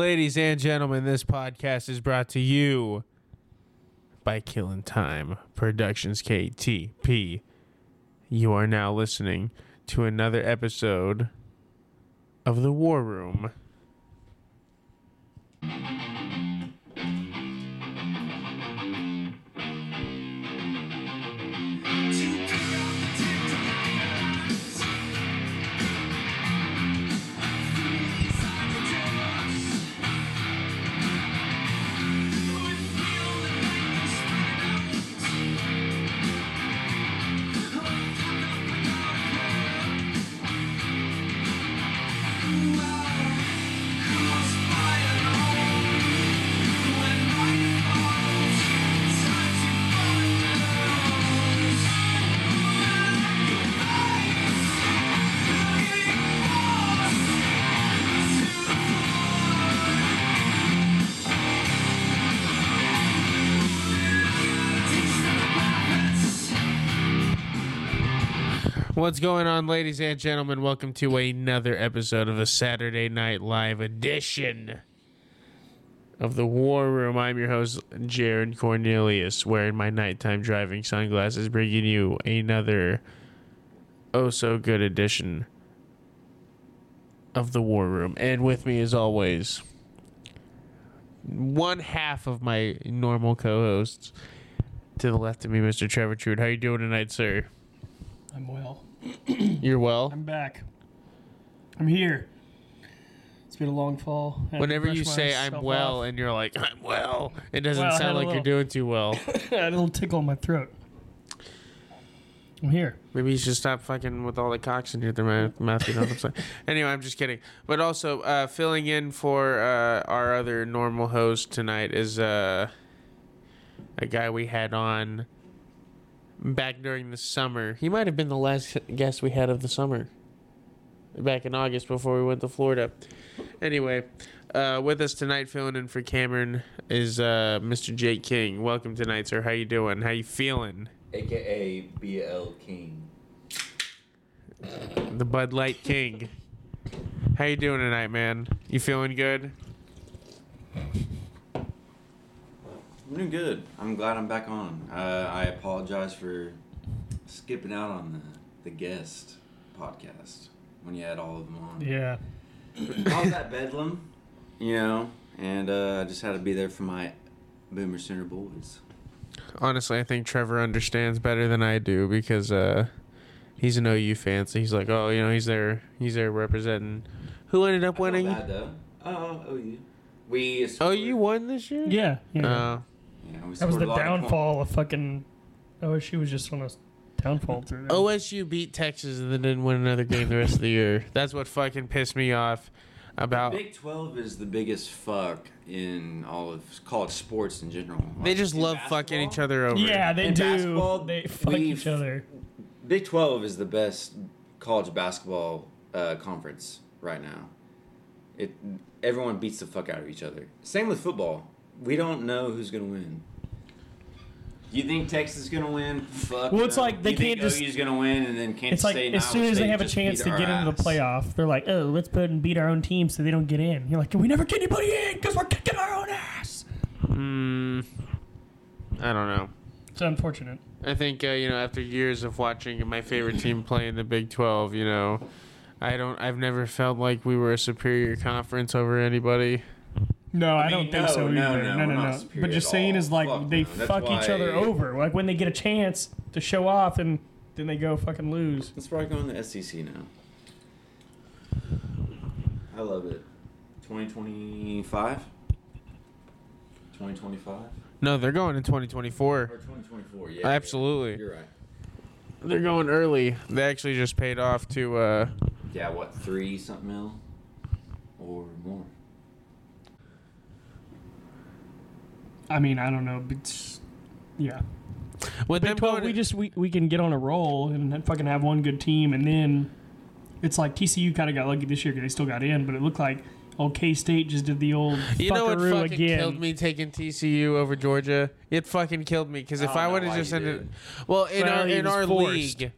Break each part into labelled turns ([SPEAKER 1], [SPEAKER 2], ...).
[SPEAKER 1] Ladies and gentlemen, this podcast is brought to you by Killing Time Productions KTP. You are now listening to another episode of The War Room. What's going on, ladies and gentlemen? Welcome to another episode of a Saturday Night Live edition of the War Room. I'm your host, Jared Cornelius, wearing my nighttime driving sunglasses, bringing you another oh so good edition of the War Room. And with me, as always, one half of my normal co-hosts. To the left of me, Mr. Trevor Trude. How you doing tonight, sir?
[SPEAKER 2] I'm well.
[SPEAKER 1] You're well.
[SPEAKER 2] I'm back. I'm here. It's been a long fall. I had to
[SPEAKER 1] Whenever
[SPEAKER 2] brush
[SPEAKER 1] you say I'm
[SPEAKER 2] myself
[SPEAKER 1] well
[SPEAKER 2] off.
[SPEAKER 1] and you're like, I'm well, it doesn't
[SPEAKER 2] Well, I had
[SPEAKER 1] sound
[SPEAKER 2] a
[SPEAKER 1] like you're
[SPEAKER 2] little-
[SPEAKER 1] doing too well.
[SPEAKER 2] I had a little tickle in my throat. I'm here.
[SPEAKER 1] Maybe you should stop fucking with all the cocks in your mouth, mouth. You know what I'm saying? anyway, I'm just kidding. But also, uh, filling in for uh, our other normal host tonight is uh, a guy we had on back during the summer. He might have been the last guest we had of the summer back in August before we went to Florida. Anyway, uh, with us tonight, filling in for Cameron is uh, Mr. Jake King. Welcome tonight, sir. How you doing? How you feeling?
[SPEAKER 3] aka BL King.
[SPEAKER 1] the Bud Light King. How you doing tonight, man? You feeling good?
[SPEAKER 3] I'm doing good. I'm glad I'm back on. Uh, I apologize for skipping out on the, the guest podcast when you had all of them on.
[SPEAKER 2] Yeah.
[SPEAKER 3] I was at Bedlam, you know, and uh, I just had to be there for my Boomer Center boys.
[SPEAKER 1] Honestly, I think Trevor understands better than I do because uh, he's an OU fan, so he's like, oh, you know, he's there, he's there representing. Who ended up winning?
[SPEAKER 3] Not bad, though. Oh, oh, you. We
[SPEAKER 1] Oh,
[SPEAKER 3] scored-
[SPEAKER 1] you won this year?
[SPEAKER 2] Yeah. yeah.
[SPEAKER 1] Oh.
[SPEAKER 3] Yeah, we
[SPEAKER 2] that was
[SPEAKER 3] scored
[SPEAKER 2] the
[SPEAKER 3] a lot of points.
[SPEAKER 2] downfall of fucking OSU was just on a downfall. through
[SPEAKER 3] Oh,
[SPEAKER 2] them.
[SPEAKER 1] OSU beat Texas and then didn't win another game the rest of the year. That's what fucking pissed me off about.
[SPEAKER 3] Big 12 is the biggest fuck in all of college sports in general.
[SPEAKER 1] They just
[SPEAKER 3] In
[SPEAKER 1] love fucking
[SPEAKER 3] basketball?
[SPEAKER 1] each other over.
[SPEAKER 2] Yeah, they
[SPEAKER 3] In
[SPEAKER 2] do.
[SPEAKER 3] basketball,
[SPEAKER 2] they fuck
[SPEAKER 3] we-
[SPEAKER 2] each other.
[SPEAKER 3] Big 12 is the best college basketball uh, conference right now. It everyone beats the fuck out of each other. Same with football. We don't know who's gonna win. You think Texas is gonna win? Fuck.
[SPEAKER 2] Well, it's
[SPEAKER 3] no.
[SPEAKER 2] like they
[SPEAKER 3] you think
[SPEAKER 2] can't just-
[SPEAKER 3] OU's gonna win, and then Kansas
[SPEAKER 2] It's like
[SPEAKER 3] State and
[SPEAKER 2] as soon
[SPEAKER 3] Iowa
[SPEAKER 2] as they
[SPEAKER 3] State
[SPEAKER 2] have a
[SPEAKER 3] just
[SPEAKER 2] chance
[SPEAKER 3] beat
[SPEAKER 2] to
[SPEAKER 3] our
[SPEAKER 2] get into the
[SPEAKER 3] ass.
[SPEAKER 2] playoff, they're like, "Oh, let's put and beat our own team so they don't get in." You're like, "We never get anybody in because we're kicking our own ass."
[SPEAKER 1] Mm, I don't know.
[SPEAKER 2] It's unfortunate.
[SPEAKER 1] I think uh, you know after years of watching my favorite team play in the Big 12, you know, I don't I've never felt like we were a superior conference over anybody.
[SPEAKER 2] No, I,
[SPEAKER 3] mean,
[SPEAKER 2] don't think
[SPEAKER 3] no,
[SPEAKER 2] so either.
[SPEAKER 3] no,
[SPEAKER 2] No,
[SPEAKER 3] no,
[SPEAKER 2] no,
[SPEAKER 3] we're
[SPEAKER 2] no.
[SPEAKER 3] not superior
[SPEAKER 2] But just
[SPEAKER 3] at
[SPEAKER 2] saying
[SPEAKER 3] all.
[SPEAKER 2] is like
[SPEAKER 3] Fuck
[SPEAKER 2] they
[SPEAKER 3] no, that's
[SPEAKER 2] fuck each other
[SPEAKER 3] why-
[SPEAKER 2] over. Like when they get a chance to show off and then they go fucking lose.
[SPEAKER 3] Let's probably go in the SEC now. I love it. 2025? 2025?
[SPEAKER 1] No, they're going in 2024.
[SPEAKER 3] Or 2024, yeah.
[SPEAKER 1] Absolutely.
[SPEAKER 3] You're right.
[SPEAKER 1] They're going early. They actually just paid off to uh
[SPEAKER 3] Yeah, what, three something mil? Or more?
[SPEAKER 2] I mean, I don't know. But it's- yeah,
[SPEAKER 1] with
[SPEAKER 2] Big
[SPEAKER 1] them
[SPEAKER 2] 12,
[SPEAKER 1] going
[SPEAKER 2] we just we, we can get on a roll and then fucking have one good team, and then it's like TCU kind of got lucky this year because they still got in, but it looked like oh K State just did the old
[SPEAKER 1] you know what
[SPEAKER 2] fuckaroo
[SPEAKER 1] fucking
[SPEAKER 2] again.
[SPEAKER 1] killed me taking TCU over Georgia? It fucking killed me because if
[SPEAKER 3] don't
[SPEAKER 1] I
[SPEAKER 3] know
[SPEAKER 1] would have
[SPEAKER 3] why
[SPEAKER 1] just
[SPEAKER 3] you
[SPEAKER 1] ended,
[SPEAKER 3] did.
[SPEAKER 1] well, in
[SPEAKER 2] Well,
[SPEAKER 1] our
[SPEAKER 2] he
[SPEAKER 1] in
[SPEAKER 2] was
[SPEAKER 1] our
[SPEAKER 2] forced.
[SPEAKER 1] league,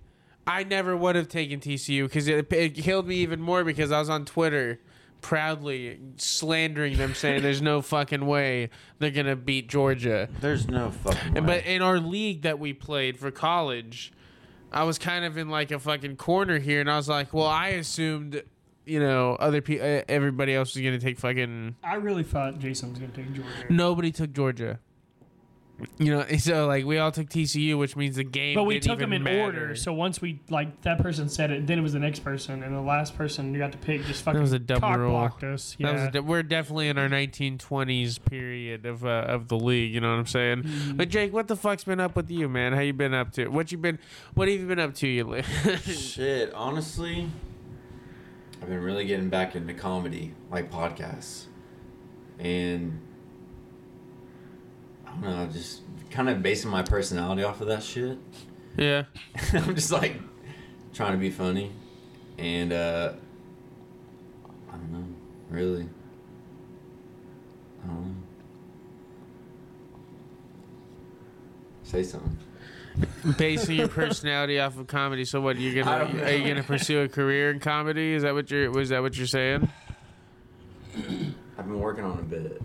[SPEAKER 1] I never would have taken TCU because it, it killed me even more because I was on Twitter proudly slandering them, saying there's no fucking way they're gonna beat Georgia.
[SPEAKER 4] There's no fucking. Way.
[SPEAKER 1] But in our league that we played for college, I was kind of in like a fucking corner here, and I was like, well, I assumed, you know, other people, everybody else was gonna take fucking.
[SPEAKER 2] I really thought Jason was going to take Georgia.
[SPEAKER 1] Nobody took Georgia. You know, so like we all took TCU, which means the game.
[SPEAKER 2] But we
[SPEAKER 1] didn't
[SPEAKER 2] took
[SPEAKER 1] even
[SPEAKER 2] them in
[SPEAKER 1] matter.
[SPEAKER 2] order, so once we like that person said it, then it was the next person, and the last person you got to pick just fucking
[SPEAKER 1] was a double
[SPEAKER 2] cock
[SPEAKER 1] rule.
[SPEAKER 2] blocked us. Yeah,
[SPEAKER 1] That was a de- we're definitely in our 1920s period of uh, of the league. You know what I'm saying?
[SPEAKER 2] Mm-hmm.
[SPEAKER 1] But Jake, what the fuck's been up with you, man? How you been up to? What you been? What have you been up to? You li-
[SPEAKER 3] Shit, honestly, I've been really getting back into comedy, like podcasts. And I don't know, just kind of basing my personality off of that shit.
[SPEAKER 1] yeah.
[SPEAKER 3] I'm just like trying to be funny. And uh I don't know, really. I don't know. Say something.
[SPEAKER 1] Basing your personality off of comedy. So what? You
[SPEAKER 3] I don't
[SPEAKER 1] gonna
[SPEAKER 3] know.
[SPEAKER 1] are you gonna pursue a career in comedy? Is that what you're? Was that what you're saying?
[SPEAKER 3] I've been working on a bit.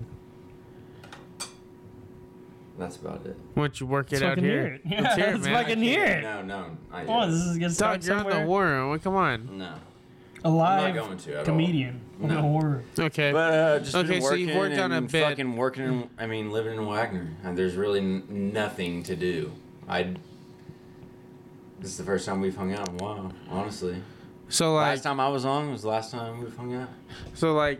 [SPEAKER 3] That's about it.
[SPEAKER 1] Why don't you work it
[SPEAKER 2] Let's
[SPEAKER 1] out
[SPEAKER 2] fucking
[SPEAKER 1] here?
[SPEAKER 2] hear it. Yeah,
[SPEAKER 1] Let's hear it,
[SPEAKER 2] let's
[SPEAKER 1] man.
[SPEAKER 2] fucking- I can hear it.
[SPEAKER 3] No, no, I
[SPEAKER 2] Oh, this is a good start
[SPEAKER 1] Doc, you're on the
[SPEAKER 2] somewhere.
[SPEAKER 1] war room. Well, Come on.
[SPEAKER 3] no.
[SPEAKER 2] a
[SPEAKER 3] I'm
[SPEAKER 2] live
[SPEAKER 3] not going to at
[SPEAKER 2] comedian on
[SPEAKER 3] No.
[SPEAKER 2] the horror.
[SPEAKER 1] Okay.
[SPEAKER 3] all. But uh, just
[SPEAKER 1] Okay,
[SPEAKER 3] been
[SPEAKER 1] so
[SPEAKER 3] working
[SPEAKER 1] you've worked on a
[SPEAKER 3] and
[SPEAKER 1] bit.
[SPEAKER 3] fucking working. In, I mean, living in Wagner, and there's really n- nothing to do. I. This is the first time we've hung out in a while, honestly.
[SPEAKER 1] so like,
[SPEAKER 3] last time I was on was the last time we've hung out.
[SPEAKER 1] so like,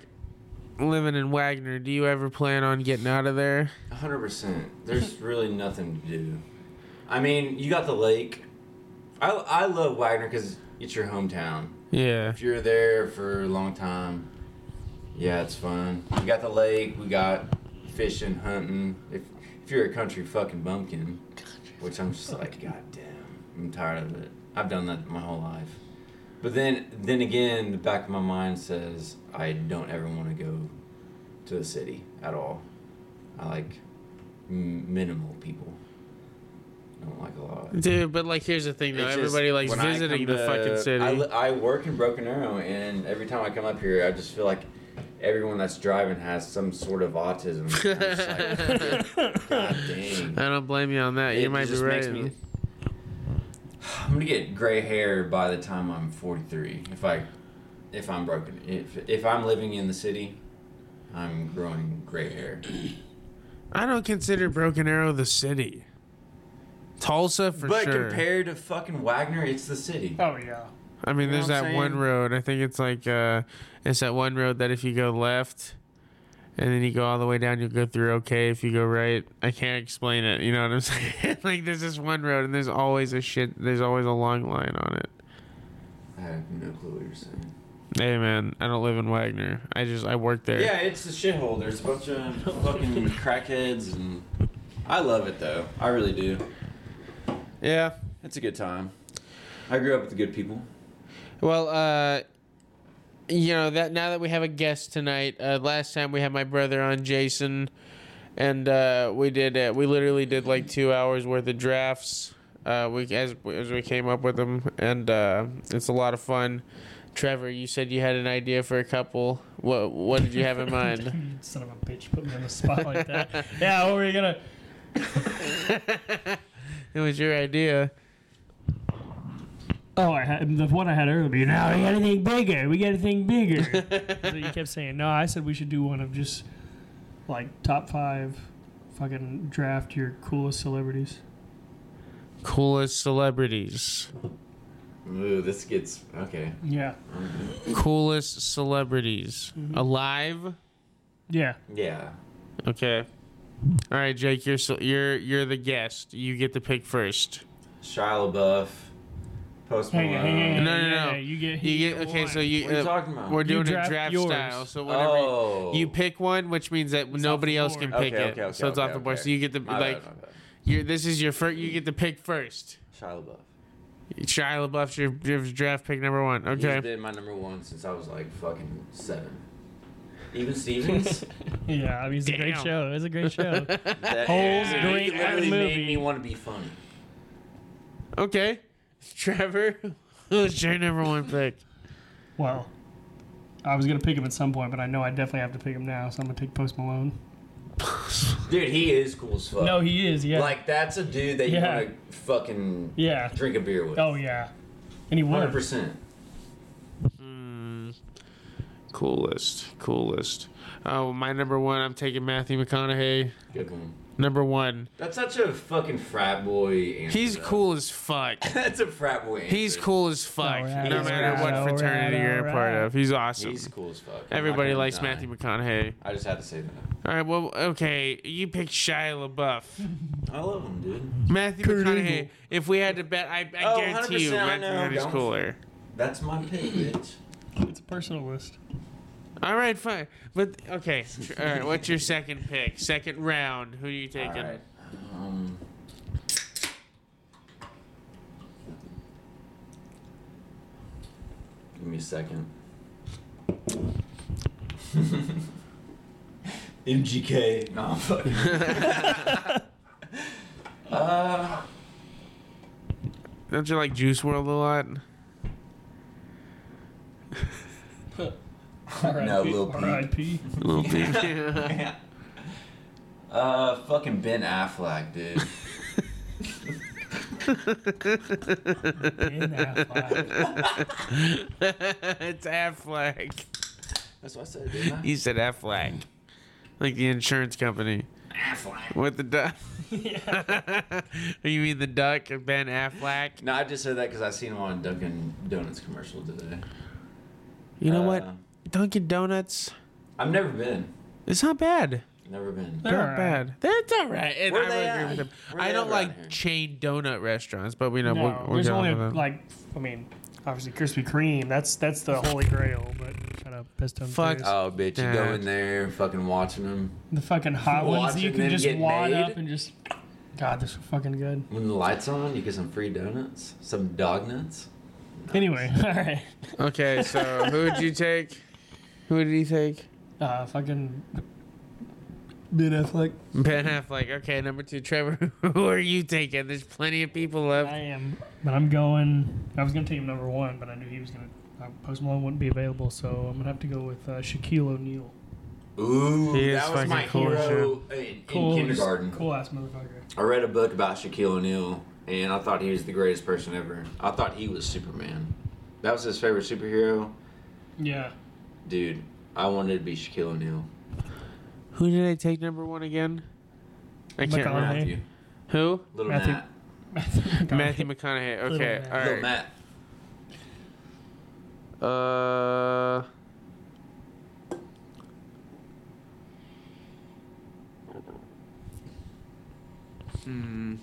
[SPEAKER 1] living in Wagner. Do you ever plan on getting out of there?
[SPEAKER 3] A hundred percent. There's really nothing to do. I mean, you got the lake. I I love Wagner because it's your hometown.
[SPEAKER 1] Yeah.
[SPEAKER 3] if you're there for a long time, yeah, it's fun. We got the lake, we got fishing, hunting. If if you're a country fucking bumpkin, which I'm just like, god damn, I'm tired of it. I've done that my whole life. But then then again, the back of my mind says I don't ever want to go to the city at all. I like m- minimal people. I don't like a lot.
[SPEAKER 1] Dude, but like, here's the thing though.
[SPEAKER 3] It's just
[SPEAKER 1] Everybody likes
[SPEAKER 3] when I
[SPEAKER 1] visiting
[SPEAKER 3] come
[SPEAKER 1] the fucking
[SPEAKER 3] to-
[SPEAKER 1] city.
[SPEAKER 3] I, li- I work in Broken Arrow, and every time I come up here, I just feel like everyone that's driving has some sort of autism. I'm just like, God dang.
[SPEAKER 1] I don't blame you on that.
[SPEAKER 3] It
[SPEAKER 1] Uh, you might be
[SPEAKER 3] just
[SPEAKER 1] right.
[SPEAKER 3] makes me- I'm gonna get gray hair by the time I'm 43. If I, if I'm broken, if if I'm living in the city, I'm growing gray hair.
[SPEAKER 1] I don't consider Broken Arrow the city. Tulsa for
[SPEAKER 3] but
[SPEAKER 1] sure.
[SPEAKER 3] compared to fucking Wagner, it's the city.
[SPEAKER 2] Oh yeah,
[SPEAKER 1] I mean,
[SPEAKER 3] know
[SPEAKER 1] there's
[SPEAKER 3] what I'm
[SPEAKER 1] that one
[SPEAKER 3] saying?
[SPEAKER 1] road. I think it's like uh, it's that one road that if you go left. And then you go all the way down, you'll go through okay. If you go right, I can't explain it. You know what I'm saying? like, there's this one road, and there's always a shit, there's always a long line on it.
[SPEAKER 3] I have no clue what you're saying.
[SPEAKER 1] Hey, man, I don't live in Wagner. I just, I work there.
[SPEAKER 3] Yeah, it's a shithole. There's a bunch of fucking crackheads, and I love it though. I really do.
[SPEAKER 1] Yeah.
[SPEAKER 3] It's a good time. I grew up with the good people.
[SPEAKER 1] Well, uh, you know that now that we have a guest tonight. Uh, last time we had my brother on, Jason, and uh, we did uh, we literally did like two hours worth of drafts. Uh, we as as we came up with them, and uh, it's a lot of fun. Trevor, you said you had an idea for a couple. What what did you have in mind?
[SPEAKER 2] You son of a bitch, put me on the spot like that. Yeah, what were you gonna?
[SPEAKER 1] it was your idea.
[SPEAKER 2] Oh, I had the one I had earlier. You know, we got anything bigger? We got anything bigger? so you kept saying no. I said we should do one of just like top five, fucking draft your coolest celebrities.
[SPEAKER 1] Coolest celebrities.
[SPEAKER 3] Ooh, this gets okay.
[SPEAKER 2] Yeah,
[SPEAKER 1] Coolest celebrities. Alive.
[SPEAKER 2] yeah.
[SPEAKER 3] Yeah.
[SPEAKER 1] Okay. All right, Jake, you're so, you're you're the guest. You get to pick first.
[SPEAKER 3] Shia LaBeouf, Post
[SPEAKER 2] Hang on,
[SPEAKER 3] Malone.
[SPEAKER 2] hang on, hang on.
[SPEAKER 1] No, no, no.
[SPEAKER 2] Yeah, You get,
[SPEAKER 1] You get okay. So you,
[SPEAKER 3] What are you
[SPEAKER 1] uh,
[SPEAKER 3] talking about?
[SPEAKER 1] we're doing
[SPEAKER 2] draft
[SPEAKER 1] a draft
[SPEAKER 2] yours.
[SPEAKER 1] style. So whatever
[SPEAKER 3] oh.
[SPEAKER 1] you pick one, which means that
[SPEAKER 2] off
[SPEAKER 1] nobody
[SPEAKER 2] the
[SPEAKER 1] else
[SPEAKER 2] board.
[SPEAKER 1] can
[SPEAKER 3] Okay,
[SPEAKER 1] pick
[SPEAKER 3] okay,
[SPEAKER 1] it.
[SPEAKER 3] okay,
[SPEAKER 1] so it's
[SPEAKER 3] okay,
[SPEAKER 1] off the board.
[SPEAKER 3] okay.
[SPEAKER 1] So you get the
[SPEAKER 3] My
[SPEAKER 1] like
[SPEAKER 3] bad, my bad.
[SPEAKER 1] you this is your first. You get to pick first.
[SPEAKER 3] Shia LaBeouf.
[SPEAKER 1] Shia LaBeouf's your, your draft pick number one.
[SPEAKER 3] He's
[SPEAKER 1] Okay.
[SPEAKER 3] been my number one since I was like fucking seven. Even Stevens.
[SPEAKER 2] Yeah, I mean, it's a great
[SPEAKER 1] Damn.
[SPEAKER 2] show. It's a great show.
[SPEAKER 3] that
[SPEAKER 2] Hole's
[SPEAKER 3] dude,
[SPEAKER 2] great
[SPEAKER 3] it literally
[SPEAKER 2] movie.
[SPEAKER 3] made me want to be funny.
[SPEAKER 1] Okay. Trevor, who's your number one pick?
[SPEAKER 2] wow. I was gonna pick him at some point, but I know I definitely have to pick him now, so I'm gonna take Post Malone.
[SPEAKER 3] Dude, he is cool as fuck.
[SPEAKER 2] No, he is. Yeah.
[SPEAKER 3] Like that's a dude that
[SPEAKER 2] Yeah.
[SPEAKER 3] you want to fucking
[SPEAKER 2] yeah.
[SPEAKER 3] drink a beer with.
[SPEAKER 2] Oh yeah. And he
[SPEAKER 3] Hundred
[SPEAKER 2] won.
[SPEAKER 3] percent.
[SPEAKER 1] Coolest, coolest. Oh, my number one. I'm taking Matthew McConaughey.
[SPEAKER 3] Good one.
[SPEAKER 1] Number one.
[SPEAKER 3] That's such a fucking frat boy. Answer,
[SPEAKER 1] He's
[SPEAKER 3] though.
[SPEAKER 1] cool as fuck.
[SPEAKER 3] That's a frat boy. Answer.
[SPEAKER 1] He's cool as fuck.
[SPEAKER 2] Alright,
[SPEAKER 1] no matter what
[SPEAKER 2] alright,
[SPEAKER 1] fraternity
[SPEAKER 2] alright,
[SPEAKER 1] you're a part
[SPEAKER 2] alright.
[SPEAKER 1] of, he's awesome.
[SPEAKER 3] He's cool as fuck. I'm not
[SPEAKER 1] Everybody
[SPEAKER 3] gonna
[SPEAKER 1] likes
[SPEAKER 3] deny.
[SPEAKER 1] Matthew McConaughey.
[SPEAKER 3] I just had to say that.
[SPEAKER 1] All right, well, okay, you picked Shia LaBeouf.
[SPEAKER 3] I love him, dude.
[SPEAKER 1] Matthew
[SPEAKER 2] Kurt
[SPEAKER 1] McConaughey.
[SPEAKER 2] Angle.
[SPEAKER 1] If we had to bet, I, I
[SPEAKER 3] Oh,
[SPEAKER 1] guarantee you,
[SPEAKER 3] 100% I
[SPEAKER 1] Matthew
[SPEAKER 3] know.
[SPEAKER 1] McConaughey's
[SPEAKER 3] Don't-
[SPEAKER 1] cooler.
[SPEAKER 3] That's my pick, bitch.
[SPEAKER 2] It's a personal list.
[SPEAKER 1] All right, fine, but okay. All right, what's your second pick? Second round. Who are you taking?
[SPEAKER 3] All right. Um, give me a second. MGK. Nah, I'm fucking. uh,
[SPEAKER 1] Don't you like Juice World a lot?
[SPEAKER 3] No, Lil Peep.
[SPEAKER 2] R.I.P.
[SPEAKER 1] A little bit.
[SPEAKER 3] uh, fucking Ben Affleck, dude.
[SPEAKER 2] Ben Affleck.
[SPEAKER 1] it's Affleck.
[SPEAKER 3] That's what I said, didn't I?
[SPEAKER 1] You said Affleck, like the insurance company
[SPEAKER 3] Affleck.
[SPEAKER 1] with the duck. you mean the duck, Ben Affleck?
[SPEAKER 3] No, I just said that because I seen him on Dunkin' Donuts commercial today.
[SPEAKER 1] You know what?
[SPEAKER 3] Uh,
[SPEAKER 1] Dunkin' Donuts.
[SPEAKER 3] I've never been.
[SPEAKER 1] It's not bad.
[SPEAKER 3] Never been.
[SPEAKER 1] They're
[SPEAKER 2] They're
[SPEAKER 1] not bad. That's all right. And
[SPEAKER 3] Where
[SPEAKER 1] I
[SPEAKER 3] they
[SPEAKER 1] would
[SPEAKER 3] at?
[SPEAKER 1] agree with them.
[SPEAKER 3] Where
[SPEAKER 1] I
[SPEAKER 3] they
[SPEAKER 1] don't
[SPEAKER 3] at around
[SPEAKER 1] like
[SPEAKER 3] here?
[SPEAKER 1] chain donut restaurants, but we know
[SPEAKER 2] No,
[SPEAKER 1] we'll, we'll
[SPEAKER 2] there's
[SPEAKER 1] get
[SPEAKER 2] only
[SPEAKER 1] on to
[SPEAKER 2] a,
[SPEAKER 1] that.
[SPEAKER 2] like I mean, obviously Krispy Kreme. That's that's the holy grail. But shut up, best time.
[SPEAKER 1] Fuck.
[SPEAKER 3] Oh, bitch, you
[SPEAKER 1] Yeah.
[SPEAKER 3] go in there and fucking watching them
[SPEAKER 2] the fucking hot ones that you
[SPEAKER 3] Watching
[SPEAKER 2] can
[SPEAKER 3] them
[SPEAKER 2] just
[SPEAKER 3] get
[SPEAKER 2] wad
[SPEAKER 3] made.
[SPEAKER 2] up and just. God, this is fucking good.
[SPEAKER 3] when the lights on. You get some free donuts, some dog nuts.
[SPEAKER 2] Anyway, all right.
[SPEAKER 1] Okay, so who would you take? Who did he take?
[SPEAKER 2] Uh, fucking. Ben Affleck.
[SPEAKER 1] Ben Affleck. Okay, number two. Trevor, who are you taking? There's plenty of people
[SPEAKER 2] I
[SPEAKER 1] left.
[SPEAKER 2] am, but I'm going. I was gonna take him number one, but I knew he was gonna. Uh, Post Malone wouldn't be available, so I'm gonna have to go with uh, Shaquille O'Neal.
[SPEAKER 3] Ooh,
[SPEAKER 1] He is
[SPEAKER 3] that was
[SPEAKER 1] fucking
[SPEAKER 3] my
[SPEAKER 1] cool as
[SPEAKER 3] hero in, in kindergarten.
[SPEAKER 2] Cool ass motherfucker.
[SPEAKER 3] I read a book about Shaquille O'Neal, and I thought he was the greatest person ever. I thought he was Superman. That was his favorite superhero,
[SPEAKER 2] Yeah.
[SPEAKER 3] dude. I wanted to be Shaquille O'Neal.
[SPEAKER 1] Who did I take number one again? I can't
[SPEAKER 2] McConaughey.
[SPEAKER 1] remember.
[SPEAKER 3] Matthew,
[SPEAKER 1] Who?
[SPEAKER 3] little
[SPEAKER 2] Matthew-
[SPEAKER 3] Matt,
[SPEAKER 1] Matthew McConaughey.
[SPEAKER 2] Little
[SPEAKER 1] Okay,
[SPEAKER 2] Matt.
[SPEAKER 1] all right.
[SPEAKER 3] little Matt.
[SPEAKER 1] Uh, hmm.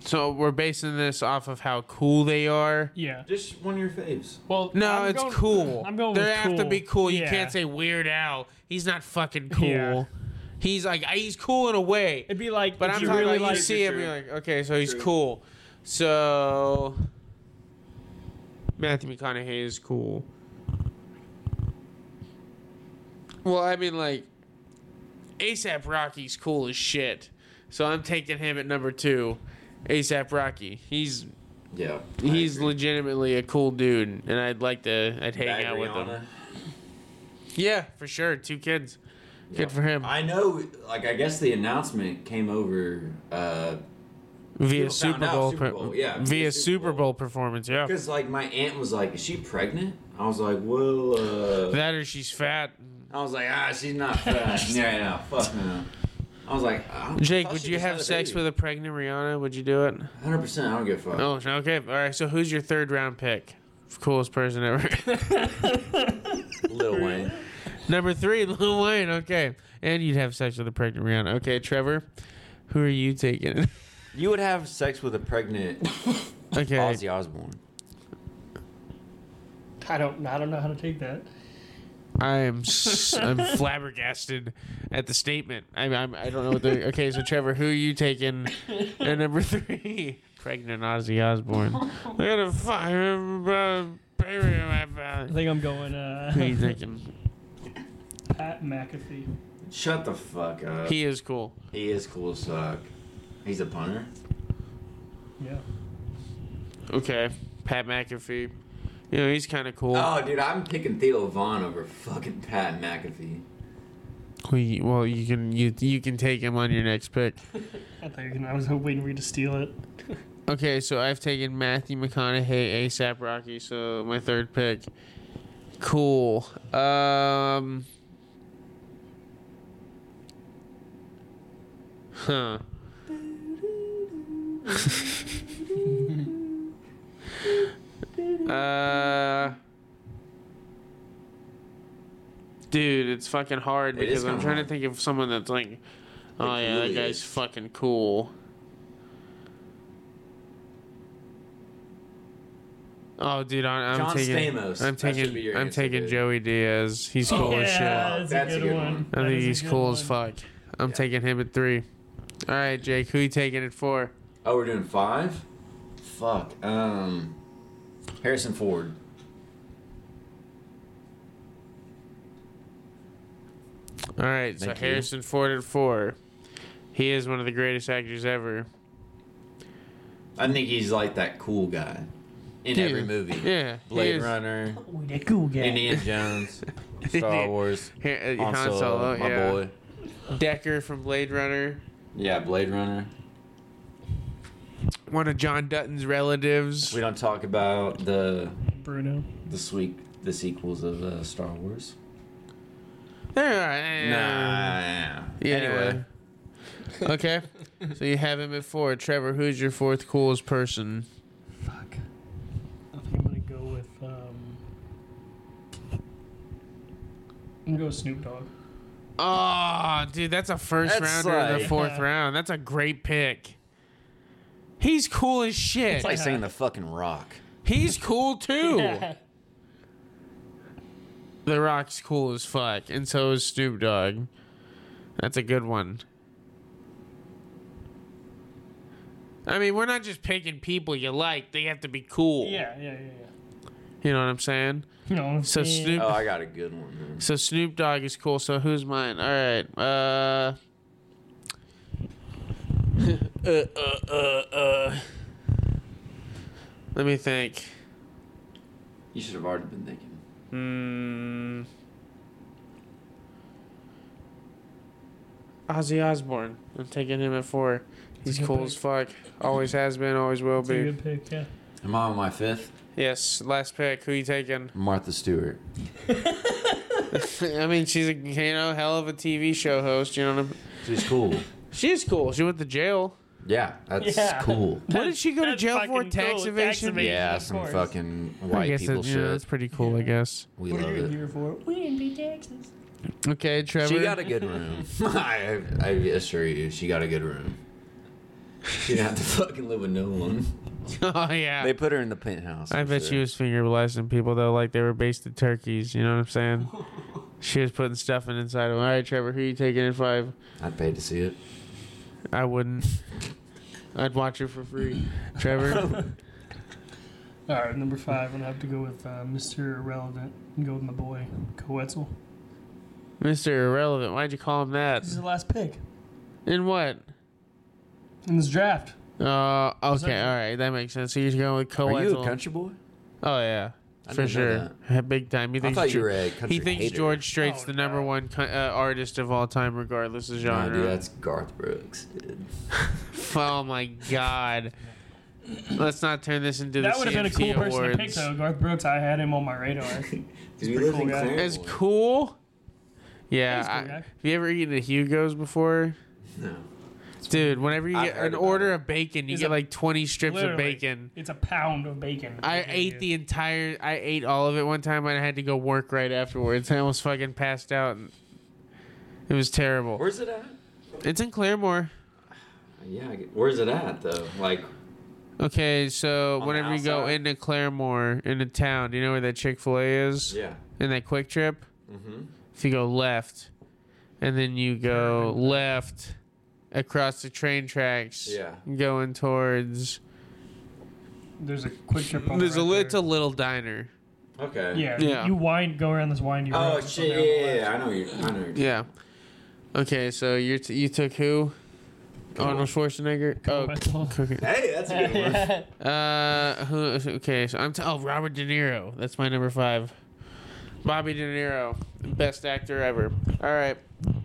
[SPEAKER 1] So we're basing this off of how cool they are.
[SPEAKER 2] Yeah.
[SPEAKER 3] Just one of your faves.
[SPEAKER 2] Well,
[SPEAKER 1] No,
[SPEAKER 2] I'm
[SPEAKER 1] it's
[SPEAKER 2] going-
[SPEAKER 1] cool.
[SPEAKER 2] I'm going
[SPEAKER 1] They
[SPEAKER 2] with
[SPEAKER 1] have to
[SPEAKER 2] cool.
[SPEAKER 1] be cool. You
[SPEAKER 2] Yeah.
[SPEAKER 1] can't say Weird Al. He's not fucking cool.
[SPEAKER 2] Yeah.
[SPEAKER 1] He's like he's cool in a way.
[SPEAKER 2] It'd be like,
[SPEAKER 1] But
[SPEAKER 2] if
[SPEAKER 1] I'm
[SPEAKER 2] you
[SPEAKER 1] talking
[SPEAKER 2] really
[SPEAKER 1] about
[SPEAKER 2] like,
[SPEAKER 1] you see him,
[SPEAKER 3] True.
[SPEAKER 1] you're like, okay, so he's
[SPEAKER 3] True.
[SPEAKER 1] cool. So Matthew McConaughey is cool. Well, I mean, like ASAP Rocky's cool as shit. So I'm taking him at number two. ASAP Rocky. He's
[SPEAKER 3] Yeah, I
[SPEAKER 1] he's
[SPEAKER 3] agree.
[SPEAKER 1] legitimately a cool dude, and I'd like to I'd hang out with him.
[SPEAKER 3] Bagriana.
[SPEAKER 1] Yeah, for sure. Two kids.
[SPEAKER 3] Yeah.
[SPEAKER 1] Good for him.
[SPEAKER 3] I know, like, I guess the announcement came over uh, because,
[SPEAKER 1] via
[SPEAKER 3] People
[SPEAKER 1] Super
[SPEAKER 3] found out
[SPEAKER 1] Bowl,
[SPEAKER 3] Super
[SPEAKER 1] per-
[SPEAKER 3] Bowl, yeah,
[SPEAKER 1] via Super Bowl performance. Yeah.
[SPEAKER 3] like, my aunt was like, "Is she pregnant?" I was like, "Well," uh,
[SPEAKER 1] That or she's fat.
[SPEAKER 3] I was like, "Ah, she's not fat." yeah, no, fuck no. I was like, I don't-
[SPEAKER 1] Jake, would you have sex with a pregnant Rihanna? Would you do it?
[SPEAKER 3] Hundred percent, I don't give a fuck.
[SPEAKER 1] Oh, okay. All right. So who's your third round pick? Coolest person ever.
[SPEAKER 3] Lil Wayne.
[SPEAKER 1] Number three, Lil Wayne. Okay. And you'd have sex with a pregnant Rihanna. Okay, Trevor. Who are you taking?
[SPEAKER 3] You would have sex with a pregnant
[SPEAKER 1] okay.
[SPEAKER 3] Ozzy Osbourne.
[SPEAKER 2] I don't, I don't know how to take that.
[SPEAKER 1] I am s- I'm flabbergasted at the statement. I I'm, I don't know what the okay. So Trevor, who are you taking at number three? Pregnant Ozzy Osbourne. I got a fire uh, baby in my
[SPEAKER 2] I
[SPEAKER 1] belly.
[SPEAKER 2] think I'm going
[SPEAKER 1] Who are you
[SPEAKER 2] uh,
[SPEAKER 1] taking?
[SPEAKER 2] Pat McAfee.
[SPEAKER 3] Shut the fuck up. He,
[SPEAKER 1] He is cool.
[SPEAKER 3] is cool as fuck. He's a punter.
[SPEAKER 2] Yeah.
[SPEAKER 1] Okay, Pat McAfee. You know, he's kind of cool.
[SPEAKER 3] Oh, dude, I'm picking Theo Vaughn over fucking Pat McAfee.
[SPEAKER 1] Well, you, well, you can you you can take him on your next pick.
[SPEAKER 2] I thought you were gonna, I was hoping for you to steal it.
[SPEAKER 1] Okay, so I've taken Matthew McConaughey, ASAP Rocky, so my third pick. Cool. Um Huh. uh Dude, it's fucking hard
[SPEAKER 3] It
[SPEAKER 1] because
[SPEAKER 3] is
[SPEAKER 1] I'm
[SPEAKER 3] kinda
[SPEAKER 1] trying
[SPEAKER 3] hard.
[SPEAKER 1] to think of someone that's like, oh
[SPEAKER 3] It
[SPEAKER 1] yeah, that
[SPEAKER 3] really
[SPEAKER 1] guy's
[SPEAKER 3] is.
[SPEAKER 1] fucking cool. Oh, dude, I- I'm,
[SPEAKER 3] John
[SPEAKER 1] taking.
[SPEAKER 3] Stamos.
[SPEAKER 1] I'm
[SPEAKER 3] That should be
[SPEAKER 1] taking.
[SPEAKER 3] your
[SPEAKER 1] I'm
[SPEAKER 3] answer,
[SPEAKER 1] taking
[SPEAKER 3] dude.
[SPEAKER 1] Joey Diaz. He's cool as shit. I
[SPEAKER 2] that's,
[SPEAKER 3] That's
[SPEAKER 2] a good, one. That
[SPEAKER 1] think
[SPEAKER 2] is a
[SPEAKER 1] he's
[SPEAKER 2] good
[SPEAKER 1] cool
[SPEAKER 2] one.
[SPEAKER 1] as fuck. I'm
[SPEAKER 3] Yeah.
[SPEAKER 1] taking him at three. All right, Jake, who you taking it for?
[SPEAKER 3] Oh, we're doing five? Fuck. Um, Harrison Ford.
[SPEAKER 1] All right, so
[SPEAKER 3] Thank you.
[SPEAKER 1] Harrison Ford at four. He is one of the greatest actors ever.
[SPEAKER 3] I think he's like that cool guy in
[SPEAKER 1] Dude.
[SPEAKER 3] every movie.
[SPEAKER 1] Yeah, he
[SPEAKER 3] Blade
[SPEAKER 1] is.
[SPEAKER 3] Runner,
[SPEAKER 2] Oh, that cool guy.
[SPEAKER 3] Indiana Jones, Star Wars,
[SPEAKER 1] Here, uh,
[SPEAKER 3] Han Solo, my
[SPEAKER 1] yeah.
[SPEAKER 3] boy.
[SPEAKER 1] Decker from Blade Runner,
[SPEAKER 3] Yeah, Blade Runner.
[SPEAKER 1] one of John Dutton's relatives.
[SPEAKER 3] We don't talk about the
[SPEAKER 2] Bruno.
[SPEAKER 3] the sweet the sequels of uh, Star Wars.
[SPEAKER 1] They're all right.
[SPEAKER 3] Nah.
[SPEAKER 1] Yeah.
[SPEAKER 3] Anyway,
[SPEAKER 1] okay. So you have him at four. Trevor, who's your fourth coolest person?
[SPEAKER 2] Fuck. I think I'm gonna go with. Um, I'm gonna go with Snoop Dogg.
[SPEAKER 1] Oh, dude, that's a first
[SPEAKER 3] That's
[SPEAKER 1] rounder in the
[SPEAKER 3] like-
[SPEAKER 1] fourth
[SPEAKER 2] Yeah.
[SPEAKER 1] round. That's a great pick. He's cool as shit.
[SPEAKER 3] it's like singing the fucking rock.
[SPEAKER 1] He's cool too. The Rock's cool as fuck, and so is Snoop Dogg. That's a good one. I mean, we're not just picking people you like. They have to be cool.
[SPEAKER 2] Yeah, yeah, yeah, yeah.
[SPEAKER 1] You know what I'm saying?
[SPEAKER 2] You know,
[SPEAKER 1] So Snoop
[SPEAKER 3] Oh, I got a good one. man.
[SPEAKER 1] So Snoop Dogg is cool. So who's mine? All right. Uh. uh, uh, uh, uh. Let me think.
[SPEAKER 3] You should have already been thinking.
[SPEAKER 1] Hmm. Ozzy Osbourne. I'm taking him at four. He's
[SPEAKER 2] a good
[SPEAKER 1] cool
[SPEAKER 2] pick.
[SPEAKER 1] as fuck. Always has been. Always will
[SPEAKER 2] It's a
[SPEAKER 1] be.
[SPEAKER 2] good pick. Yeah.
[SPEAKER 3] Am I on my fifth?
[SPEAKER 1] Yes. Last pick. Who you taking?
[SPEAKER 3] Martha Stewart.
[SPEAKER 1] I mean, she's a you know hell of a TV show host. You know what I'm.
[SPEAKER 3] She's cool.
[SPEAKER 1] She is cool. She went to jail.
[SPEAKER 3] Yeah, that's
[SPEAKER 2] Yeah.
[SPEAKER 3] cool.
[SPEAKER 1] What did she go to
[SPEAKER 2] That's
[SPEAKER 1] jail for?
[SPEAKER 2] fucking
[SPEAKER 1] Tax
[SPEAKER 2] cool. Tax
[SPEAKER 1] evasion.
[SPEAKER 2] evasion.
[SPEAKER 3] Yeah,
[SPEAKER 2] Of
[SPEAKER 3] some
[SPEAKER 2] course.
[SPEAKER 3] fucking
[SPEAKER 1] I
[SPEAKER 3] white
[SPEAKER 1] guess
[SPEAKER 3] people
[SPEAKER 1] that, yeah,
[SPEAKER 3] shit.
[SPEAKER 1] that's pretty cool, I guess.
[SPEAKER 3] We
[SPEAKER 2] what
[SPEAKER 3] love
[SPEAKER 2] are you
[SPEAKER 3] it.
[SPEAKER 2] here for? We didn't pay taxes.
[SPEAKER 1] Okay, Trevor.
[SPEAKER 3] She got a good room. I, I assure you, she got a good room. She didn't have to fucking live with no one.
[SPEAKER 1] oh yeah.
[SPEAKER 3] They put her in the penthouse.
[SPEAKER 1] I
[SPEAKER 3] for
[SPEAKER 1] bet
[SPEAKER 3] sure.
[SPEAKER 1] she was finger blasting people though, like they were basted turkeys. You know what I'm saying? she was putting stuff in inside of them. All right, Trevor, who you taking in five?
[SPEAKER 3] I'd pay to see it.
[SPEAKER 1] I wouldn't. I'd watch it for free. Trevor.
[SPEAKER 2] All right, number five. I'm gonna have to go with uh, Mr. Irrelevant and go with my boy Coetzel.
[SPEAKER 1] Mr. Irrelevant. Why'd you call him that?
[SPEAKER 2] This is the last pick
[SPEAKER 1] In what?
[SPEAKER 2] in this draft.
[SPEAKER 1] Uh, okay,
[SPEAKER 2] Sorry.
[SPEAKER 1] all right, that makes sense. So you're going with co
[SPEAKER 3] Are you a country boy?
[SPEAKER 1] Oh yeah,
[SPEAKER 3] I
[SPEAKER 1] for
[SPEAKER 3] didn't know
[SPEAKER 1] sure, big time. He
[SPEAKER 3] I
[SPEAKER 1] thinks
[SPEAKER 3] thought
[SPEAKER 1] Ge-
[SPEAKER 3] you were a country
[SPEAKER 1] he thinks
[SPEAKER 3] hater.
[SPEAKER 1] George Strait's
[SPEAKER 2] Oh,
[SPEAKER 1] the number
[SPEAKER 2] no.
[SPEAKER 1] one co- uh, artist of all time, regardless of
[SPEAKER 3] Nah,
[SPEAKER 1] genre.
[SPEAKER 3] dude, that's Garth Brooks. Dude.
[SPEAKER 1] oh my god! Let's not turn this into
[SPEAKER 2] That
[SPEAKER 1] the
[SPEAKER 2] would have been a cool
[SPEAKER 1] CMT
[SPEAKER 2] person to pick,
[SPEAKER 1] awards.
[SPEAKER 2] though. Garth Brooks. I had him on my radar.
[SPEAKER 3] Because we
[SPEAKER 2] Pretty
[SPEAKER 3] live
[SPEAKER 2] cool
[SPEAKER 3] in
[SPEAKER 2] guy.
[SPEAKER 3] Claremont.
[SPEAKER 1] It's cool. Yeah.
[SPEAKER 2] He's a cool
[SPEAKER 1] I-
[SPEAKER 2] guy.
[SPEAKER 1] have you ever eaten at Hugo's before?
[SPEAKER 3] No.
[SPEAKER 1] Dude, whenever you
[SPEAKER 3] I've
[SPEAKER 1] get
[SPEAKER 3] heard
[SPEAKER 1] an
[SPEAKER 3] about
[SPEAKER 1] order
[SPEAKER 3] it.
[SPEAKER 1] of bacon, you
[SPEAKER 2] Is
[SPEAKER 1] get
[SPEAKER 2] it-
[SPEAKER 1] like 20 strips of
[SPEAKER 2] Literally,
[SPEAKER 1] bacon.
[SPEAKER 2] It's a pound of bacon.
[SPEAKER 1] I ate the entire. I ate all of it one time, and I had to go work right afterwards. I almost fucking passed out. And it was terrible.
[SPEAKER 3] Where's it at?
[SPEAKER 1] It's in Claremore.
[SPEAKER 3] Yeah, I get, where's it at though? Like,
[SPEAKER 1] Okay, so
[SPEAKER 3] On the
[SPEAKER 1] whenever you go
[SPEAKER 3] outside?
[SPEAKER 1] into Claremore, into town, do you know where that Chick Fil A is?
[SPEAKER 3] yeah.
[SPEAKER 1] And that Quick Trip.
[SPEAKER 3] Mm-hmm.
[SPEAKER 1] If you go left, and then you go left across the train tracks,
[SPEAKER 3] Yeah.
[SPEAKER 1] going towards.
[SPEAKER 2] There's a quick trip. on
[SPEAKER 1] There's
[SPEAKER 2] right
[SPEAKER 1] a
[SPEAKER 2] there.
[SPEAKER 1] it's a little diner.
[SPEAKER 3] Okay.
[SPEAKER 2] Yeah,
[SPEAKER 1] Yeah.
[SPEAKER 2] You wind, go around this windy road.
[SPEAKER 3] Oh
[SPEAKER 2] and
[SPEAKER 3] shit!
[SPEAKER 2] go down the
[SPEAKER 3] Yeah, yeah,
[SPEAKER 2] left.
[SPEAKER 3] yeah, I know you. I know you.
[SPEAKER 1] Yeah. Okay, so you t- you took who? Arnold Schwarzenegger. Oh, cooking.
[SPEAKER 3] Hey, that's a good one.
[SPEAKER 1] Uh, who? Okay, so I'm. T- oh, Robert De Niro. That's my number five. Bobby De Niro, best actor ever. All right,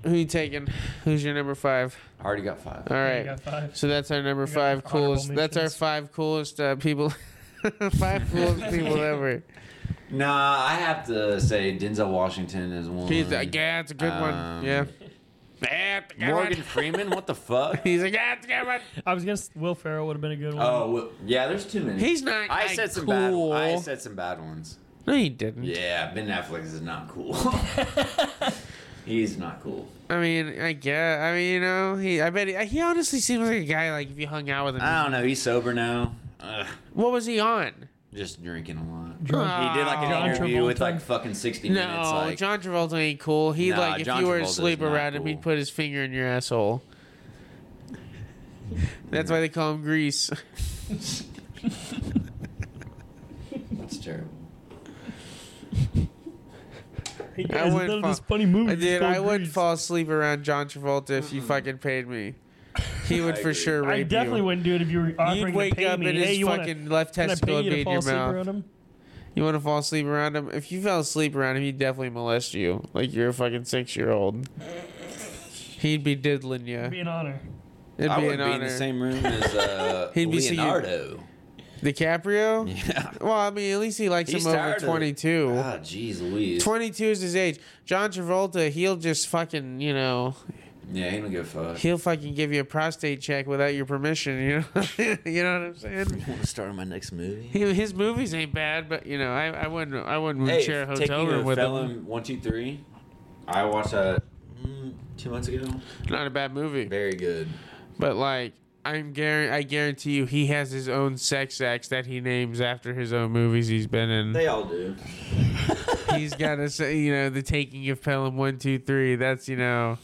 [SPEAKER 1] who you taking? Who's your number five?
[SPEAKER 3] I already got five.
[SPEAKER 1] All
[SPEAKER 2] All
[SPEAKER 1] right,
[SPEAKER 2] right. Five.
[SPEAKER 1] so that's our number
[SPEAKER 2] We got
[SPEAKER 1] five
[SPEAKER 2] our honorable
[SPEAKER 1] coolest. That's our
[SPEAKER 2] mentions.
[SPEAKER 1] five coolest uh, people. five coolest people ever.
[SPEAKER 3] Nah, I have to say Denzel Washington is one.
[SPEAKER 1] He's like, yeah, it's a good one.
[SPEAKER 3] Um,
[SPEAKER 1] Yeah. Yeah, it's a good one.
[SPEAKER 3] Morgan Freeman, what the fuck?
[SPEAKER 1] He's like, yeah, it's a good one.
[SPEAKER 2] I was guess Will Ferrell would have been a good one.
[SPEAKER 3] Oh well, yeah, there's too many.
[SPEAKER 1] He's not.
[SPEAKER 3] I
[SPEAKER 1] like,
[SPEAKER 3] said some
[SPEAKER 1] cool.
[SPEAKER 3] bad. I said some bad ones.
[SPEAKER 1] no, he didn't.
[SPEAKER 3] Yeah, Ben Affleck is not cool. He's not cool.
[SPEAKER 1] I mean, I guess. I mean, you know, he. I bet he, he honestly seems like a guy. Like if you hung out with him,
[SPEAKER 3] I don't know. He's sober now. Ugh,
[SPEAKER 1] what was he on?
[SPEAKER 3] just drinking a lot.
[SPEAKER 2] Drunk.
[SPEAKER 3] He did like an
[SPEAKER 2] John
[SPEAKER 3] interview with
[SPEAKER 2] Travolta?
[SPEAKER 3] like fucking 60
[SPEAKER 1] No,
[SPEAKER 3] minutes. Like,
[SPEAKER 1] John Travolta ain't cool. He
[SPEAKER 3] Nah,
[SPEAKER 1] like if
[SPEAKER 3] John
[SPEAKER 1] you were
[SPEAKER 3] Travolta's
[SPEAKER 1] asleep
[SPEAKER 3] not
[SPEAKER 1] around him, he'd
[SPEAKER 3] cool.
[SPEAKER 1] put his finger in your asshole. That's why they call him Grease.
[SPEAKER 3] that's terrible.
[SPEAKER 2] He
[SPEAKER 1] I
[SPEAKER 2] has
[SPEAKER 1] wouldn't
[SPEAKER 2] done
[SPEAKER 1] fall-
[SPEAKER 2] this funny movie.
[SPEAKER 1] I did. I would
[SPEAKER 2] Grease.
[SPEAKER 1] fall asleep around John Travolta if you fucking paid me. He would
[SPEAKER 3] I
[SPEAKER 1] for
[SPEAKER 3] agree.
[SPEAKER 1] sure rape
[SPEAKER 2] I definitely
[SPEAKER 1] you.
[SPEAKER 2] wouldn't do it if you were offering
[SPEAKER 1] You'd
[SPEAKER 2] to
[SPEAKER 1] wake
[SPEAKER 2] pay
[SPEAKER 1] up
[SPEAKER 2] me.
[SPEAKER 1] and
[SPEAKER 2] hey,
[SPEAKER 1] his
[SPEAKER 2] you wanna-
[SPEAKER 1] fucking left
[SPEAKER 2] can I
[SPEAKER 1] testicle
[SPEAKER 2] pay
[SPEAKER 1] would
[SPEAKER 2] you
[SPEAKER 1] be
[SPEAKER 2] to
[SPEAKER 1] in
[SPEAKER 2] fall
[SPEAKER 1] your
[SPEAKER 2] asleep
[SPEAKER 1] mouth.
[SPEAKER 2] around him?
[SPEAKER 1] You want to fall asleep around him? If you fell asleep around him, he'd definitely molest you. Like you're a fucking six year old. He'd be diddling you.
[SPEAKER 2] It'd be an honor.
[SPEAKER 1] It'd
[SPEAKER 3] I
[SPEAKER 1] be an
[SPEAKER 3] would be in
[SPEAKER 1] honor.
[SPEAKER 3] the same room as uh,
[SPEAKER 1] He'd be singing-
[SPEAKER 3] Leonardo.
[SPEAKER 1] DiCaprio?
[SPEAKER 3] Yeah.
[SPEAKER 1] Well, I mean, at least he likes
[SPEAKER 3] He's
[SPEAKER 1] him over
[SPEAKER 3] tired of-
[SPEAKER 1] 22.
[SPEAKER 3] Ah, jeez Louise.
[SPEAKER 1] 22 is his age. John Travolta, he'll just fucking, you know,
[SPEAKER 3] yeah, he don't give a fuck.
[SPEAKER 1] he'll fucking give you a prostate check without your permission, you know? you know what I'm saying?
[SPEAKER 3] want to start on my next movie?
[SPEAKER 1] He, his movies ain't bad, but you know, I, I wouldn't I wouldn't
[SPEAKER 3] Hey,
[SPEAKER 1] share a hotel
[SPEAKER 3] taking
[SPEAKER 1] room
[SPEAKER 3] a
[SPEAKER 1] with him.
[SPEAKER 3] felon one two three. I watched that mm, two months ago.
[SPEAKER 1] Not a bad movie.
[SPEAKER 3] Very good.
[SPEAKER 1] But like I'm guar- I guarantee you he has his own sex acts that he names after his own movies he's been in.
[SPEAKER 3] They all do.
[SPEAKER 1] he's got to say, you know, the taking of Pelham one, two, three. That's you know,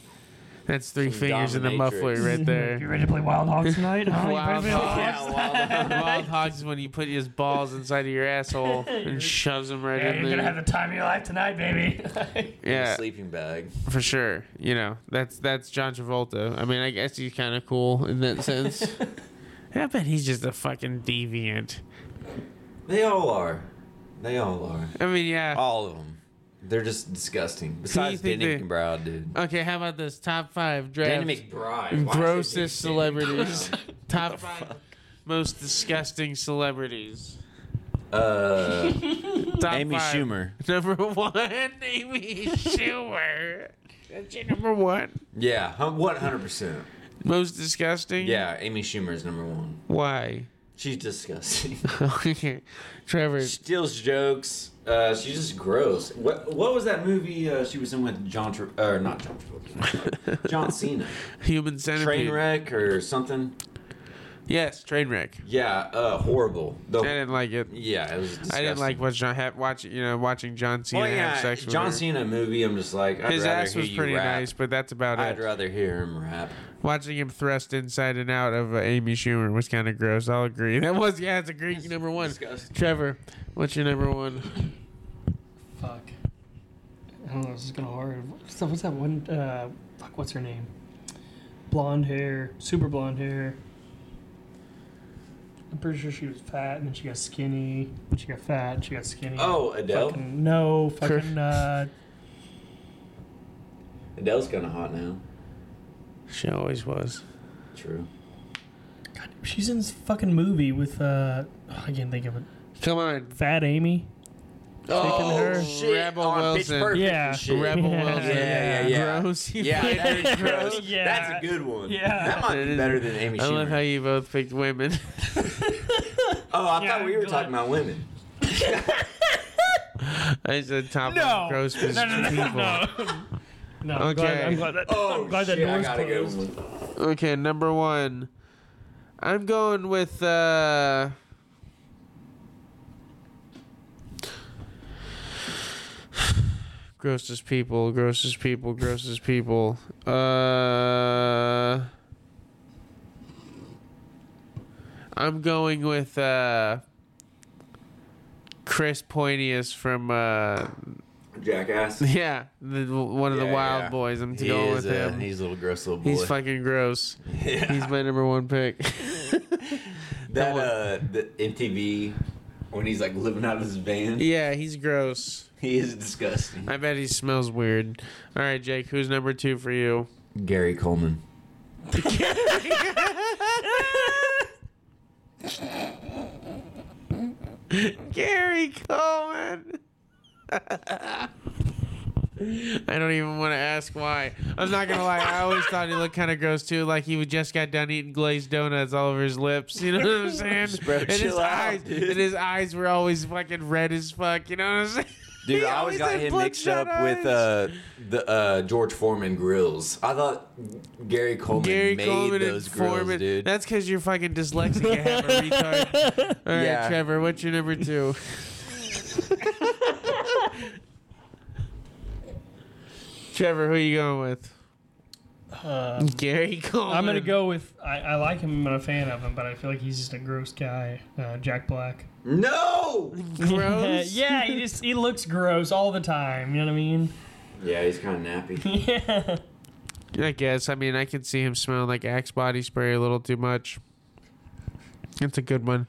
[SPEAKER 1] that's three
[SPEAKER 3] Some
[SPEAKER 1] fingers in the
[SPEAKER 3] dominatrix.
[SPEAKER 1] muffler right
[SPEAKER 2] You
[SPEAKER 1] there.
[SPEAKER 2] ready to play Wild Hogs tonight? Huh? You
[SPEAKER 1] Wild
[SPEAKER 2] ready to play
[SPEAKER 1] Hogs.
[SPEAKER 3] Yeah,
[SPEAKER 1] Wild hogs is when you put his balls inside of your asshole and shoves them right
[SPEAKER 2] Yeah,
[SPEAKER 1] in
[SPEAKER 2] you're gonna have
[SPEAKER 1] there.
[SPEAKER 2] the time of your life tonight, baby.
[SPEAKER 1] Yeah,
[SPEAKER 3] Sleeping bag.
[SPEAKER 1] for sure. You know, that's that's John Travolta. I mean, I guess he's kind of cool in that sense. I bet he's just a fucking deviant.
[SPEAKER 3] They all are. They all are.
[SPEAKER 1] I mean, yeah.
[SPEAKER 3] All of them. They're just disgusting. Besides
[SPEAKER 1] think
[SPEAKER 3] Danny
[SPEAKER 1] they-
[SPEAKER 3] McBride, dude.
[SPEAKER 1] Okay, how about this top five draft?
[SPEAKER 3] Danny McBride. Why is it
[SPEAKER 1] grossest
[SPEAKER 3] Danny
[SPEAKER 1] celebrities.
[SPEAKER 3] McBride?
[SPEAKER 1] top five most disgusting celebrities.
[SPEAKER 3] Uh,
[SPEAKER 1] Top
[SPEAKER 3] Amy
[SPEAKER 1] five.
[SPEAKER 3] Schumer.
[SPEAKER 1] Number one, Amy Schumer. That's your number one.
[SPEAKER 3] Yeah, one hundred percent.
[SPEAKER 1] Most disgusting.
[SPEAKER 3] Yeah, Amy Schumer is number one.
[SPEAKER 1] Why?
[SPEAKER 3] She's disgusting.
[SPEAKER 1] Trevor.
[SPEAKER 3] Steals jokes. Uh, she's just gross. What What was that movie uh, she was in with John? Tra- or not John Travolta? John Cena.
[SPEAKER 1] Human centipede.
[SPEAKER 3] Trainwreck or something.
[SPEAKER 1] Yes, train wreck.
[SPEAKER 3] Yeah, uh, horrible. The,
[SPEAKER 1] I didn't like it.
[SPEAKER 3] yeah, it was. Disgusting.
[SPEAKER 1] I didn't like what John ha- watching. You know, watching John Cena
[SPEAKER 3] Well, yeah,
[SPEAKER 1] have sex with
[SPEAKER 3] John
[SPEAKER 1] her.
[SPEAKER 3] Cena movie. I'm just like, I'd
[SPEAKER 1] His
[SPEAKER 3] rather
[SPEAKER 1] ass
[SPEAKER 3] hear
[SPEAKER 1] was
[SPEAKER 3] you
[SPEAKER 1] pretty
[SPEAKER 3] rap.
[SPEAKER 1] nice, but that's about
[SPEAKER 3] I'd
[SPEAKER 1] it.
[SPEAKER 3] rather hear him rap.
[SPEAKER 1] Watching him thrust inside and out of uh, Amy Schumer was kind of gross. I'll agree. That was yeah, it's a Greek number one.
[SPEAKER 3] disgusting.
[SPEAKER 1] Trevor, what's your number one?
[SPEAKER 2] Fuck. I don't know. This is gonna hard. What's that, what's that one? Uh, fuck. What's her name? Blonde hair, super blonde hair. I'm pretty sure she was fat, and then she got skinny. and She got fat, and she got skinny.
[SPEAKER 3] Oh, Adele.
[SPEAKER 2] Fucking, no, fucking. Uh,
[SPEAKER 3] Adele's kind of hot now.
[SPEAKER 1] She always was.
[SPEAKER 3] True.
[SPEAKER 2] God, she's in this fucking movie with. Uh, oh, I can't think of it.
[SPEAKER 1] Come on,
[SPEAKER 2] Fat Amy. her.
[SPEAKER 1] Rebel
[SPEAKER 3] on Oh, Pitch
[SPEAKER 1] Wilson.
[SPEAKER 3] Perfect
[SPEAKER 2] Yeah.
[SPEAKER 3] and shit.
[SPEAKER 1] Rebel
[SPEAKER 2] Yeah,
[SPEAKER 1] Wilson.
[SPEAKER 3] yeah, yeah.
[SPEAKER 1] Gross. you
[SPEAKER 3] Yeah,
[SPEAKER 1] fucking
[SPEAKER 3] that is gross.
[SPEAKER 2] Yeah.
[SPEAKER 3] That's a good one.
[SPEAKER 2] Yeah.
[SPEAKER 3] That
[SPEAKER 1] That
[SPEAKER 3] might be
[SPEAKER 1] is-
[SPEAKER 3] better than Amy
[SPEAKER 1] I love how
[SPEAKER 3] Schumer.
[SPEAKER 1] you both picked women.
[SPEAKER 3] Oh, I
[SPEAKER 2] Yeah,
[SPEAKER 3] thought we were
[SPEAKER 2] good.
[SPEAKER 3] talking about women.
[SPEAKER 1] I said top
[SPEAKER 2] No.
[SPEAKER 1] gross
[SPEAKER 2] No, no, no,
[SPEAKER 1] people.
[SPEAKER 2] no. No, I'm glad-
[SPEAKER 1] Okay.
[SPEAKER 2] I'm glad that,
[SPEAKER 3] Oh,
[SPEAKER 2] I'm glad that
[SPEAKER 3] shit, I
[SPEAKER 2] door's
[SPEAKER 3] gotta go.
[SPEAKER 2] closed.
[SPEAKER 1] Okay, number one. I'm going with uh Grossest people, grossest people, grossest people. Uh I'm going with uh Chris Poinius from uh
[SPEAKER 5] Jackass.
[SPEAKER 1] Yeah, the, one of the
[SPEAKER 3] Yeah,
[SPEAKER 1] wild
[SPEAKER 3] yeah.
[SPEAKER 1] boys. I'm
[SPEAKER 3] He
[SPEAKER 1] going
[SPEAKER 3] is,
[SPEAKER 1] with
[SPEAKER 3] uh,
[SPEAKER 1] him.
[SPEAKER 3] He's a little gross little boy.
[SPEAKER 1] He's fucking gross.
[SPEAKER 3] Yeah.
[SPEAKER 1] He's my number one pick.
[SPEAKER 3] that
[SPEAKER 1] one.
[SPEAKER 3] uh, the MTV when he's like living out of his van.
[SPEAKER 1] yeah, he's gross.
[SPEAKER 3] He is disgusting.
[SPEAKER 1] I bet he smells weird. All right, Jake, who's number two for you?
[SPEAKER 3] Gary Coleman.
[SPEAKER 1] Gary Coleman. I don't even want to ask why. I'm not gonna lie. I always thought he looked kind of gross too, like he was just got done eating glazed donuts all over his lips. You know what I'm saying?
[SPEAKER 3] Bro,
[SPEAKER 1] and his
[SPEAKER 3] chill out,
[SPEAKER 1] eyes,
[SPEAKER 3] dude.
[SPEAKER 1] and his eyes were always fucking red as fuck. You know what I'm saying?
[SPEAKER 3] Dude,
[SPEAKER 1] He
[SPEAKER 3] I always got
[SPEAKER 1] had
[SPEAKER 3] him mixed
[SPEAKER 1] bloodshot
[SPEAKER 3] up with
[SPEAKER 1] eyes.
[SPEAKER 3] uh, the uh, George Foreman grills. I thought Gary Coleman
[SPEAKER 1] Gary
[SPEAKER 3] made
[SPEAKER 1] Coleman
[SPEAKER 3] those
[SPEAKER 1] and
[SPEAKER 3] grills,
[SPEAKER 1] Foreman.
[SPEAKER 3] dude.
[SPEAKER 1] That's because you're fucking dyslexic. You have a retard. All right,
[SPEAKER 3] Yeah.
[SPEAKER 1] Trevor, what's your number two? Trevor, who are you going with?
[SPEAKER 2] Uh,
[SPEAKER 1] Gary Coleman.
[SPEAKER 2] I'm gonna go with I, I like him. I'm a fan of him, but I feel like he's just a gross guy. Uh, Jack Black.
[SPEAKER 3] no.
[SPEAKER 1] gross.
[SPEAKER 2] yeah, he just he looks gross all the time. You know what I mean?
[SPEAKER 3] Yeah, he's kind of nappy.
[SPEAKER 2] Yeah.
[SPEAKER 1] I guess. I mean, I can see him smelling like Axe body spray a little too much. It's a good one.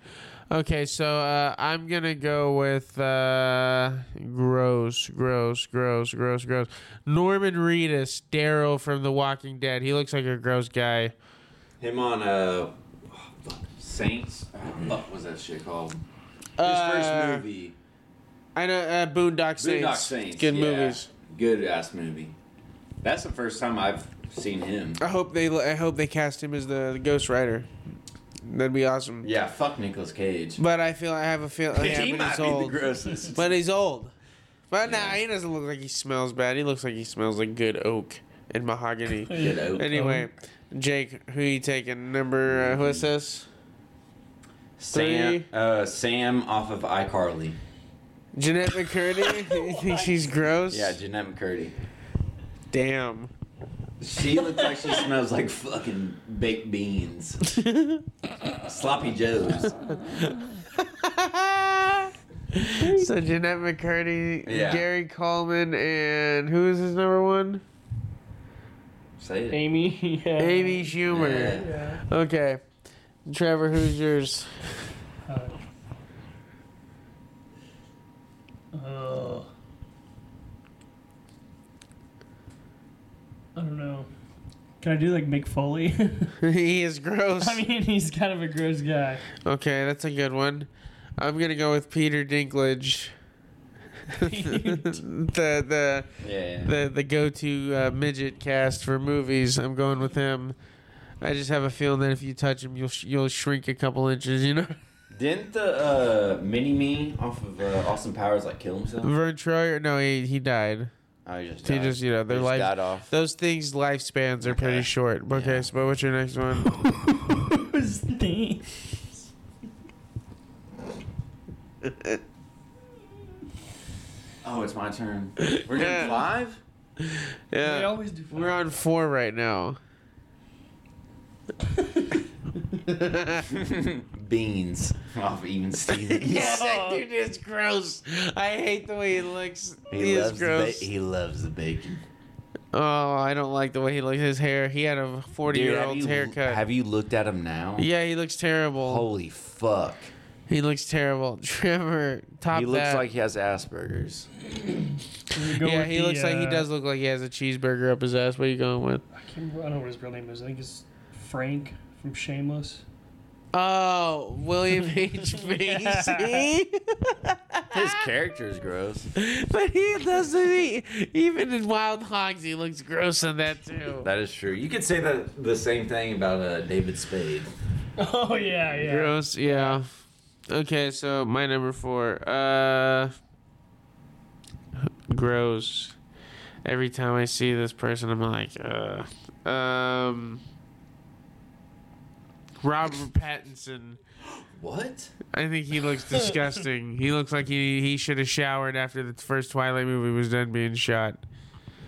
[SPEAKER 1] Okay, so uh, I'm gonna go with uh, gross, gross, gross, gross, gross. Norman Reedus, Daryl from The Walking Dead. He looks like a gross guy.
[SPEAKER 3] Him on uh, oh, fuck, Saints. Oh, fuck, was that shit called? His
[SPEAKER 1] Uh,
[SPEAKER 3] first movie.
[SPEAKER 1] I know uh, Boondock Saints.
[SPEAKER 3] Boondock Saints.
[SPEAKER 1] Good
[SPEAKER 3] yeah.
[SPEAKER 1] movies.
[SPEAKER 3] Good ass movie. That's the first time I've seen him.
[SPEAKER 1] I hope they. I hope they cast him as the, the Ghost Rider. That'd be awesome.
[SPEAKER 3] Yeah, fuck Nicolas Cage.
[SPEAKER 1] But I feel I have a feeling. yeah,
[SPEAKER 3] he
[SPEAKER 1] but
[SPEAKER 3] might
[SPEAKER 1] he's
[SPEAKER 3] be
[SPEAKER 1] old.
[SPEAKER 3] the grossest.
[SPEAKER 1] But he's old. But
[SPEAKER 3] Yeah.
[SPEAKER 1] nah, he doesn't look like he smells bad. He looks like he smells like good oak and mahogany.
[SPEAKER 3] Good oak.
[SPEAKER 1] anyway, Jake, who you taking? Number uh, who is this?
[SPEAKER 3] Sam, uh, Sam off of iCarly.
[SPEAKER 1] Jeanette McCurdy. you think she's gross?
[SPEAKER 3] Yeah, Jeanette McCurdy.
[SPEAKER 1] Damn.
[SPEAKER 3] She looks like she smells like fucking baked beans, sloppy joes.
[SPEAKER 1] so Jeanette McCurdy,
[SPEAKER 3] Yeah.
[SPEAKER 1] Gary Coleman, and who is his number one?
[SPEAKER 3] Say it.
[SPEAKER 2] Amy. Yeah.
[SPEAKER 1] Amy Schumer.
[SPEAKER 3] Yeah.
[SPEAKER 2] Yeah.
[SPEAKER 1] Okay. Trevor, who's yours?
[SPEAKER 2] Uh, uh, I don't know. Can I do like Mick Foley?
[SPEAKER 1] he is gross.
[SPEAKER 2] I mean, he's kind of a gross guy.
[SPEAKER 1] Okay, that's a good one. I'm gonna go with Peter Dinklage. the the
[SPEAKER 3] Yeah.
[SPEAKER 1] the the go-to uh, midget cast for movies. I'm going with him. I just have a feeling that if you touch him, you'll sh- you'll shrink a couple inches. You know,
[SPEAKER 3] Didn't the uh, mini me off of uh, Austin Powers like kill himself?
[SPEAKER 1] Vern Troyer. No, he he died.
[SPEAKER 3] Oh, he just
[SPEAKER 1] He
[SPEAKER 3] died.
[SPEAKER 1] just you know their
[SPEAKER 3] just
[SPEAKER 1] life.
[SPEAKER 3] died off.
[SPEAKER 1] Those things lifespans are pretty
[SPEAKER 3] Okay.
[SPEAKER 1] short. Okay,
[SPEAKER 3] Yeah.
[SPEAKER 1] so but what's your next one?
[SPEAKER 2] Who's the-
[SPEAKER 3] Oh, it's my turn. We're doing
[SPEAKER 1] Yeah.
[SPEAKER 3] five.
[SPEAKER 2] They
[SPEAKER 1] Yeah,
[SPEAKER 2] always do. Five.
[SPEAKER 1] we're on four right now.
[SPEAKER 3] Beans off Even Stevens.
[SPEAKER 1] Yeah, that dude is gross. I hate the way he looks. He,
[SPEAKER 3] He
[SPEAKER 1] is
[SPEAKER 3] loves, the
[SPEAKER 1] gross.
[SPEAKER 3] ba- he loves the bacon.
[SPEAKER 1] oh, I don't like the way he looks. His hair. He had a forty-year-old haircut.
[SPEAKER 3] Have you looked at him now?
[SPEAKER 1] yeah, he looks terrible.
[SPEAKER 3] Holy fuck.
[SPEAKER 1] He looks terrible. Trevor, top
[SPEAKER 3] he looks
[SPEAKER 1] that.
[SPEAKER 3] like he has Asperger's.
[SPEAKER 2] We go
[SPEAKER 1] yeah,
[SPEAKER 2] with
[SPEAKER 1] he
[SPEAKER 2] the,
[SPEAKER 1] looks like he
[SPEAKER 2] uh,
[SPEAKER 1] does look like he has a cheeseburger up his ass. What are you going with?
[SPEAKER 2] I, can't remember, I don't know what his real name is. I think it's Frank from Shameless.
[SPEAKER 1] Oh, William H. Macy.
[SPEAKER 3] His character is gross.
[SPEAKER 1] but he doesn't. He, even in Wild Hogs, he looks gross in that too.
[SPEAKER 3] That is true. You could say the, the same thing about uh, David Spade.
[SPEAKER 2] Oh yeah, yeah.
[SPEAKER 1] Gross, yeah. Okay, so my number four. Uh gross. Every time I see this person I'm like, uh um Robert Pattinson.
[SPEAKER 3] What?
[SPEAKER 1] I think he looks disgusting. he looks like he, he should have showered after the first Twilight movie was done being shot.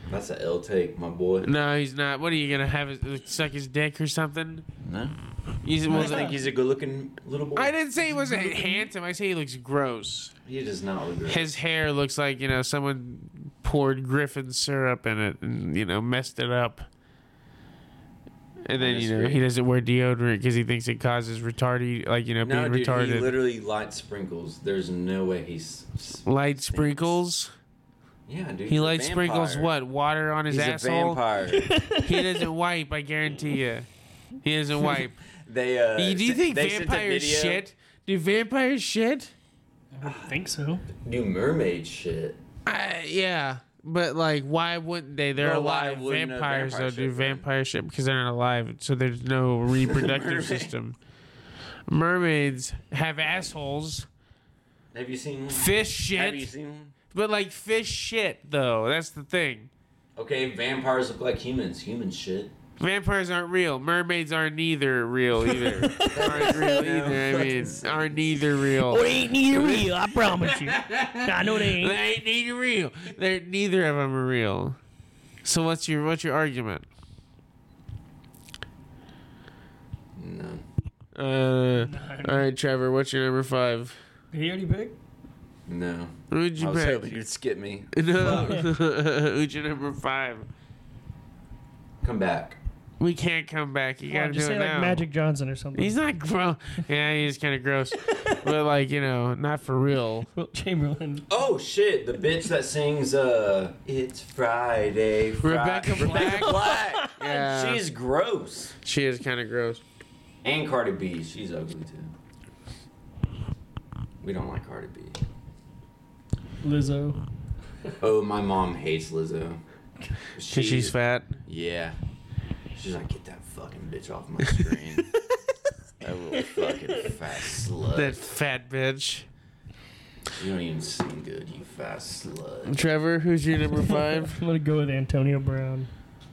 [SPEAKER 3] That's a L take, my boy.
[SPEAKER 1] No, he's not. What are you gonna have? His, suck his dick or something?
[SPEAKER 3] No.
[SPEAKER 1] He's,
[SPEAKER 3] I
[SPEAKER 1] well,
[SPEAKER 3] just think he's a good looking little boy.
[SPEAKER 1] I didn't say he wasn't handsome. I say he looks gross.
[SPEAKER 3] He does not look good.
[SPEAKER 1] His hair looks like you know someone poured Griffin syrup in it and you know messed it up. And then you know
[SPEAKER 3] Honestly.
[SPEAKER 1] he doesn't wear deodorant because he thinks it causes retarded, like you know,
[SPEAKER 3] No,
[SPEAKER 1] being
[SPEAKER 3] dude, he
[SPEAKER 1] retarded.
[SPEAKER 3] literally light sprinkles. There's no way he's. s-
[SPEAKER 1] Light sprinkles.
[SPEAKER 3] Yeah, dude. he's
[SPEAKER 1] He
[SPEAKER 3] a
[SPEAKER 1] light sprinkles
[SPEAKER 3] vampire.
[SPEAKER 1] what? Water on his
[SPEAKER 3] He's a
[SPEAKER 1] asshole.
[SPEAKER 3] vampire.
[SPEAKER 1] he doesn't wipe. I guarantee you, he doesn't wipe.
[SPEAKER 3] they uh.
[SPEAKER 1] Do you, do you
[SPEAKER 3] s-
[SPEAKER 1] think
[SPEAKER 3] they sent a
[SPEAKER 1] vampires
[SPEAKER 3] video-
[SPEAKER 1] shit? Do vampires shit?
[SPEAKER 2] I wouldn't think so.
[SPEAKER 3] Do mermaid shit.
[SPEAKER 1] I, yeah, but like, why wouldn't they? They're
[SPEAKER 3] Well, why
[SPEAKER 1] alive.
[SPEAKER 3] wouldn't a
[SPEAKER 1] Vampires
[SPEAKER 3] vampire
[SPEAKER 1] don't do
[SPEAKER 3] ship then?
[SPEAKER 1] vampire shit because they're not alive, so there's no reproductive
[SPEAKER 3] Mermaid.
[SPEAKER 1] system. Mermaids have assholes.
[SPEAKER 3] Have you seen one?
[SPEAKER 1] Fish
[SPEAKER 3] Have you
[SPEAKER 1] shit,
[SPEAKER 3] seen one?
[SPEAKER 1] but like fish shit though. That's the thing.
[SPEAKER 3] Okay, vampires look like humans. Humans shit.
[SPEAKER 1] Vampires aren't real. Mermaids are neither real either. aren't real
[SPEAKER 3] No
[SPEAKER 1] either. I
[SPEAKER 3] fucking
[SPEAKER 1] mean,
[SPEAKER 3] sense.
[SPEAKER 1] are neither real.
[SPEAKER 2] ain't neither real. I promise you. I know they
[SPEAKER 1] They ain't neither real. They're neither of them are real. So what's your what's your argument?
[SPEAKER 3] No.
[SPEAKER 1] Uh,
[SPEAKER 2] Nine.
[SPEAKER 1] all right, Trevor, what's your number five?
[SPEAKER 2] Did he already pick?
[SPEAKER 3] No.
[SPEAKER 1] Who'd you
[SPEAKER 3] I was hoping
[SPEAKER 1] pick?
[SPEAKER 3] you'd skip me.
[SPEAKER 1] No. Who'd your number five?
[SPEAKER 3] Come back.
[SPEAKER 1] We can't come back. You
[SPEAKER 2] Yeah,
[SPEAKER 1] gotta
[SPEAKER 2] just
[SPEAKER 1] do
[SPEAKER 2] say
[SPEAKER 1] it
[SPEAKER 2] like
[SPEAKER 1] now.
[SPEAKER 2] Magic Johnson or something.
[SPEAKER 1] He's not gross. Yeah, he's kind of gross, but like you know, not for real.
[SPEAKER 2] Will Chamberlain.
[SPEAKER 3] Oh shit! The bitch that sings "Uh, It's Friday." Fri-
[SPEAKER 1] Rebecca Black?
[SPEAKER 3] Rebecca Black.
[SPEAKER 1] Yeah.
[SPEAKER 3] She's gross.
[SPEAKER 1] She is kind of gross.
[SPEAKER 3] And Cardi B. She's ugly too. We don't like Cardi B.
[SPEAKER 2] Lizzo.
[SPEAKER 3] Oh, my mom hates Lizzo. She-
[SPEAKER 1] Cause she's fat.
[SPEAKER 3] Yeah. She's like, get that fucking bitch off my screen. that little fucking fat slut.
[SPEAKER 1] That fat bitch.
[SPEAKER 3] You don't even sing good, you fat slut.
[SPEAKER 1] Trevor, who's your number five?
[SPEAKER 2] I'm gonna go with Antonio Brown.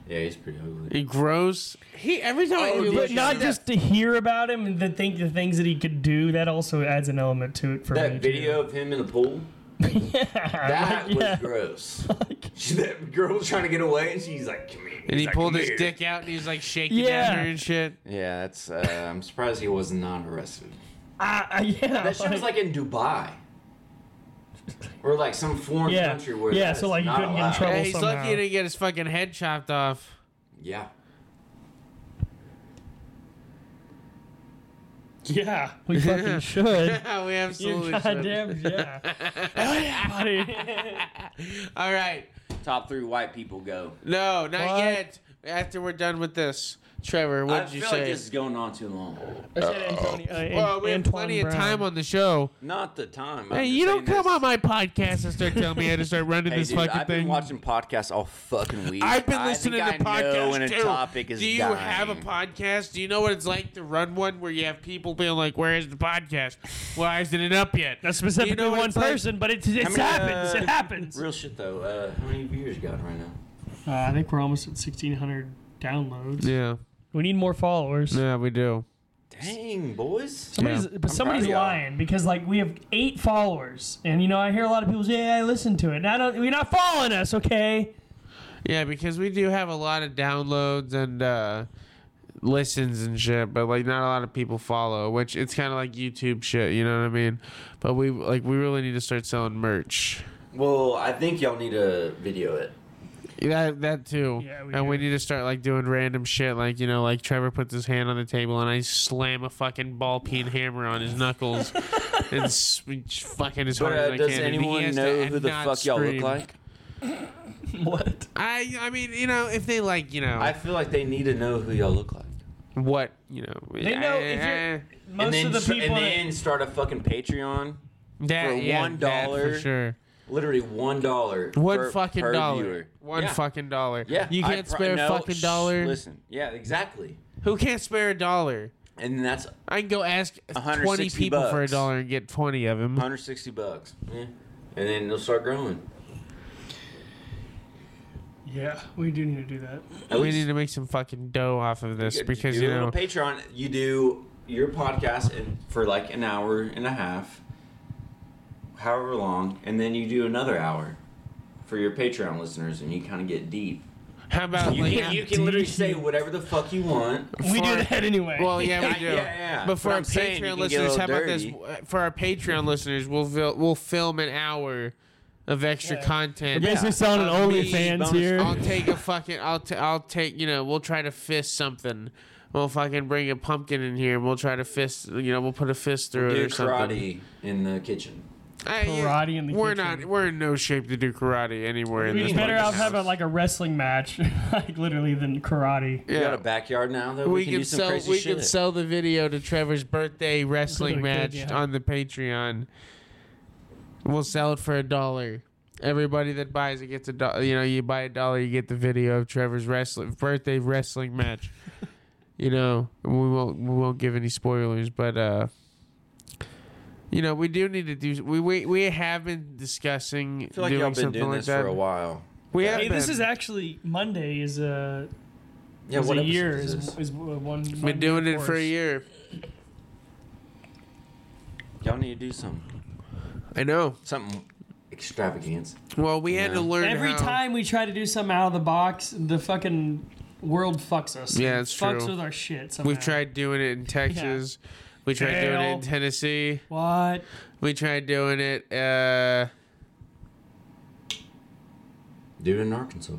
[SPEAKER 3] Yeah, he's pretty ugly.
[SPEAKER 1] He gross. He every time I
[SPEAKER 3] Oh,
[SPEAKER 1] even
[SPEAKER 3] did
[SPEAKER 1] look
[SPEAKER 2] But
[SPEAKER 3] you
[SPEAKER 2] not
[SPEAKER 3] see
[SPEAKER 2] just to hear about him and to think the things that he could do. That also adds an element to it for me.
[SPEAKER 3] That
[SPEAKER 2] too.
[SPEAKER 3] video of him in the pool.
[SPEAKER 2] yeah,
[SPEAKER 3] That
[SPEAKER 2] like, yeah.
[SPEAKER 3] was gross. She- that girl was trying to get away, and she's like, "Come here."
[SPEAKER 1] and he pulled his dick out and he was like shaking
[SPEAKER 2] Yeah.
[SPEAKER 1] at her and shit.
[SPEAKER 3] Yeah, that's. Uh, I'm surprised he was not arrested.
[SPEAKER 2] Ah, ah, yeah.
[SPEAKER 3] That shit was
[SPEAKER 2] like-
[SPEAKER 3] like in Dubai, or like some foreign
[SPEAKER 2] Yeah.
[SPEAKER 3] country where.
[SPEAKER 2] Yeah,
[SPEAKER 3] that
[SPEAKER 2] so,
[SPEAKER 3] is
[SPEAKER 2] like, you
[SPEAKER 3] not
[SPEAKER 2] couldn't get in
[SPEAKER 3] allowed.
[SPEAKER 2] trouble.
[SPEAKER 1] Hey, he's
[SPEAKER 2] somehow.
[SPEAKER 1] lucky he didn't get his fucking head chopped off.
[SPEAKER 3] Yeah.
[SPEAKER 2] yeah, we fucking should.
[SPEAKER 1] we
[SPEAKER 2] you
[SPEAKER 1] absolutely should.
[SPEAKER 2] goddamn, yeah. Oh, Everybody.
[SPEAKER 1] All right.
[SPEAKER 6] Top three white people go.
[SPEAKER 1] No, not
[SPEAKER 2] What?
[SPEAKER 1] yet. After we're done with this, Trevor, what
[SPEAKER 3] I
[SPEAKER 1] did you
[SPEAKER 3] feel
[SPEAKER 1] say?
[SPEAKER 3] like this is going on too long.
[SPEAKER 2] I said Antonio, uh,
[SPEAKER 1] well, we have
[SPEAKER 2] Antoine
[SPEAKER 1] plenty of
[SPEAKER 2] Brown.
[SPEAKER 1] time on the show.
[SPEAKER 3] Not the time.
[SPEAKER 1] Hey,
[SPEAKER 3] I'm
[SPEAKER 1] you
[SPEAKER 3] just
[SPEAKER 1] don't
[SPEAKER 3] saying
[SPEAKER 1] come
[SPEAKER 3] this-
[SPEAKER 1] on my podcast and start telling me I had to start running
[SPEAKER 3] Hey,
[SPEAKER 1] this
[SPEAKER 3] dude,
[SPEAKER 1] fucking
[SPEAKER 3] I've
[SPEAKER 1] thing.
[SPEAKER 3] been watching podcasts all fucking week.
[SPEAKER 1] I've been
[SPEAKER 3] I
[SPEAKER 1] listening to
[SPEAKER 3] think I know
[SPEAKER 1] podcasts
[SPEAKER 3] when a
[SPEAKER 1] too.
[SPEAKER 3] topic is
[SPEAKER 1] Do you
[SPEAKER 3] dying.
[SPEAKER 1] have a podcast? Do you know what it's like to run one where you have people being like, "Where is the podcast? Why isn't it up yet?"
[SPEAKER 2] Not
[SPEAKER 1] Do
[SPEAKER 2] specifically
[SPEAKER 1] you know what
[SPEAKER 2] one
[SPEAKER 1] it's like?
[SPEAKER 2] person, but it, it
[SPEAKER 3] many,
[SPEAKER 2] happens.
[SPEAKER 3] uh,
[SPEAKER 2] it happens.
[SPEAKER 3] Real shit though. Uh, how many viewers you got right now?
[SPEAKER 2] Uh, I think we're almost at 1,600 downloads.
[SPEAKER 1] Yeah,
[SPEAKER 2] We need more followers.
[SPEAKER 1] yeah, we do.
[SPEAKER 3] Dang, boys.
[SPEAKER 2] Somebody's,
[SPEAKER 1] Yeah.
[SPEAKER 2] But
[SPEAKER 3] of
[SPEAKER 2] somebody's
[SPEAKER 3] y'all.
[SPEAKER 2] lying because like we have eight followers, and you know I hear a lot of people say, "Yeah, I listen to it." And I don't. You're not following us, okay?
[SPEAKER 1] Yeah, because we do have a lot of downloads and uh, listens and shit, but like not a lot of people follow, which it's kind of like YouTube shit, you know what I mean? But we like we really need to start selling merch.
[SPEAKER 3] Well, I think y'all need to video it.
[SPEAKER 1] That that too.
[SPEAKER 2] Yeah, we
[SPEAKER 1] and we
[SPEAKER 2] do.
[SPEAKER 1] need to start like doing random shit, like you know, like Trevor puts his hand on the table and I slam a fucking ball peen hammer on his knuckles and s- fucking as hard
[SPEAKER 3] But
[SPEAKER 1] as
[SPEAKER 3] uh,
[SPEAKER 1] I
[SPEAKER 3] does
[SPEAKER 1] can. and he
[SPEAKER 3] anyone
[SPEAKER 1] has to
[SPEAKER 3] know who the
[SPEAKER 1] not
[SPEAKER 3] fuck y'all look
[SPEAKER 1] scream.
[SPEAKER 3] like?
[SPEAKER 2] What?
[SPEAKER 1] I I mean, you know, if they like, you know,
[SPEAKER 3] I feel like they need to know who y'all look like.
[SPEAKER 1] what you know,
[SPEAKER 2] They know if you're-
[SPEAKER 1] eh.
[SPEAKER 2] Most
[SPEAKER 3] and then,
[SPEAKER 2] of the
[SPEAKER 3] tr-
[SPEAKER 2] people.
[SPEAKER 3] and then start a fucking Patreon.
[SPEAKER 1] That,
[SPEAKER 3] for
[SPEAKER 1] yeah,
[SPEAKER 3] one
[SPEAKER 1] that
[SPEAKER 3] dollar
[SPEAKER 1] for sure.
[SPEAKER 3] Literally one dollar.
[SPEAKER 1] One
[SPEAKER 3] per-
[SPEAKER 1] fucking
[SPEAKER 3] per
[SPEAKER 1] dollar.
[SPEAKER 3] viewer.
[SPEAKER 1] One
[SPEAKER 3] yeah.
[SPEAKER 1] fucking dollar.
[SPEAKER 3] Yeah.
[SPEAKER 1] You
[SPEAKER 3] I
[SPEAKER 1] can't
[SPEAKER 3] pro-
[SPEAKER 1] spare
[SPEAKER 3] no,
[SPEAKER 1] a fucking
[SPEAKER 3] shh,
[SPEAKER 1] dollar.
[SPEAKER 3] Listen. Yeah, exactly.
[SPEAKER 1] Who can't spare a dollar?
[SPEAKER 3] And that's
[SPEAKER 1] I can go ask 20
[SPEAKER 3] 160
[SPEAKER 1] people for a
[SPEAKER 3] bucks.
[SPEAKER 1] dollar and get 20 of them.
[SPEAKER 3] 160 bucks. Yeah. And then it'll start growing.
[SPEAKER 2] yeah, we do need to do that.
[SPEAKER 3] At
[SPEAKER 1] We
[SPEAKER 3] least-
[SPEAKER 1] need to make some fucking dough off of this
[SPEAKER 3] Yeah,
[SPEAKER 1] because
[SPEAKER 3] do
[SPEAKER 1] you
[SPEAKER 3] a little
[SPEAKER 1] know
[SPEAKER 3] Patreon, you do your podcast in, for like an hour and a half, however long, and then you do another hour for your Patreon listeners, and you kind of get deep.
[SPEAKER 1] how about
[SPEAKER 3] You
[SPEAKER 1] like
[SPEAKER 3] can, you can literally say whatever the fuck you want.
[SPEAKER 2] we do
[SPEAKER 1] for-
[SPEAKER 2] that anyway.
[SPEAKER 1] Well, yeah, we do.
[SPEAKER 3] Yeah, yeah.
[SPEAKER 1] But for
[SPEAKER 3] But
[SPEAKER 1] our
[SPEAKER 3] I'm saying you
[SPEAKER 1] Patreon
[SPEAKER 3] can get a
[SPEAKER 1] listeners, how
[SPEAKER 3] little
[SPEAKER 1] about this? For our Patreon listeners, we'll fil- we'll film an hour of extra
[SPEAKER 2] Yeah.
[SPEAKER 1] content.
[SPEAKER 7] Basically selling an
[SPEAKER 3] Fuck me,
[SPEAKER 7] OnlyFans
[SPEAKER 3] bonus
[SPEAKER 7] here.
[SPEAKER 1] I'll take a fucking. I'll t- I'll take. You know, we'll try to fist something. We'll fucking bring a pumpkin in here and we'll try to fist. You know, we'll put a fist through it
[SPEAKER 3] Do
[SPEAKER 1] or something.
[SPEAKER 3] karate in the kitchen.
[SPEAKER 1] I-
[SPEAKER 2] Karate in the
[SPEAKER 1] We're
[SPEAKER 2] kitchen.
[SPEAKER 1] not. We're in no shape to do karate anywhere in
[SPEAKER 2] We'd
[SPEAKER 1] this.
[SPEAKER 2] be better
[SPEAKER 1] fucking
[SPEAKER 2] off having
[SPEAKER 1] house.
[SPEAKER 2] like a wrestling match, like literally than karate.
[SPEAKER 3] We got
[SPEAKER 1] Yeah.
[SPEAKER 3] a backyard now though.
[SPEAKER 1] We
[SPEAKER 3] We, can,
[SPEAKER 1] can
[SPEAKER 3] do some
[SPEAKER 1] sell.
[SPEAKER 3] crazy
[SPEAKER 1] We
[SPEAKER 3] shit.
[SPEAKER 1] can sell the video to Trevor's birthday wrestling
[SPEAKER 2] good,
[SPEAKER 1] match
[SPEAKER 2] yeah.
[SPEAKER 1] on the Patreon. We'll sell it for a dollar. Everybody that buys it gets a dollar. You know, you buy a dollar, you get the video of Trevor's wrestling birthday wrestling match. you know, we won't we won't give any spoilers, but uh, you know, we do need to do. We we, we have been discussing
[SPEAKER 3] I feel like
[SPEAKER 1] doing
[SPEAKER 3] y'all been
[SPEAKER 1] something
[SPEAKER 3] doing
[SPEAKER 1] like
[SPEAKER 3] this
[SPEAKER 1] that.
[SPEAKER 3] for a while.
[SPEAKER 1] We have
[SPEAKER 2] Hey,
[SPEAKER 1] been.
[SPEAKER 2] this is actually Monday. Is a
[SPEAKER 3] Yeah,
[SPEAKER 2] is
[SPEAKER 3] what
[SPEAKER 2] a
[SPEAKER 3] episode
[SPEAKER 2] year
[SPEAKER 3] is
[SPEAKER 2] is,
[SPEAKER 3] this?
[SPEAKER 2] is one.
[SPEAKER 1] been doing it for a year.
[SPEAKER 3] Y'all need to do something.
[SPEAKER 1] I know.
[SPEAKER 3] Something extravagant.
[SPEAKER 1] Well, we had
[SPEAKER 3] Yeah.
[SPEAKER 1] to learn
[SPEAKER 2] Every
[SPEAKER 1] how-
[SPEAKER 2] time we try to do something out of the box, the fucking world fucks us.
[SPEAKER 1] Yeah,
[SPEAKER 2] It
[SPEAKER 1] it's
[SPEAKER 2] fucks
[SPEAKER 1] true.
[SPEAKER 2] with our shit. Somehow.
[SPEAKER 1] We've tried doing it in Texas. We tried doing it
[SPEAKER 2] Fail.
[SPEAKER 1] in Tennessee.
[SPEAKER 2] What?
[SPEAKER 1] We tried doing it. Uh,
[SPEAKER 3] Dude in Arkansas.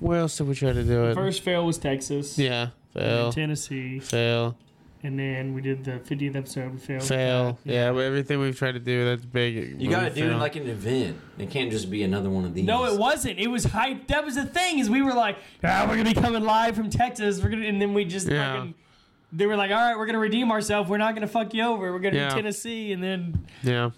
[SPEAKER 1] where else did we try to do it?
[SPEAKER 2] First fail was Texas.
[SPEAKER 1] yeah,
[SPEAKER 2] and then
[SPEAKER 1] fail,
[SPEAKER 2] Tennessee,
[SPEAKER 1] fail,
[SPEAKER 2] and then we did the 50th episode. We failed.
[SPEAKER 1] fail. Yeah, well, everything we've tried to do that's big.
[SPEAKER 3] You gotta
[SPEAKER 1] we
[SPEAKER 3] do it
[SPEAKER 1] failed.
[SPEAKER 3] like an event. It can't just be another one of these.
[SPEAKER 2] No, it wasn't. It was hype. That was the thing is we were like, ah, we're gonna be coming live from Texas. We're gonna, and then we just
[SPEAKER 1] Yeah.
[SPEAKER 2] fucking. They were like, all right, we're gonna redeem ourselves. We're not gonna fuck you over. We're gonna
[SPEAKER 1] Yeah.
[SPEAKER 2] do Tennessee, and then
[SPEAKER 1] yeah.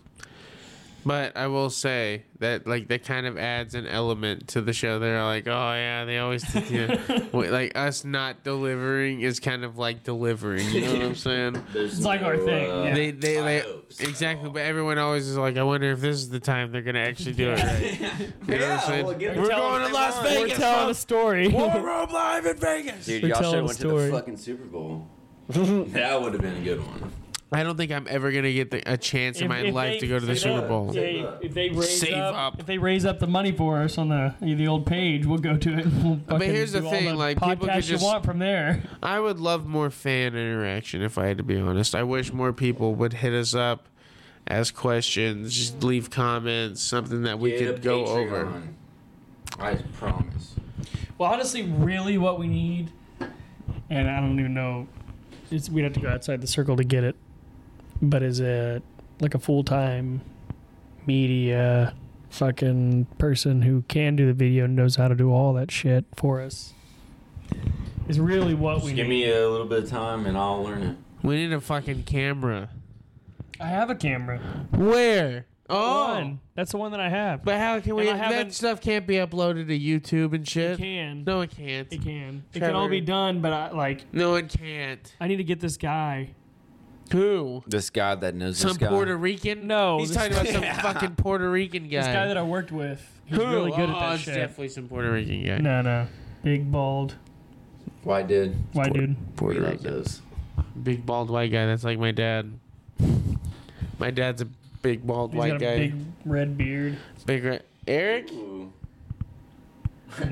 [SPEAKER 1] But I will say that like that kind of adds an element to the show. They're like, oh yeah, they always yeah. Wait, like us not delivering is kind of like delivering. You know what I'm saying?
[SPEAKER 3] There's uh,
[SPEAKER 2] It's like our thing, yeah.
[SPEAKER 1] They they, they
[SPEAKER 3] hopes at
[SPEAKER 1] exactly, but everyone always is like, I wonder if this is the time they're gonna actually do it right. You know what I'm
[SPEAKER 3] Yeah,
[SPEAKER 1] saying?
[SPEAKER 3] well, get-
[SPEAKER 1] We're
[SPEAKER 3] tell
[SPEAKER 1] going
[SPEAKER 3] them
[SPEAKER 1] to
[SPEAKER 3] they
[SPEAKER 1] Las
[SPEAKER 3] won.
[SPEAKER 1] Vegas.
[SPEAKER 2] we're telling a story.
[SPEAKER 1] War Room Live in Vegas.
[SPEAKER 3] Dude,
[SPEAKER 7] We're
[SPEAKER 3] y'all should
[SPEAKER 7] telling
[SPEAKER 3] have
[SPEAKER 7] a
[SPEAKER 3] went to
[SPEAKER 7] story.
[SPEAKER 3] the fucking Super Bowl. that would have been a good one.
[SPEAKER 1] I don't think I'm ever gonna get the, a chance in my life to go to the Super Bowl.
[SPEAKER 2] They, if they raise
[SPEAKER 1] Save
[SPEAKER 2] up,
[SPEAKER 1] up.
[SPEAKER 2] if they raise up the money for us on the the old page, we'll go to it. and We'll but
[SPEAKER 1] here's the thing, like, people could
[SPEAKER 2] you
[SPEAKER 1] just-
[SPEAKER 2] want from there.
[SPEAKER 1] I would love more fan interaction if I had to be honest. I wish more people would hit us up, ask questions, just leave comments, something that we
[SPEAKER 3] Get a
[SPEAKER 1] could go
[SPEAKER 3] Patreon.
[SPEAKER 1] over.
[SPEAKER 3] I promise.
[SPEAKER 2] Well, honestly, really, what we need, and I don't even know, it's, we'd have to go outside the circle to get it. But is it like a full time media fucking person who can do the video and knows how to do all that shit for us? Is really what we
[SPEAKER 3] Just
[SPEAKER 2] need.
[SPEAKER 3] give me a little bit of time and I'll learn it.
[SPEAKER 1] We need a fucking camera.
[SPEAKER 2] I have a camera.
[SPEAKER 1] Where? Oh.
[SPEAKER 2] One. That's the one that I have.
[SPEAKER 1] But how can we?
[SPEAKER 2] And I
[SPEAKER 1] That
[SPEAKER 2] haven't-
[SPEAKER 1] stuff can't be uploaded to YouTube and
[SPEAKER 2] it
[SPEAKER 1] shit.
[SPEAKER 2] can.
[SPEAKER 1] No, it can't.
[SPEAKER 2] It can. It can all
[SPEAKER 1] Trevor.
[SPEAKER 2] be done, but I like.
[SPEAKER 1] No, it can't.
[SPEAKER 2] I need to get this guy.
[SPEAKER 1] Who?
[SPEAKER 3] This guy that knows
[SPEAKER 1] Some Puerto Rican?
[SPEAKER 2] No,
[SPEAKER 1] he's
[SPEAKER 2] this-
[SPEAKER 1] talking about some fucking Puerto Rican guy.
[SPEAKER 2] This guy that I worked with. He's
[SPEAKER 1] Who?
[SPEAKER 2] really good
[SPEAKER 1] oh,
[SPEAKER 2] at that
[SPEAKER 1] it's
[SPEAKER 2] shit.
[SPEAKER 1] definitely some Puerto Rican guy.
[SPEAKER 2] No, no. Big bald
[SPEAKER 3] White dude.
[SPEAKER 2] white dude.
[SPEAKER 1] Puerto
[SPEAKER 3] We love
[SPEAKER 1] Rican.
[SPEAKER 3] those.
[SPEAKER 1] Big bald white guy. That's like my dad. My dad's a big bald
[SPEAKER 2] He's
[SPEAKER 1] white
[SPEAKER 2] got a
[SPEAKER 1] guy.
[SPEAKER 2] big red beard.
[SPEAKER 1] Big, re- Eric.
[SPEAKER 3] Ooh.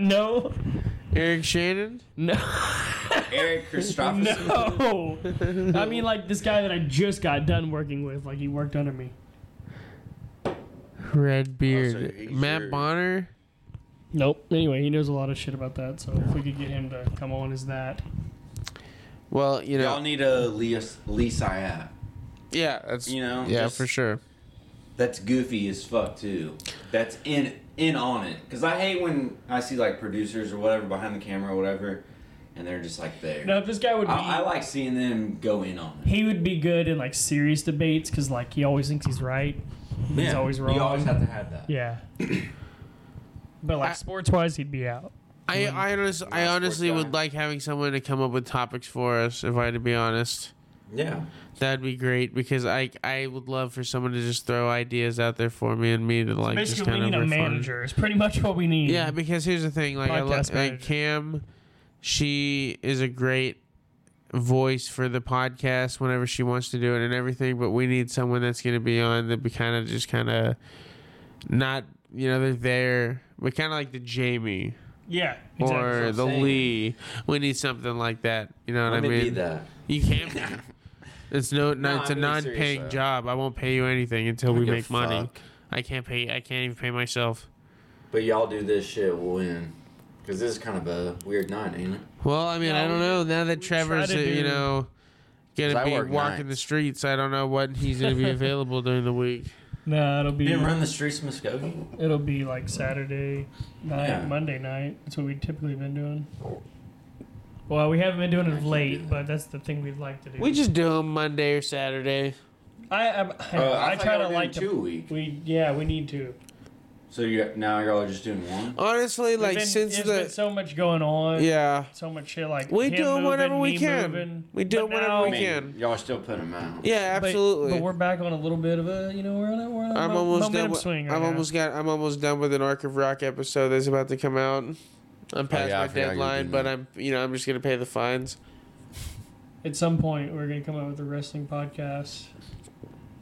[SPEAKER 2] no.
[SPEAKER 1] Eric Shannon.
[SPEAKER 2] No.
[SPEAKER 3] Eric Christopherson.
[SPEAKER 2] No. I mean like this guy that I just got done working with, like he worked under me.
[SPEAKER 1] Red
[SPEAKER 3] Oh, so
[SPEAKER 1] beard.
[SPEAKER 3] he's
[SPEAKER 1] Matt
[SPEAKER 3] your-
[SPEAKER 1] Bonner.
[SPEAKER 2] Nope. Anyway, he knows a lot of shit about that, so if we could get him to come on as that.
[SPEAKER 1] Well, you know.
[SPEAKER 3] Y'all need a Lee, Lee Syatt.
[SPEAKER 1] yeah, that's
[SPEAKER 3] You know,
[SPEAKER 1] Yeah,
[SPEAKER 3] just-
[SPEAKER 1] for sure.
[SPEAKER 3] That's goofy as fuck too. That's in in on it. Cause I hate when I see like producers or whatever behind the camera or whatever, and they're just like there.
[SPEAKER 2] No, if this guy would be
[SPEAKER 3] I, I like seeing them go in on it.
[SPEAKER 2] he would be good in like serious debates cuz like he always thinks he's right. He's always wrong.
[SPEAKER 3] You always have to have that.
[SPEAKER 2] Yeah. but like
[SPEAKER 1] I-
[SPEAKER 2] sports-wise he'd be out.
[SPEAKER 1] I I, honest, I
[SPEAKER 3] sports
[SPEAKER 1] honestly
[SPEAKER 3] guy.
[SPEAKER 1] would like having someone to come up with topics for us. If I had to be honest.
[SPEAKER 3] Yeah.
[SPEAKER 1] That'd be great because I I would love for someone to just throw ideas out there for me and me to like just
[SPEAKER 2] Basically,
[SPEAKER 1] kind
[SPEAKER 2] we
[SPEAKER 1] of
[SPEAKER 2] need a
[SPEAKER 1] refine.
[SPEAKER 2] manager. It's pretty much what we need.
[SPEAKER 1] Yeah, because here's the thing, like I love
[SPEAKER 2] Podcast
[SPEAKER 1] like
[SPEAKER 2] manager.
[SPEAKER 1] Cam, she is a great voice for the podcast whenever she wants to do it and everything, but we need someone that's going to be on that be kind of just kind of not you know they're there, but kind of like the Jamie
[SPEAKER 2] Yeah.
[SPEAKER 1] or
[SPEAKER 3] what I'm
[SPEAKER 1] the
[SPEAKER 3] saying.
[SPEAKER 1] Lee. We need something like that. You know what
[SPEAKER 3] Let
[SPEAKER 1] I
[SPEAKER 3] me
[SPEAKER 1] mean?
[SPEAKER 3] be that.
[SPEAKER 1] You can't. It's no, no,
[SPEAKER 3] No,
[SPEAKER 1] it's
[SPEAKER 3] I'm
[SPEAKER 1] a
[SPEAKER 3] being serious,
[SPEAKER 1] non-paying
[SPEAKER 3] though.
[SPEAKER 1] job. I won't pay you anything until
[SPEAKER 3] don't
[SPEAKER 1] we
[SPEAKER 3] give a
[SPEAKER 1] make money.
[SPEAKER 3] fuck.
[SPEAKER 1] I can't pay. I can't even pay myself.
[SPEAKER 3] But y'all do this shit, we'll win. Because this is kind of a weird night, ain't it?
[SPEAKER 1] Well, I mean, I
[SPEAKER 2] No,
[SPEAKER 1] don't know. Now that
[SPEAKER 2] we try
[SPEAKER 1] Trevor's,
[SPEAKER 2] to
[SPEAKER 1] uh, you
[SPEAKER 2] do-
[SPEAKER 1] know,
[SPEAKER 3] Cause
[SPEAKER 1] gonna
[SPEAKER 3] I
[SPEAKER 1] be
[SPEAKER 3] work
[SPEAKER 1] walking the
[SPEAKER 3] nights.
[SPEAKER 1] streets, I don't know what he's gonna be available during the week.
[SPEAKER 2] No, it'll be
[SPEAKER 8] You didn't run the streets of Muskogee?
[SPEAKER 2] it'll be like Saturday night,
[SPEAKER 8] Yeah.
[SPEAKER 2] Monday night. That's what we typically been doing. Well, we haven't been doing it of
[SPEAKER 3] can't do
[SPEAKER 2] late,
[SPEAKER 3] that.
[SPEAKER 2] but that's the thing we'd like to do.
[SPEAKER 1] We just do him Monday or Saturday.
[SPEAKER 2] I I, I, I
[SPEAKER 3] Uh, thought
[SPEAKER 2] try
[SPEAKER 3] y'all
[SPEAKER 2] to
[SPEAKER 3] were doing
[SPEAKER 2] like
[SPEAKER 3] two
[SPEAKER 2] to.
[SPEAKER 3] a week.
[SPEAKER 2] We yeah, we need to.
[SPEAKER 8] So you now y'all are just doing one?
[SPEAKER 1] Honestly, like
[SPEAKER 2] There's been-
[SPEAKER 1] since
[SPEAKER 2] there's been
[SPEAKER 1] the
[SPEAKER 2] so much going on,
[SPEAKER 1] yeah,
[SPEAKER 2] so much shit like
[SPEAKER 1] we
[SPEAKER 2] him
[SPEAKER 1] do it
[SPEAKER 2] moving,
[SPEAKER 1] whenever we
[SPEAKER 2] me
[SPEAKER 1] can.
[SPEAKER 2] moving.
[SPEAKER 1] We do it
[SPEAKER 2] But
[SPEAKER 1] whenever
[SPEAKER 2] now-
[SPEAKER 1] we
[SPEAKER 3] I mean,
[SPEAKER 1] can.
[SPEAKER 3] y'all are still putting them out.
[SPEAKER 1] Oh, Yeah,
[SPEAKER 2] But-
[SPEAKER 1] absolutely.
[SPEAKER 2] But, we're back on a little bit of a you know we're on a we're on a
[SPEAKER 1] I'm
[SPEAKER 2] mo-
[SPEAKER 1] almost done.
[SPEAKER 2] momentum
[SPEAKER 1] With,
[SPEAKER 2] swing. Right
[SPEAKER 1] I'm
[SPEAKER 2] now.
[SPEAKER 1] almost got. I'm almost done with an Arc of Rock episode that's about to come out. I'm past
[SPEAKER 3] Oh, yeah, I
[SPEAKER 1] my
[SPEAKER 3] forgot you were
[SPEAKER 1] deadline,
[SPEAKER 3] doing
[SPEAKER 1] but
[SPEAKER 3] that.
[SPEAKER 1] I'm you know I'm just gonna pay the fines.
[SPEAKER 2] At some point, we're gonna come out with a wrestling podcast.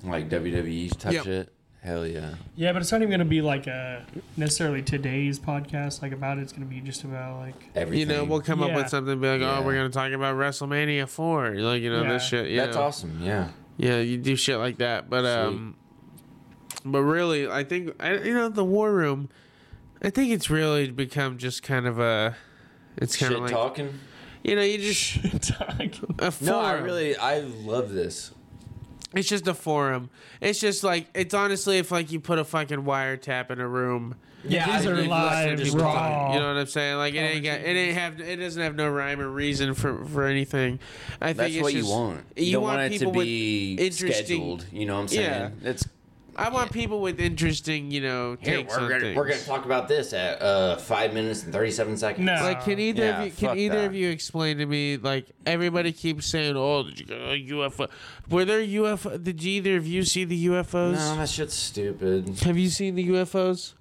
[SPEAKER 3] Like WWE type
[SPEAKER 1] Yep.
[SPEAKER 3] shit. Hell yeah.
[SPEAKER 2] Yeah, but it's not even gonna be like a necessarily today's podcast. Like about it. it's gonna be just about like
[SPEAKER 3] Everything.
[SPEAKER 1] You know, we'll come up
[SPEAKER 2] Yeah.
[SPEAKER 1] with something. Be like,
[SPEAKER 3] Yeah.
[SPEAKER 1] oh, we're gonna talk about WrestleMania four. Like you know this
[SPEAKER 2] Yeah.
[SPEAKER 1] shit. You
[SPEAKER 3] That's
[SPEAKER 1] know.
[SPEAKER 3] awesome. Yeah.
[SPEAKER 1] Yeah, you do shit like that. But um, but really, I think I you know the War Room. I think it's really become just kind of a. It's kind
[SPEAKER 3] Shit
[SPEAKER 1] of like
[SPEAKER 3] talking.
[SPEAKER 1] you know you just
[SPEAKER 2] talk.
[SPEAKER 1] a forum.
[SPEAKER 3] No, I really, I love this.
[SPEAKER 1] It's just a forum. It's just like it's honestly if like you put a fucking wiretap in a room.
[SPEAKER 2] Yeah, these
[SPEAKER 3] I
[SPEAKER 2] are
[SPEAKER 3] think
[SPEAKER 2] live,
[SPEAKER 3] that's just
[SPEAKER 2] raw.
[SPEAKER 1] You know what I'm saying? Like it ain't got it ain't have it doesn't have no rhyme or reason for for anything. I think
[SPEAKER 3] That's
[SPEAKER 1] it's
[SPEAKER 3] what
[SPEAKER 1] just,
[SPEAKER 3] you want.
[SPEAKER 1] You,
[SPEAKER 3] don't
[SPEAKER 1] want,
[SPEAKER 3] it to
[SPEAKER 1] people
[SPEAKER 3] be
[SPEAKER 1] with interesting.
[SPEAKER 3] scheduled. You know what I'm saying?
[SPEAKER 1] Yeah.
[SPEAKER 3] It's
[SPEAKER 1] I want people with interesting, you know,
[SPEAKER 3] here.
[SPEAKER 1] takes
[SPEAKER 3] we're
[SPEAKER 1] on
[SPEAKER 3] gonna
[SPEAKER 1] things.
[SPEAKER 3] we're gonna talk about this at uh, five minutes and thirty-seven seconds.
[SPEAKER 2] No.
[SPEAKER 1] like, can either
[SPEAKER 3] Yeah,
[SPEAKER 1] of you can
[SPEAKER 3] fuck
[SPEAKER 1] either
[SPEAKER 3] that.
[SPEAKER 1] of you explain to me? Like, everybody keeps saying, "Oh, did you go UFO? Were there UFO? Did either of you see the UFOs?
[SPEAKER 3] No, that shit's stupid.
[SPEAKER 1] Have you seen the UFos?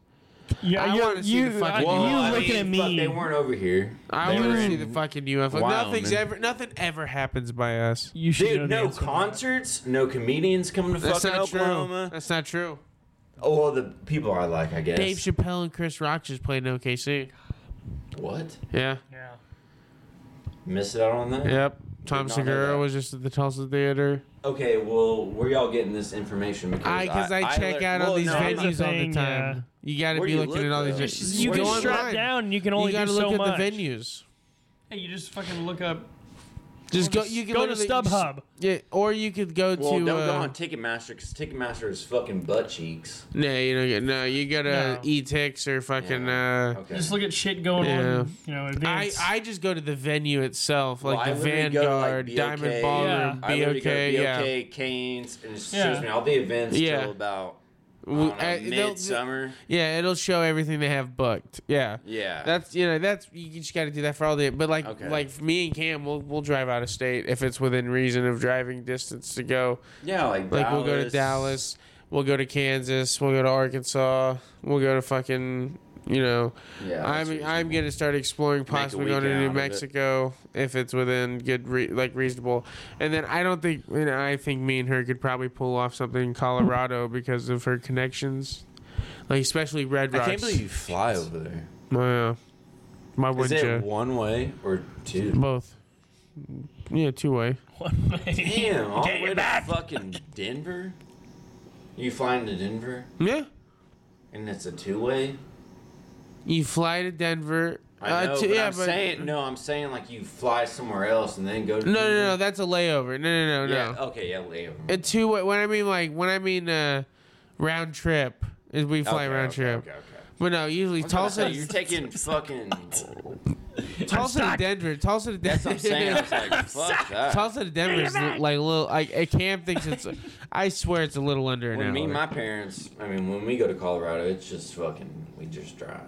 [SPEAKER 2] Yeah,
[SPEAKER 1] I
[SPEAKER 2] you-
[SPEAKER 1] wanna see
[SPEAKER 2] you,
[SPEAKER 1] the fucking-
[SPEAKER 2] I-
[SPEAKER 1] Whoa,
[SPEAKER 2] you
[SPEAKER 3] I
[SPEAKER 2] looking
[SPEAKER 3] mean,
[SPEAKER 2] at me?
[SPEAKER 3] fuck, they weren't over here.
[SPEAKER 1] I
[SPEAKER 3] They
[SPEAKER 1] want
[SPEAKER 3] were
[SPEAKER 1] to see
[SPEAKER 3] in-
[SPEAKER 1] the fucking UFO.
[SPEAKER 3] Wyoming.
[SPEAKER 1] Nothing's ever, nothing ever happens by us.
[SPEAKER 2] You should know the
[SPEAKER 3] Dude, no
[SPEAKER 2] answer to that.
[SPEAKER 3] concerts, no comedians coming to
[SPEAKER 1] That's
[SPEAKER 3] fucking
[SPEAKER 1] not true.
[SPEAKER 3] Oklahoma.
[SPEAKER 1] That's not true.
[SPEAKER 3] Oh, well, the people I like, I guess.
[SPEAKER 1] Dave Chappelle and Chris Rock just played in OKC.
[SPEAKER 3] what?
[SPEAKER 1] Yeah.
[SPEAKER 2] Yeah.
[SPEAKER 3] Missed out on that?
[SPEAKER 1] Yep. Tom
[SPEAKER 3] Did not know
[SPEAKER 1] Segura
[SPEAKER 3] that.
[SPEAKER 1] was just at the Tulsa Theater.
[SPEAKER 3] Okay, well, where y'all getting this information? Because
[SPEAKER 1] I because I, check
[SPEAKER 3] learned-
[SPEAKER 1] out
[SPEAKER 3] well,
[SPEAKER 1] all these
[SPEAKER 3] no, I'm not-
[SPEAKER 1] venues all the
[SPEAKER 2] thing,
[SPEAKER 1] time.
[SPEAKER 2] yeah.
[SPEAKER 1] You got to
[SPEAKER 3] Where
[SPEAKER 1] be
[SPEAKER 3] you
[SPEAKER 1] looking
[SPEAKER 3] look,
[SPEAKER 1] at all
[SPEAKER 3] though?
[SPEAKER 1] these.
[SPEAKER 3] It's
[SPEAKER 2] You
[SPEAKER 3] Where
[SPEAKER 2] can
[SPEAKER 3] do you
[SPEAKER 2] strap
[SPEAKER 1] online.
[SPEAKER 2] down. You can
[SPEAKER 1] You
[SPEAKER 2] only
[SPEAKER 1] got
[SPEAKER 2] do
[SPEAKER 1] to
[SPEAKER 2] so
[SPEAKER 1] look
[SPEAKER 2] much.
[SPEAKER 1] at the venues.
[SPEAKER 2] Hey, you just fucking look up.
[SPEAKER 1] Just
[SPEAKER 2] go
[SPEAKER 1] go.
[SPEAKER 2] to-
[SPEAKER 1] You can
[SPEAKER 2] go to
[SPEAKER 1] literally just-
[SPEAKER 2] StubHub.
[SPEAKER 1] Yeah, or you could go
[SPEAKER 3] Well,
[SPEAKER 1] to.
[SPEAKER 3] don't go
[SPEAKER 1] uh,
[SPEAKER 3] on Ticketmaster because Ticketmaster is fucking butt cheeks.
[SPEAKER 1] No, you don't get. No, you go to
[SPEAKER 2] No.
[SPEAKER 1] Etix or fucking. Uh,
[SPEAKER 3] Okay.
[SPEAKER 2] Just look at shit going
[SPEAKER 1] Yeah.
[SPEAKER 2] on. You know,
[SPEAKER 1] I,
[SPEAKER 2] events.
[SPEAKER 1] I just go to the venue itself, like
[SPEAKER 3] Well, I
[SPEAKER 1] the
[SPEAKER 3] literally go to, like,
[SPEAKER 1] Vanguard,
[SPEAKER 3] BOK.
[SPEAKER 1] Diamond Ballroom,
[SPEAKER 2] Yeah.
[SPEAKER 3] I literally
[SPEAKER 1] BOK,
[SPEAKER 3] go to
[SPEAKER 1] yeah.
[SPEAKER 3] BOK, Canes, and it shows
[SPEAKER 2] Yeah.
[SPEAKER 3] me all the events
[SPEAKER 1] Yeah.
[SPEAKER 3] till about I
[SPEAKER 1] W-
[SPEAKER 3] don't know,
[SPEAKER 1] uh, they'll-
[SPEAKER 3] midsummer.
[SPEAKER 1] Yeah, it'll show everything they have booked. Yeah.
[SPEAKER 3] Yeah.
[SPEAKER 1] That's you know that's you just got to do that for all the but like
[SPEAKER 3] Okay.
[SPEAKER 1] like me and Cam we'll we'll drive out of state if it's within reason of driving distance to go
[SPEAKER 3] yeah, like
[SPEAKER 1] like
[SPEAKER 3] Dallas.
[SPEAKER 1] we'll go to Dallas we'll go to Kansas we'll go to Arkansas we'll go to fucking you know
[SPEAKER 3] Yeah, that's
[SPEAKER 1] I'm I'm
[SPEAKER 3] reasonable.
[SPEAKER 1] gonna start exploring
[SPEAKER 3] a
[SPEAKER 1] possibly going to
[SPEAKER 3] weekend out
[SPEAKER 1] New
[SPEAKER 3] of it.
[SPEAKER 1] Mexico if it's within good re- like reasonable and then I don't think you know, I think me and her could probably pull off something in Colorado because of her connections like especially Red Rocks
[SPEAKER 3] I can't believe you fly over there.
[SPEAKER 1] my uh, my
[SPEAKER 3] Is
[SPEAKER 1] would
[SPEAKER 3] it
[SPEAKER 1] you?
[SPEAKER 3] one way or two?
[SPEAKER 1] Both. Yeah, two way.
[SPEAKER 3] Damn, all
[SPEAKER 2] Get
[SPEAKER 3] the
[SPEAKER 2] your
[SPEAKER 3] way to
[SPEAKER 2] back.
[SPEAKER 3] fucking Denver. You flying to Denver
[SPEAKER 1] Yeah.
[SPEAKER 3] and it's a two way.
[SPEAKER 1] You fly to Denver.
[SPEAKER 3] I know,
[SPEAKER 1] Uh, two-
[SPEAKER 3] but I'm saying no. I'm saying like you fly somewhere else and then go to
[SPEAKER 1] no, no, no,
[SPEAKER 3] Denver.
[SPEAKER 1] That's a layover. No, no, no,
[SPEAKER 3] Yeah. oh.
[SPEAKER 1] no.
[SPEAKER 3] Okay. Yeah. Layover.
[SPEAKER 1] A two way. When I mean like when I mean uh, round trip is we fly
[SPEAKER 3] okay,
[SPEAKER 1] round
[SPEAKER 3] okay,
[SPEAKER 1] trip.
[SPEAKER 3] Okay. Okay.
[SPEAKER 1] But no, usually
[SPEAKER 3] I was
[SPEAKER 1] Tulsa.
[SPEAKER 3] gonna say, you're taking fucking.
[SPEAKER 1] Tulsa to
[SPEAKER 2] stuck.
[SPEAKER 1] Denver. Tulsa to Denver.
[SPEAKER 3] That's what I'm saying. I was like, fuck that.
[SPEAKER 1] Tulsa to Denver is li- like a little. Like a Cam thinks it's. I swear it's a little under an
[SPEAKER 3] When
[SPEAKER 1] hour.
[SPEAKER 3] me and my parents, I mean, when we go to Colorado, it's just fucking. We just drive.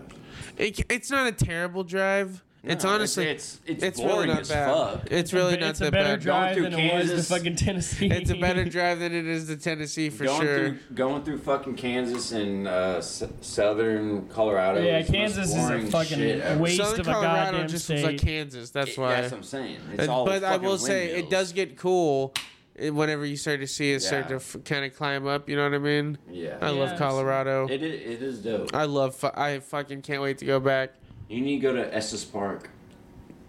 [SPEAKER 1] It- it's not a terrible drive. it's
[SPEAKER 3] No,
[SPEAKER 1] honestly.
[SPEAKER 3] It's it's,
[SPEAKER 1] It's
[SPEAKER 3] boring
[SPEAKER 1] really not
[SPEAKER 3] as
[SPEAKER 1] bad.
[SPEAKER 3] fuck.
[SPEAKER 1] It's really
[SPEAKER 2] it's
[SPEAKER 1] not
[SPEAKER 2] it's
[SPEAKER 1] that
[SPEAKER 2] a better
[SPEAKER 1] bad.
[SPEAKER 2] drive
[SPEAKER 3] through
[SPEAKER 2] than it was
[SPEAKER 3] Kansas.
[SPEAKER 2] to fucking Tennessee.
[SPEAKER 1] It's a better drive than it is to Tennessee for
[SPEAKER 3] going
[SPEAKER 1] sure.
[SPEAKER 3] through going through fucking Kansas and uh, s- southern Colorado.
[SPEAKER 2] Yeah,
[SPEAKER 3] is the most
[SPEAKER 2] Kansas is a
[SPEAKER 3] boring
[SPEAKER 2] fucking
[SPEAKER 3] shit ever.
[SPEAKER 2] waste
[SPEAKER 1] Southern
[SPEAKER 2] of a
[SPEAKER 1] Colorado
[SPEAKER 2] goddamn
[SPEAKER 1] just looks like
[SPEAKER 2] state.
[SPEAKER 1] Kansas. That's
[SPEAKER 3] It-
[SPEAKER 1] why.
[SPEAKER 3] That's what I'm saying. It's all
[SPEAKER 1] but I
[SPEAKER 3] fucking
[SPEAKER 1] will say it
[SPEAKER 3] windmills.
[SPEAKER 1] does get cool eh, whenever you start to see it start to
[SPEAKER 3] Yeah.
[SPEAKER 1] f- kind of climb up. You know what I mean?
[SPEAKER 3] Yeah.
[SPEAKER 1] I love
[SPEAKER 2] Yeah.
[SPEAKER 1] Colorado.
[SPEAKER 3] It, i- it is dope.
[SPEAKER 1] I love. Fu- I fucking can't wait to go back.
[SPEAKER 3] You need to go to Estes Park.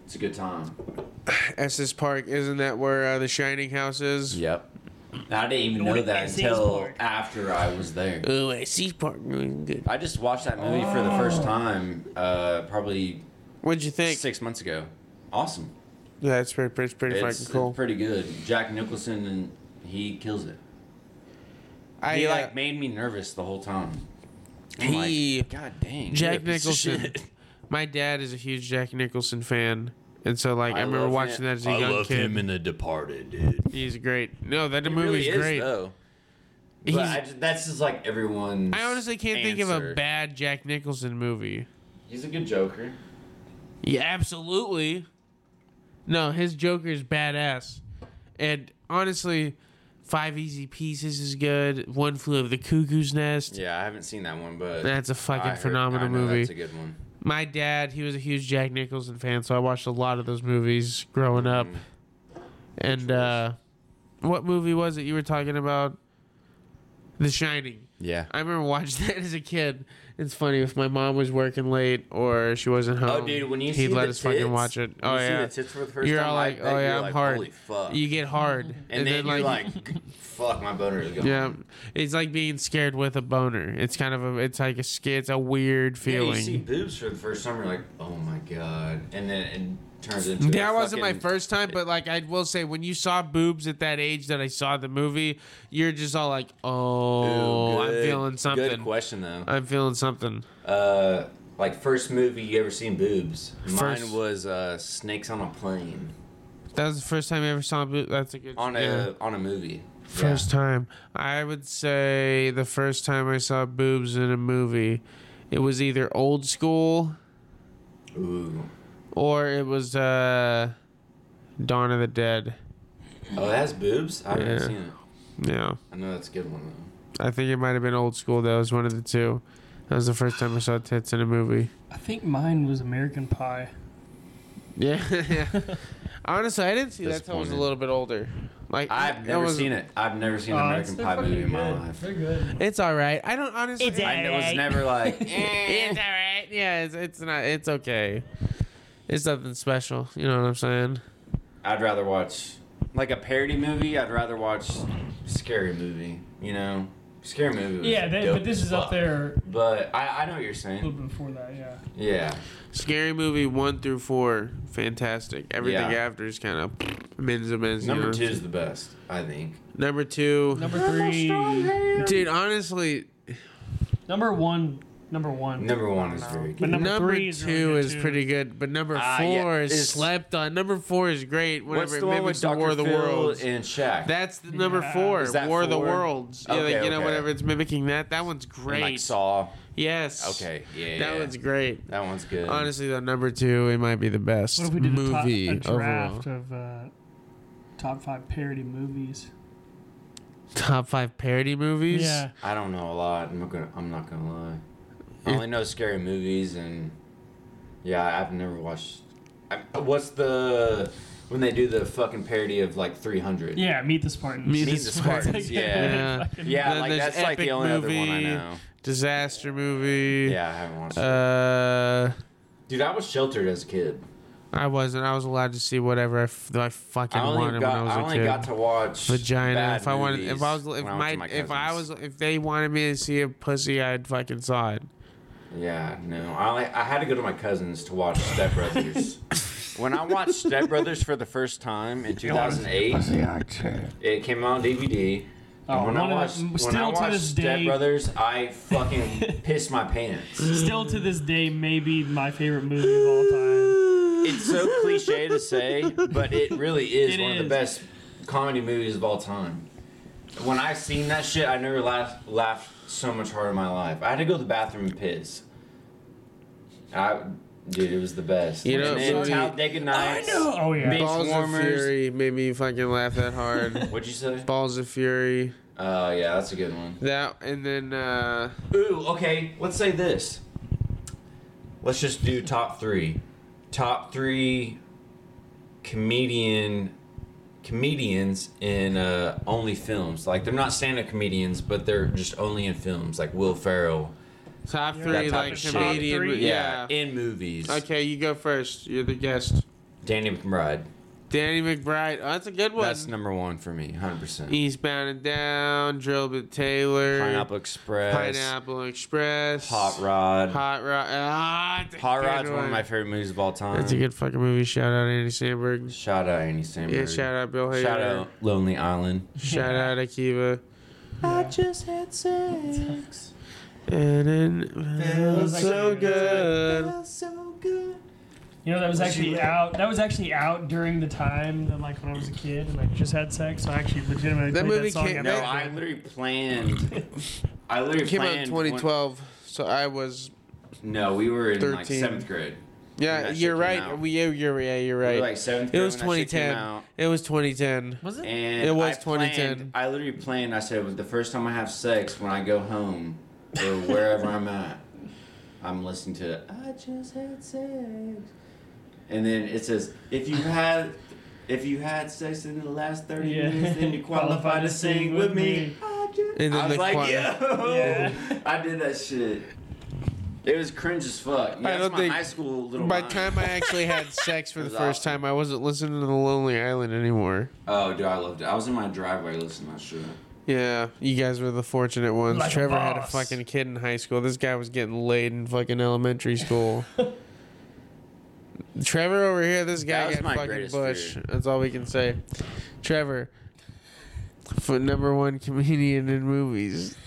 [SPEAKER 3] It's a good time.
[SPEAKER 1] Estes Park, isn't that where uh, the Shining House is?
[SPEAKER 3] Yep. I didn't even know
[SPEAKER 2] What
[SPEAKER 3] that
[SPEAKER 2] is
[SPEAKER 3] until
[SPEAKER 2] Park?
[SPEAKER 3] after I was there.
[SPEAKER 1] Oh, Estes Park. mm, Good.
[SPEAKER 3] I just watched that movie for the
[SPEAKER 2] Oh.
[SPEAKER 3] first time uh, probably
[SPEAKER 1] What'd you think?
[SPEAKER 3] six months ago. Awesome.
[SPEAKER 1] Yeah, it's pretty, pretty, pretty
[SPEAKER 3] It's
[SPEAKER 1] fucking cool.
[SPEAKER 3] pretty good. Jack Nicholson and he kills it.
[SPEAKER 1] I
[SPEAKER 3] he
[SPEAKER 1] uh,
[SPEAKER 3] like made me nervous the whole time. I'm
[SPEAKER 1] He-
[SPEAKER 3] like, God dang.
[SPEAKER 1] Jack
[SPEAKER 3] you're a piece of
[SPEAKER 1] Nicholson.
[SPEAKER 3] shit."
[SPEAKER 1] My dad is a huge Jack Nicholson fan, and so like I,
[SPEAKER 3] I
[SPEAKER 1] remember
[SPEAKER 3] love
[SPEAKER 1] watching
[SPEAKER 3] him.
[SPEAKER 1] that as a young kid.
[SPEAKER 7] The Departed, dude.
[SPEAKER 1] He's great. No, that
[SPEAKER 3] He
[SPEAKER 1] movie's
[SPEAKER 3] really is,
[SPEAKER 1] great.
[SPEAKER 3] Though.
[SPEAKER 1] He's-
[SPEAKER 3] But I just- that's just like everyone.
[SPEAKER 1] I honestly can't think of a bad Jack Nicholson movie.
[SPEAKER 3] He's a good Joker.
[SPEAKER 1] Yeah, absolutely. No, his Joker is badass. And honestly, Five Easy Pieces is good. One Flew Over the Cuckoo's Nest.
[SPEAKER 3] Yeah, I haven't seen that one, but
[SPEAKER 1] That's a
[SPEAKER 3] I
[SPEAKER 1] fucking
[SPEAKER 3] heard-
[SPEAKER 1] phenomenal
[SPEAKER 3] I know
[SPEAKER 1] movie.
[SPEAKER 3] That's a good one.
[SPEAKER 1] My dad, he was a huge Jack Nicholson fan, so I watched a lot of those movies growing up.
[SPEAKER 3] Mm.
[SPEAKER 1] And uh, what movie was it you were talking about? The Shining.
[SPEAKER 3] Yeah.
[SPEAKER 1] I remember watching that as a kid. It's funny if my mom was working late or she wasn't home.
[SPEAKER 3] Oh, dude, when you
[SPEAKER 1] he'd
[SPEAKER 3] see
[SPEAKER 1] let
[SPEAKER 3] the
[SPEAKER 1] us fucking
[SPEAKER 3] tits-
[SPEAKER 1] watch it.
[SPEAKER 3] when
[SPEAKER 1] Oh
[SPEAKER 3] you see
[SPEAKER 1] yeah,
[SPEAKER 3] the tits for the first
[SPEAKER 1] you're
[SPEAKER 3] time
[SPEAKER 1] all
[SPEAKER 3] like
[SPEAKER 1] like,
[SPEAKER 3] that,
[SPEAKER 1] oh
[SPEAKER 3] you're
[SPEAKER 1] yeah, I'm
[SPEAKER 3] like,
[SPEAKER 1] hard.
[SPEAKER 3] holy fuck.
[SPEAKER 1] You get hard, and,
[SPEAKER 3] And, then, you're like, fuck, my boner is gone.
[SPEAKER 1] yeah, it's like being scared with a boner. It's kind of a, it's like a sca- it's a weird
[SPEAKER 3] Yeah,
[SPEAKER 1] feeling.
[SPEAKER 3] you see boobs for the first time, you're like, oh my god, and then it turns into.
[SPEAKER 1] that
[SPEAKER 3] a
[SPEAKER 1] wasn't my
[SPEAKER 3] fucking-
[SPEAKER 1] first time, but like I will say, when you saw boobs at that age that I saw the movie, you're just all like,
[SPEAKER 3] Ooh,
[SPEAKER 1] "Oh, I'm
[SPEAKER 3] good-
[SPEAKER 1] feeling
[SPEAKER 3] Good
[SPEAKER 1] something.
[SPEAKER 3] question though.
[SPEAKER 1] I'm feeling something."
[SPEAKER 3] Uh, like first movie you ever seen boobs?
[SPEAKER 1] First-
[SPEAKER 3] Mine was uh, Snakes on a Plane
[SPEAKER 1] That was the first time I ever saw boobs. That's a good
[SPEAKER 3] on a
[SPEAKER 1] yeah.
[SPEAKER 3] on a movie.
[SPEAKER 1] First time. I would say the first time I saw boobs in a movie, it was either old school
[SPEAKER 3] Yeah. Ooh.
[SPEAKER 1] or it was uh, Dawn of the Dead.
[SPEAKER 3] Oh, it has boobs. I haven't
[SPEAKER 1] Yeah.
[SPEAKER 3] seen it.
[SPEAKER 1] Yeah.
[SPEAKER 3] I know that's a good one though.
[SPEAKER 1] I think it might have been old school, though. It was one of the two. That was the first time I saw tits in a movie.
[SPEAKER 2] I think mine was American Pie.
[SPEAKER 1] Yeah. Honestly, I didn't see that till I was a
[SPEAKER 3] Disappointed.
[SPEAKER 1] little bit older. Like
[SPEAKER 3] I've
[SPEAKER 1] that
[SPEAKER 3] never
[SPEAKER 1] was-
[SPEAKER 3] seen it. I've never seen an
[SPEAKER 2] Oh, it's-
[SPEAKER 3] American
[SPEAKER 2] they're
[SPEAKER 3] Pie
[SPEAKER 2] fucking
[SPEAKER 3] movie in my
[SPEAKER 2] good.
[SPEAKER 3] life.
[SPEAKER 2] They're good.
[SPEAKER 1] It's all right. I don't honestly.
[SPEAKER 2] It's
[SPEAKER 3] I was
[SPEAKER 2] Alright.
[SPEAKER 3] never like. eh.
[SPEAKER 1] It's all right. Yeah, it's, it's not. It's okay. It's nothing special. You know what I'm saying?
[SPEAKER 3] I'd rather watch like a parody movie. I'd rather watch scary movie. You know, scary movie. Was
[SPEAKER 2] Yeah, they,
[SPEAKER 3] dope
[SPEAKER 2] but this
[SPEAKER 3] as
[SPEAKER 2] is up
[SPEAKER 3] fuck.
[SPEAKER 2] there
[SPEAKER 3] But I, I know what you're
[SPEAKER 2] a little
[SPEAKER 3] saying.
[SPEAKER 2] bit before that. Yeah.
[SPEAKER 3] Yeah,
[SPEAKER 1] Scary movie one through four, fantastic. Everything
[SPEAKER 3] Yeah.
[SPEAKER 1] after is kind of men's a men's. you
[SPEAKER 3] number
[SPEAKER 1] know?
[SPEAKER 3] two is the best, I think.
[SPEAKER 1] Number two.
[SPEAKER 2] Number three.
[SPEAKER 1] Dude, honestly,
[SPEAKER 2] Number one. Number one.
[SPEAKER 3] Number one is very
[SPEAKER 2] But
[SPEAKER 3] good.
[SPEAKER 2] number,
[SPEAKER 1] number,
[SPEAKER 2] three is,
[SPEAKER 1] two
[SPEAKER 2] really good
[SPEAKER 1] is
[SPEAKER 2] too.
[SPEAKER 1] pretty good, but number
[SPEAKER 3] Ah, yeah,
[SPEAKER 1] four is
[SPEAKER 3] it's-
[SPEAKER 1] slept on. Number four is great. Whenever
[SPEAKER 3] What's
[SPEAKER 1] it
[SPEAKER 3] the one
[SPEAKER 1] mimics
[SPEAKER 3] with
[SPEAKER 1] the
[SPEAKER 3] Doctor
[SPEAKER 1] War of the Worlds.
[SPEAKER 3] and Shaq?
[SPEAKER 1] That's the number
[SPEAKER 2] Yeah.
[SPEAKER 1] four.
[SPEAKER 3] Is that
[SPEAKER 1] War of the
[SPEAKER 3] four?
[SPEAKER 1] Worlds. Yeah, like,
[SPEAKER 3] Okay,
[SPEAKER 1] you know,
[SPEAKER 3] okay.
[SPEAKER 1] whenever it's mimicking that, that one's great.
[SPEAKER 3] and, like Saw.
[SPEAKER 1] yes.
[SPEAKER 3] Okay, yeah,
[SPEAKER 1] That
[SPEAKER 3] yeah.
[SPEAKER 1] one's great.
[SPEAKER 3] that one's good.
[SPEAKER 1] Honestly, though, number two, it might be the best
[SPEAKER 2] What if we did
[SPEAKER 1] movie
[SPEAKER 2] a, top, a
[SPEAKER 1] overall.
[SPEAKER 2] draft of uh, top five parody movies?
[SPEAKER 1] Top five parody movies.
[SPEAKER 2] Yeah.
[SPEAKER 3] I don't know a lot. I'm not gonna. I'm not gonna lie. I only know scary movies and yeah, I've never watched. I, what's the when they do the fucking parody of like 300?
[SPEAKER 2] Yeah. Meet the Spartans.
[SPEAKER 1] Meet
[SPEAKER 3] Meet the Spartans. Yeah,
[SPEAKER 1] Yeah.
[SPEAKER 3] yeah.
[SPEAKER 1] Then
[SPEAKER 3] like
[SPEAKER 1] there's
[SPEAKER 3] that's like the
[SPEAKER 1] epic
[SPEAKER 3] only other one I
[SPEAKER 1] movie.
[SPEAKER 3] know.
[SPEAKER 1] Disaster movie.
[SPEAKER 3] Yeah, I haven't watched. it.
[SPEAKER 1] Uh,
[SPEAKER 3] Dude, I was sheltered as a kid. I
[SPEAKER 1] I wasn't. I was allowed to see whatever I, f- I fucking
[SPEAKER 3] only
[SPEAKER 1] wanted
[SPEAKER 3] got.
[SPEAKER 1] when I was
[SPEAKER 3] I
[SPEAKER 1] a
[SPEAKER 3] only
[SPEAKER 1] kid.
[SPEAKER 3] got to watch
[SPEAKER 1] Vagina.
[SPEAKER 3] bad
[SPEAKER 1] If I wanted,
[SPEAKER 3] movies
[SPEAKER 1] if I was,
[SPEAKER 3] when
[SPEAKER 1] if
[SPEAKER 3] I went to
[SPEAKER 1] my, if I was,
[SPEAKER 3] cousins.
[SPEAKER 1] if they wanted me to see a pussy, I'd fucking saw it.
[SPEAKER 3] Yeah, no. I only, I had to go to my cousins to watch Step Brothers. when I watched Step Brothers for the first time in 2008, it came out on DVD.
[SPEAKER 2] Oh,
[SPEAKER 3] and when
[SPEAKER 2] one
[SPEAKER 3] I
[SPEAKER 2] of
[SPEAKER 3] watched,
[SPEAKER 2] the-
[SPEAKER 3] when I
[SPEAKER 2] still to
[SPEAKER 3] watched
[SPEAKER 2] this
[SPEAKER 3] Step
[SPEAKER 2] day-
[SPEAKER 3] Brothers, I fucking pissed my pants.
[SPEAKER 2] Still to this day, maybe my favorite movie of all time.
[SPEAKER 3] It's so cliche to say, but it really is
[SPEAKER 2] It
[SPEAKER 3] one of
[SPEAKER 2] is.
[SPEAKER 3] the best comedy movies of all time. When I seen that shit, I never laughed laughed so much harder in my life. I had to go to the bathroom and piss. I, dude, it was the best.
[SPEAKER 1] You know,
[SPEAKER 3] and then
[SPEAKER 1] movie-
[SPEAKER 3] Talladega Nights.
[SPEAKER 2] Oh yeah.
[SPEAKER 3] Big-
[SPEAKER 1] Balls of
[SPEAKER 3] Warmers.
[SPEAKER 1] Fury made me fucking laugh that hard.
[SPEAKER 3] What'd you say?
[SPEAKER 1] Balls of Fury.
[SPEAKER 3] Uh, yeah, that's a good one.
[SPEAKER 1] That and then uh
[SPEAKER 3] Ooh, okay. Let's say this. Let's just do top three. Top three comedian comedians in uh, only films. Like they're not stand-up comedians, but they're just only in films. Like Will Ferrell.
[SPEAKER 1] top
[SPEAKER 2] Yeah,
[SPEAKER 1] three
[SPEAKER 3] that type
[SPEAKER 1] like
[SPEAKER 3] of shit.
[SPEAKER 1] comedian.
[SPEAKER 2] Top three.
[SPEAKER 1] Yeah.
[SPEAKER 3] in movies.
[SPEAKER 1] Okay, you go first. You're the guest.
[SPEAKER 3] Danny McBride.
[SPEAKER 1] Danny McBride. Oh, that's a good one.
[SPEAKER 3] That's number one for me, 100%.
[SPEAKER 1] Eastbound and Down, Drill Bit Taylor,
[SPEAKER 3] Pineapple Express.
[SPEAKER 1] Pineapple Express,
[SPEAKER 3] Hot Rod. Hot,
[SPEAKER 1] Hot Rod. Ah, that's a good
[SPEAKER 3] Rod's one. of my favorite movies of all time.
[SPEAKER 1] That's a good fucking movie. Shout out Andy Samberg.
[SPEAKER 3] Shout out Andy Samberg.
[SPEAKER 1] Yeah, shout out Bill Hader.
[SPEAKER 3] Shout out Lonely Island.
[SPEAKER 1] Shout out Akiva.
[SPEAKER 3] I just had sex.
[SPEAKER 1] And it feels
[SPEAKER 2] like
[SPEAKER 1] so
[SPEAKER 2] it-
[SPEAKER 1] good.
[SPEAKER 3] Feels so good.
[SPEAKER 2] You know that was actually out. That was actually out during the time that like when I was a kid and I just had sex. So I actually legitimately
[SPEAKER 1] That
[SPEAKER 2] played
[SPEAKER 1] movie
[SPEAKER 2] that song.
[SPEAKER 1] came-
[SPEAKER 2] at
[SPEAKER 3] No,
[SPEAKER 2] that
[SPEAKER 3] I
[SPEAKER 2] time.
[SPEAKER 3] literally planned. I literally
[SPEAKER 1] It came out in
[SPEAKER 3] planned. when-
[SPEAKER 1] 2012, so I was.
[SPEAKER 3] no, we were in like
[SPEAKER 1] 13.
[SPEAKER 3] seventh grade.
[SPEAKER 1] Yeah,
[SPEAKER 3] that shit
[SPEAKER 1] you're
[SPEAKER 3] came
[SPEAKER 1] right.
[SPEAKER 3] out.
[SPEAKER 1] We, yeah, you're, yeah, you're
[SPEAKER 3] We
[SPEAKER 1] right.
[SPEAKER 3] were like seventh
[SPEAKER 1] it
[SPEAKER 3] grade.
[SPEAKER 1] was
[SPEAKER 3] when that shit
[SPEAKER 1] 2010.
[SPEAKER 3] came out.
[SPEAKER 1] It was 2010.
[SPEAKER 2] was it?
[SPEAKER 3] And
[SPEAKER 1] It was
[SPEAKER 3] I planned-
[SPEAKER 1] 2010.
[SPEAKER 3] I literally planned. I said, "With the first time I have sex, when I go home or wherever I'm at, I'm listening to I just had sex." And then it says, "If you had, if you had sex in the last thirty
[SPEAKER 2] Yeah.
[SPEAKER 3] minutes, then you qualify to sing with me." I, just,
[SPEAKER 1] And then
[SPEAKER 3] I was
[SPEAKER 1] the
[SPEAKER 3] like,
[SPEAKER 1] choir.
[SPEAKER 3] "Yo,
[SPEAKER 2] Yeah.
[SPEAKER 3] I did that shit." It was cringe as fuck. Yeah,
[SPEAKER 1] I
[SPEAKER 3] that's
[SPEAKER 1] don't
[SPEAKER 3] my
[SPEAKER 1] think-
[SPEAKER 3] high school little.
[SPEAKER 1] By the
[SPEAKER 3] mind.
[SPEAKER 1] time I actually had sex for
[SPEAKER 3] It
[SPEAKER 1] the
[SPEAKER 3] was
[SPEAKER 1] first
[SPEAKER 3] awesome.
[SPEAKER 1] time, I wasn't listening to The Lonely Island anymore.
[SPEAKER 3] oh, dude, I loved it. I was in my driveway listening to that shit.
[SPEAKER 1] Yeah, you guys were the fortunate ones.
[SPEAKER 2] Like a
[SPEAKER 1] Trevor had a
[SPEAKER 2] boss.
[SPEAKER 1] fucking kid in high school. This guy was getting laid in fucking elementary school. Trevor over here, this
[SPEAKER 3] That
[SPEAKER 1] guy
[SPEAKER 3] was
[SPEAKER 1] got
[SPEAKER 3] my
[SPEAKER 1] fucking
[SPEAKER 3] greatest
[SPEAKER 1] bush.
[SPEAKER 3] fear.
[SPEAKER 1] That's all we can say. Trevor, for number one comedian in movies.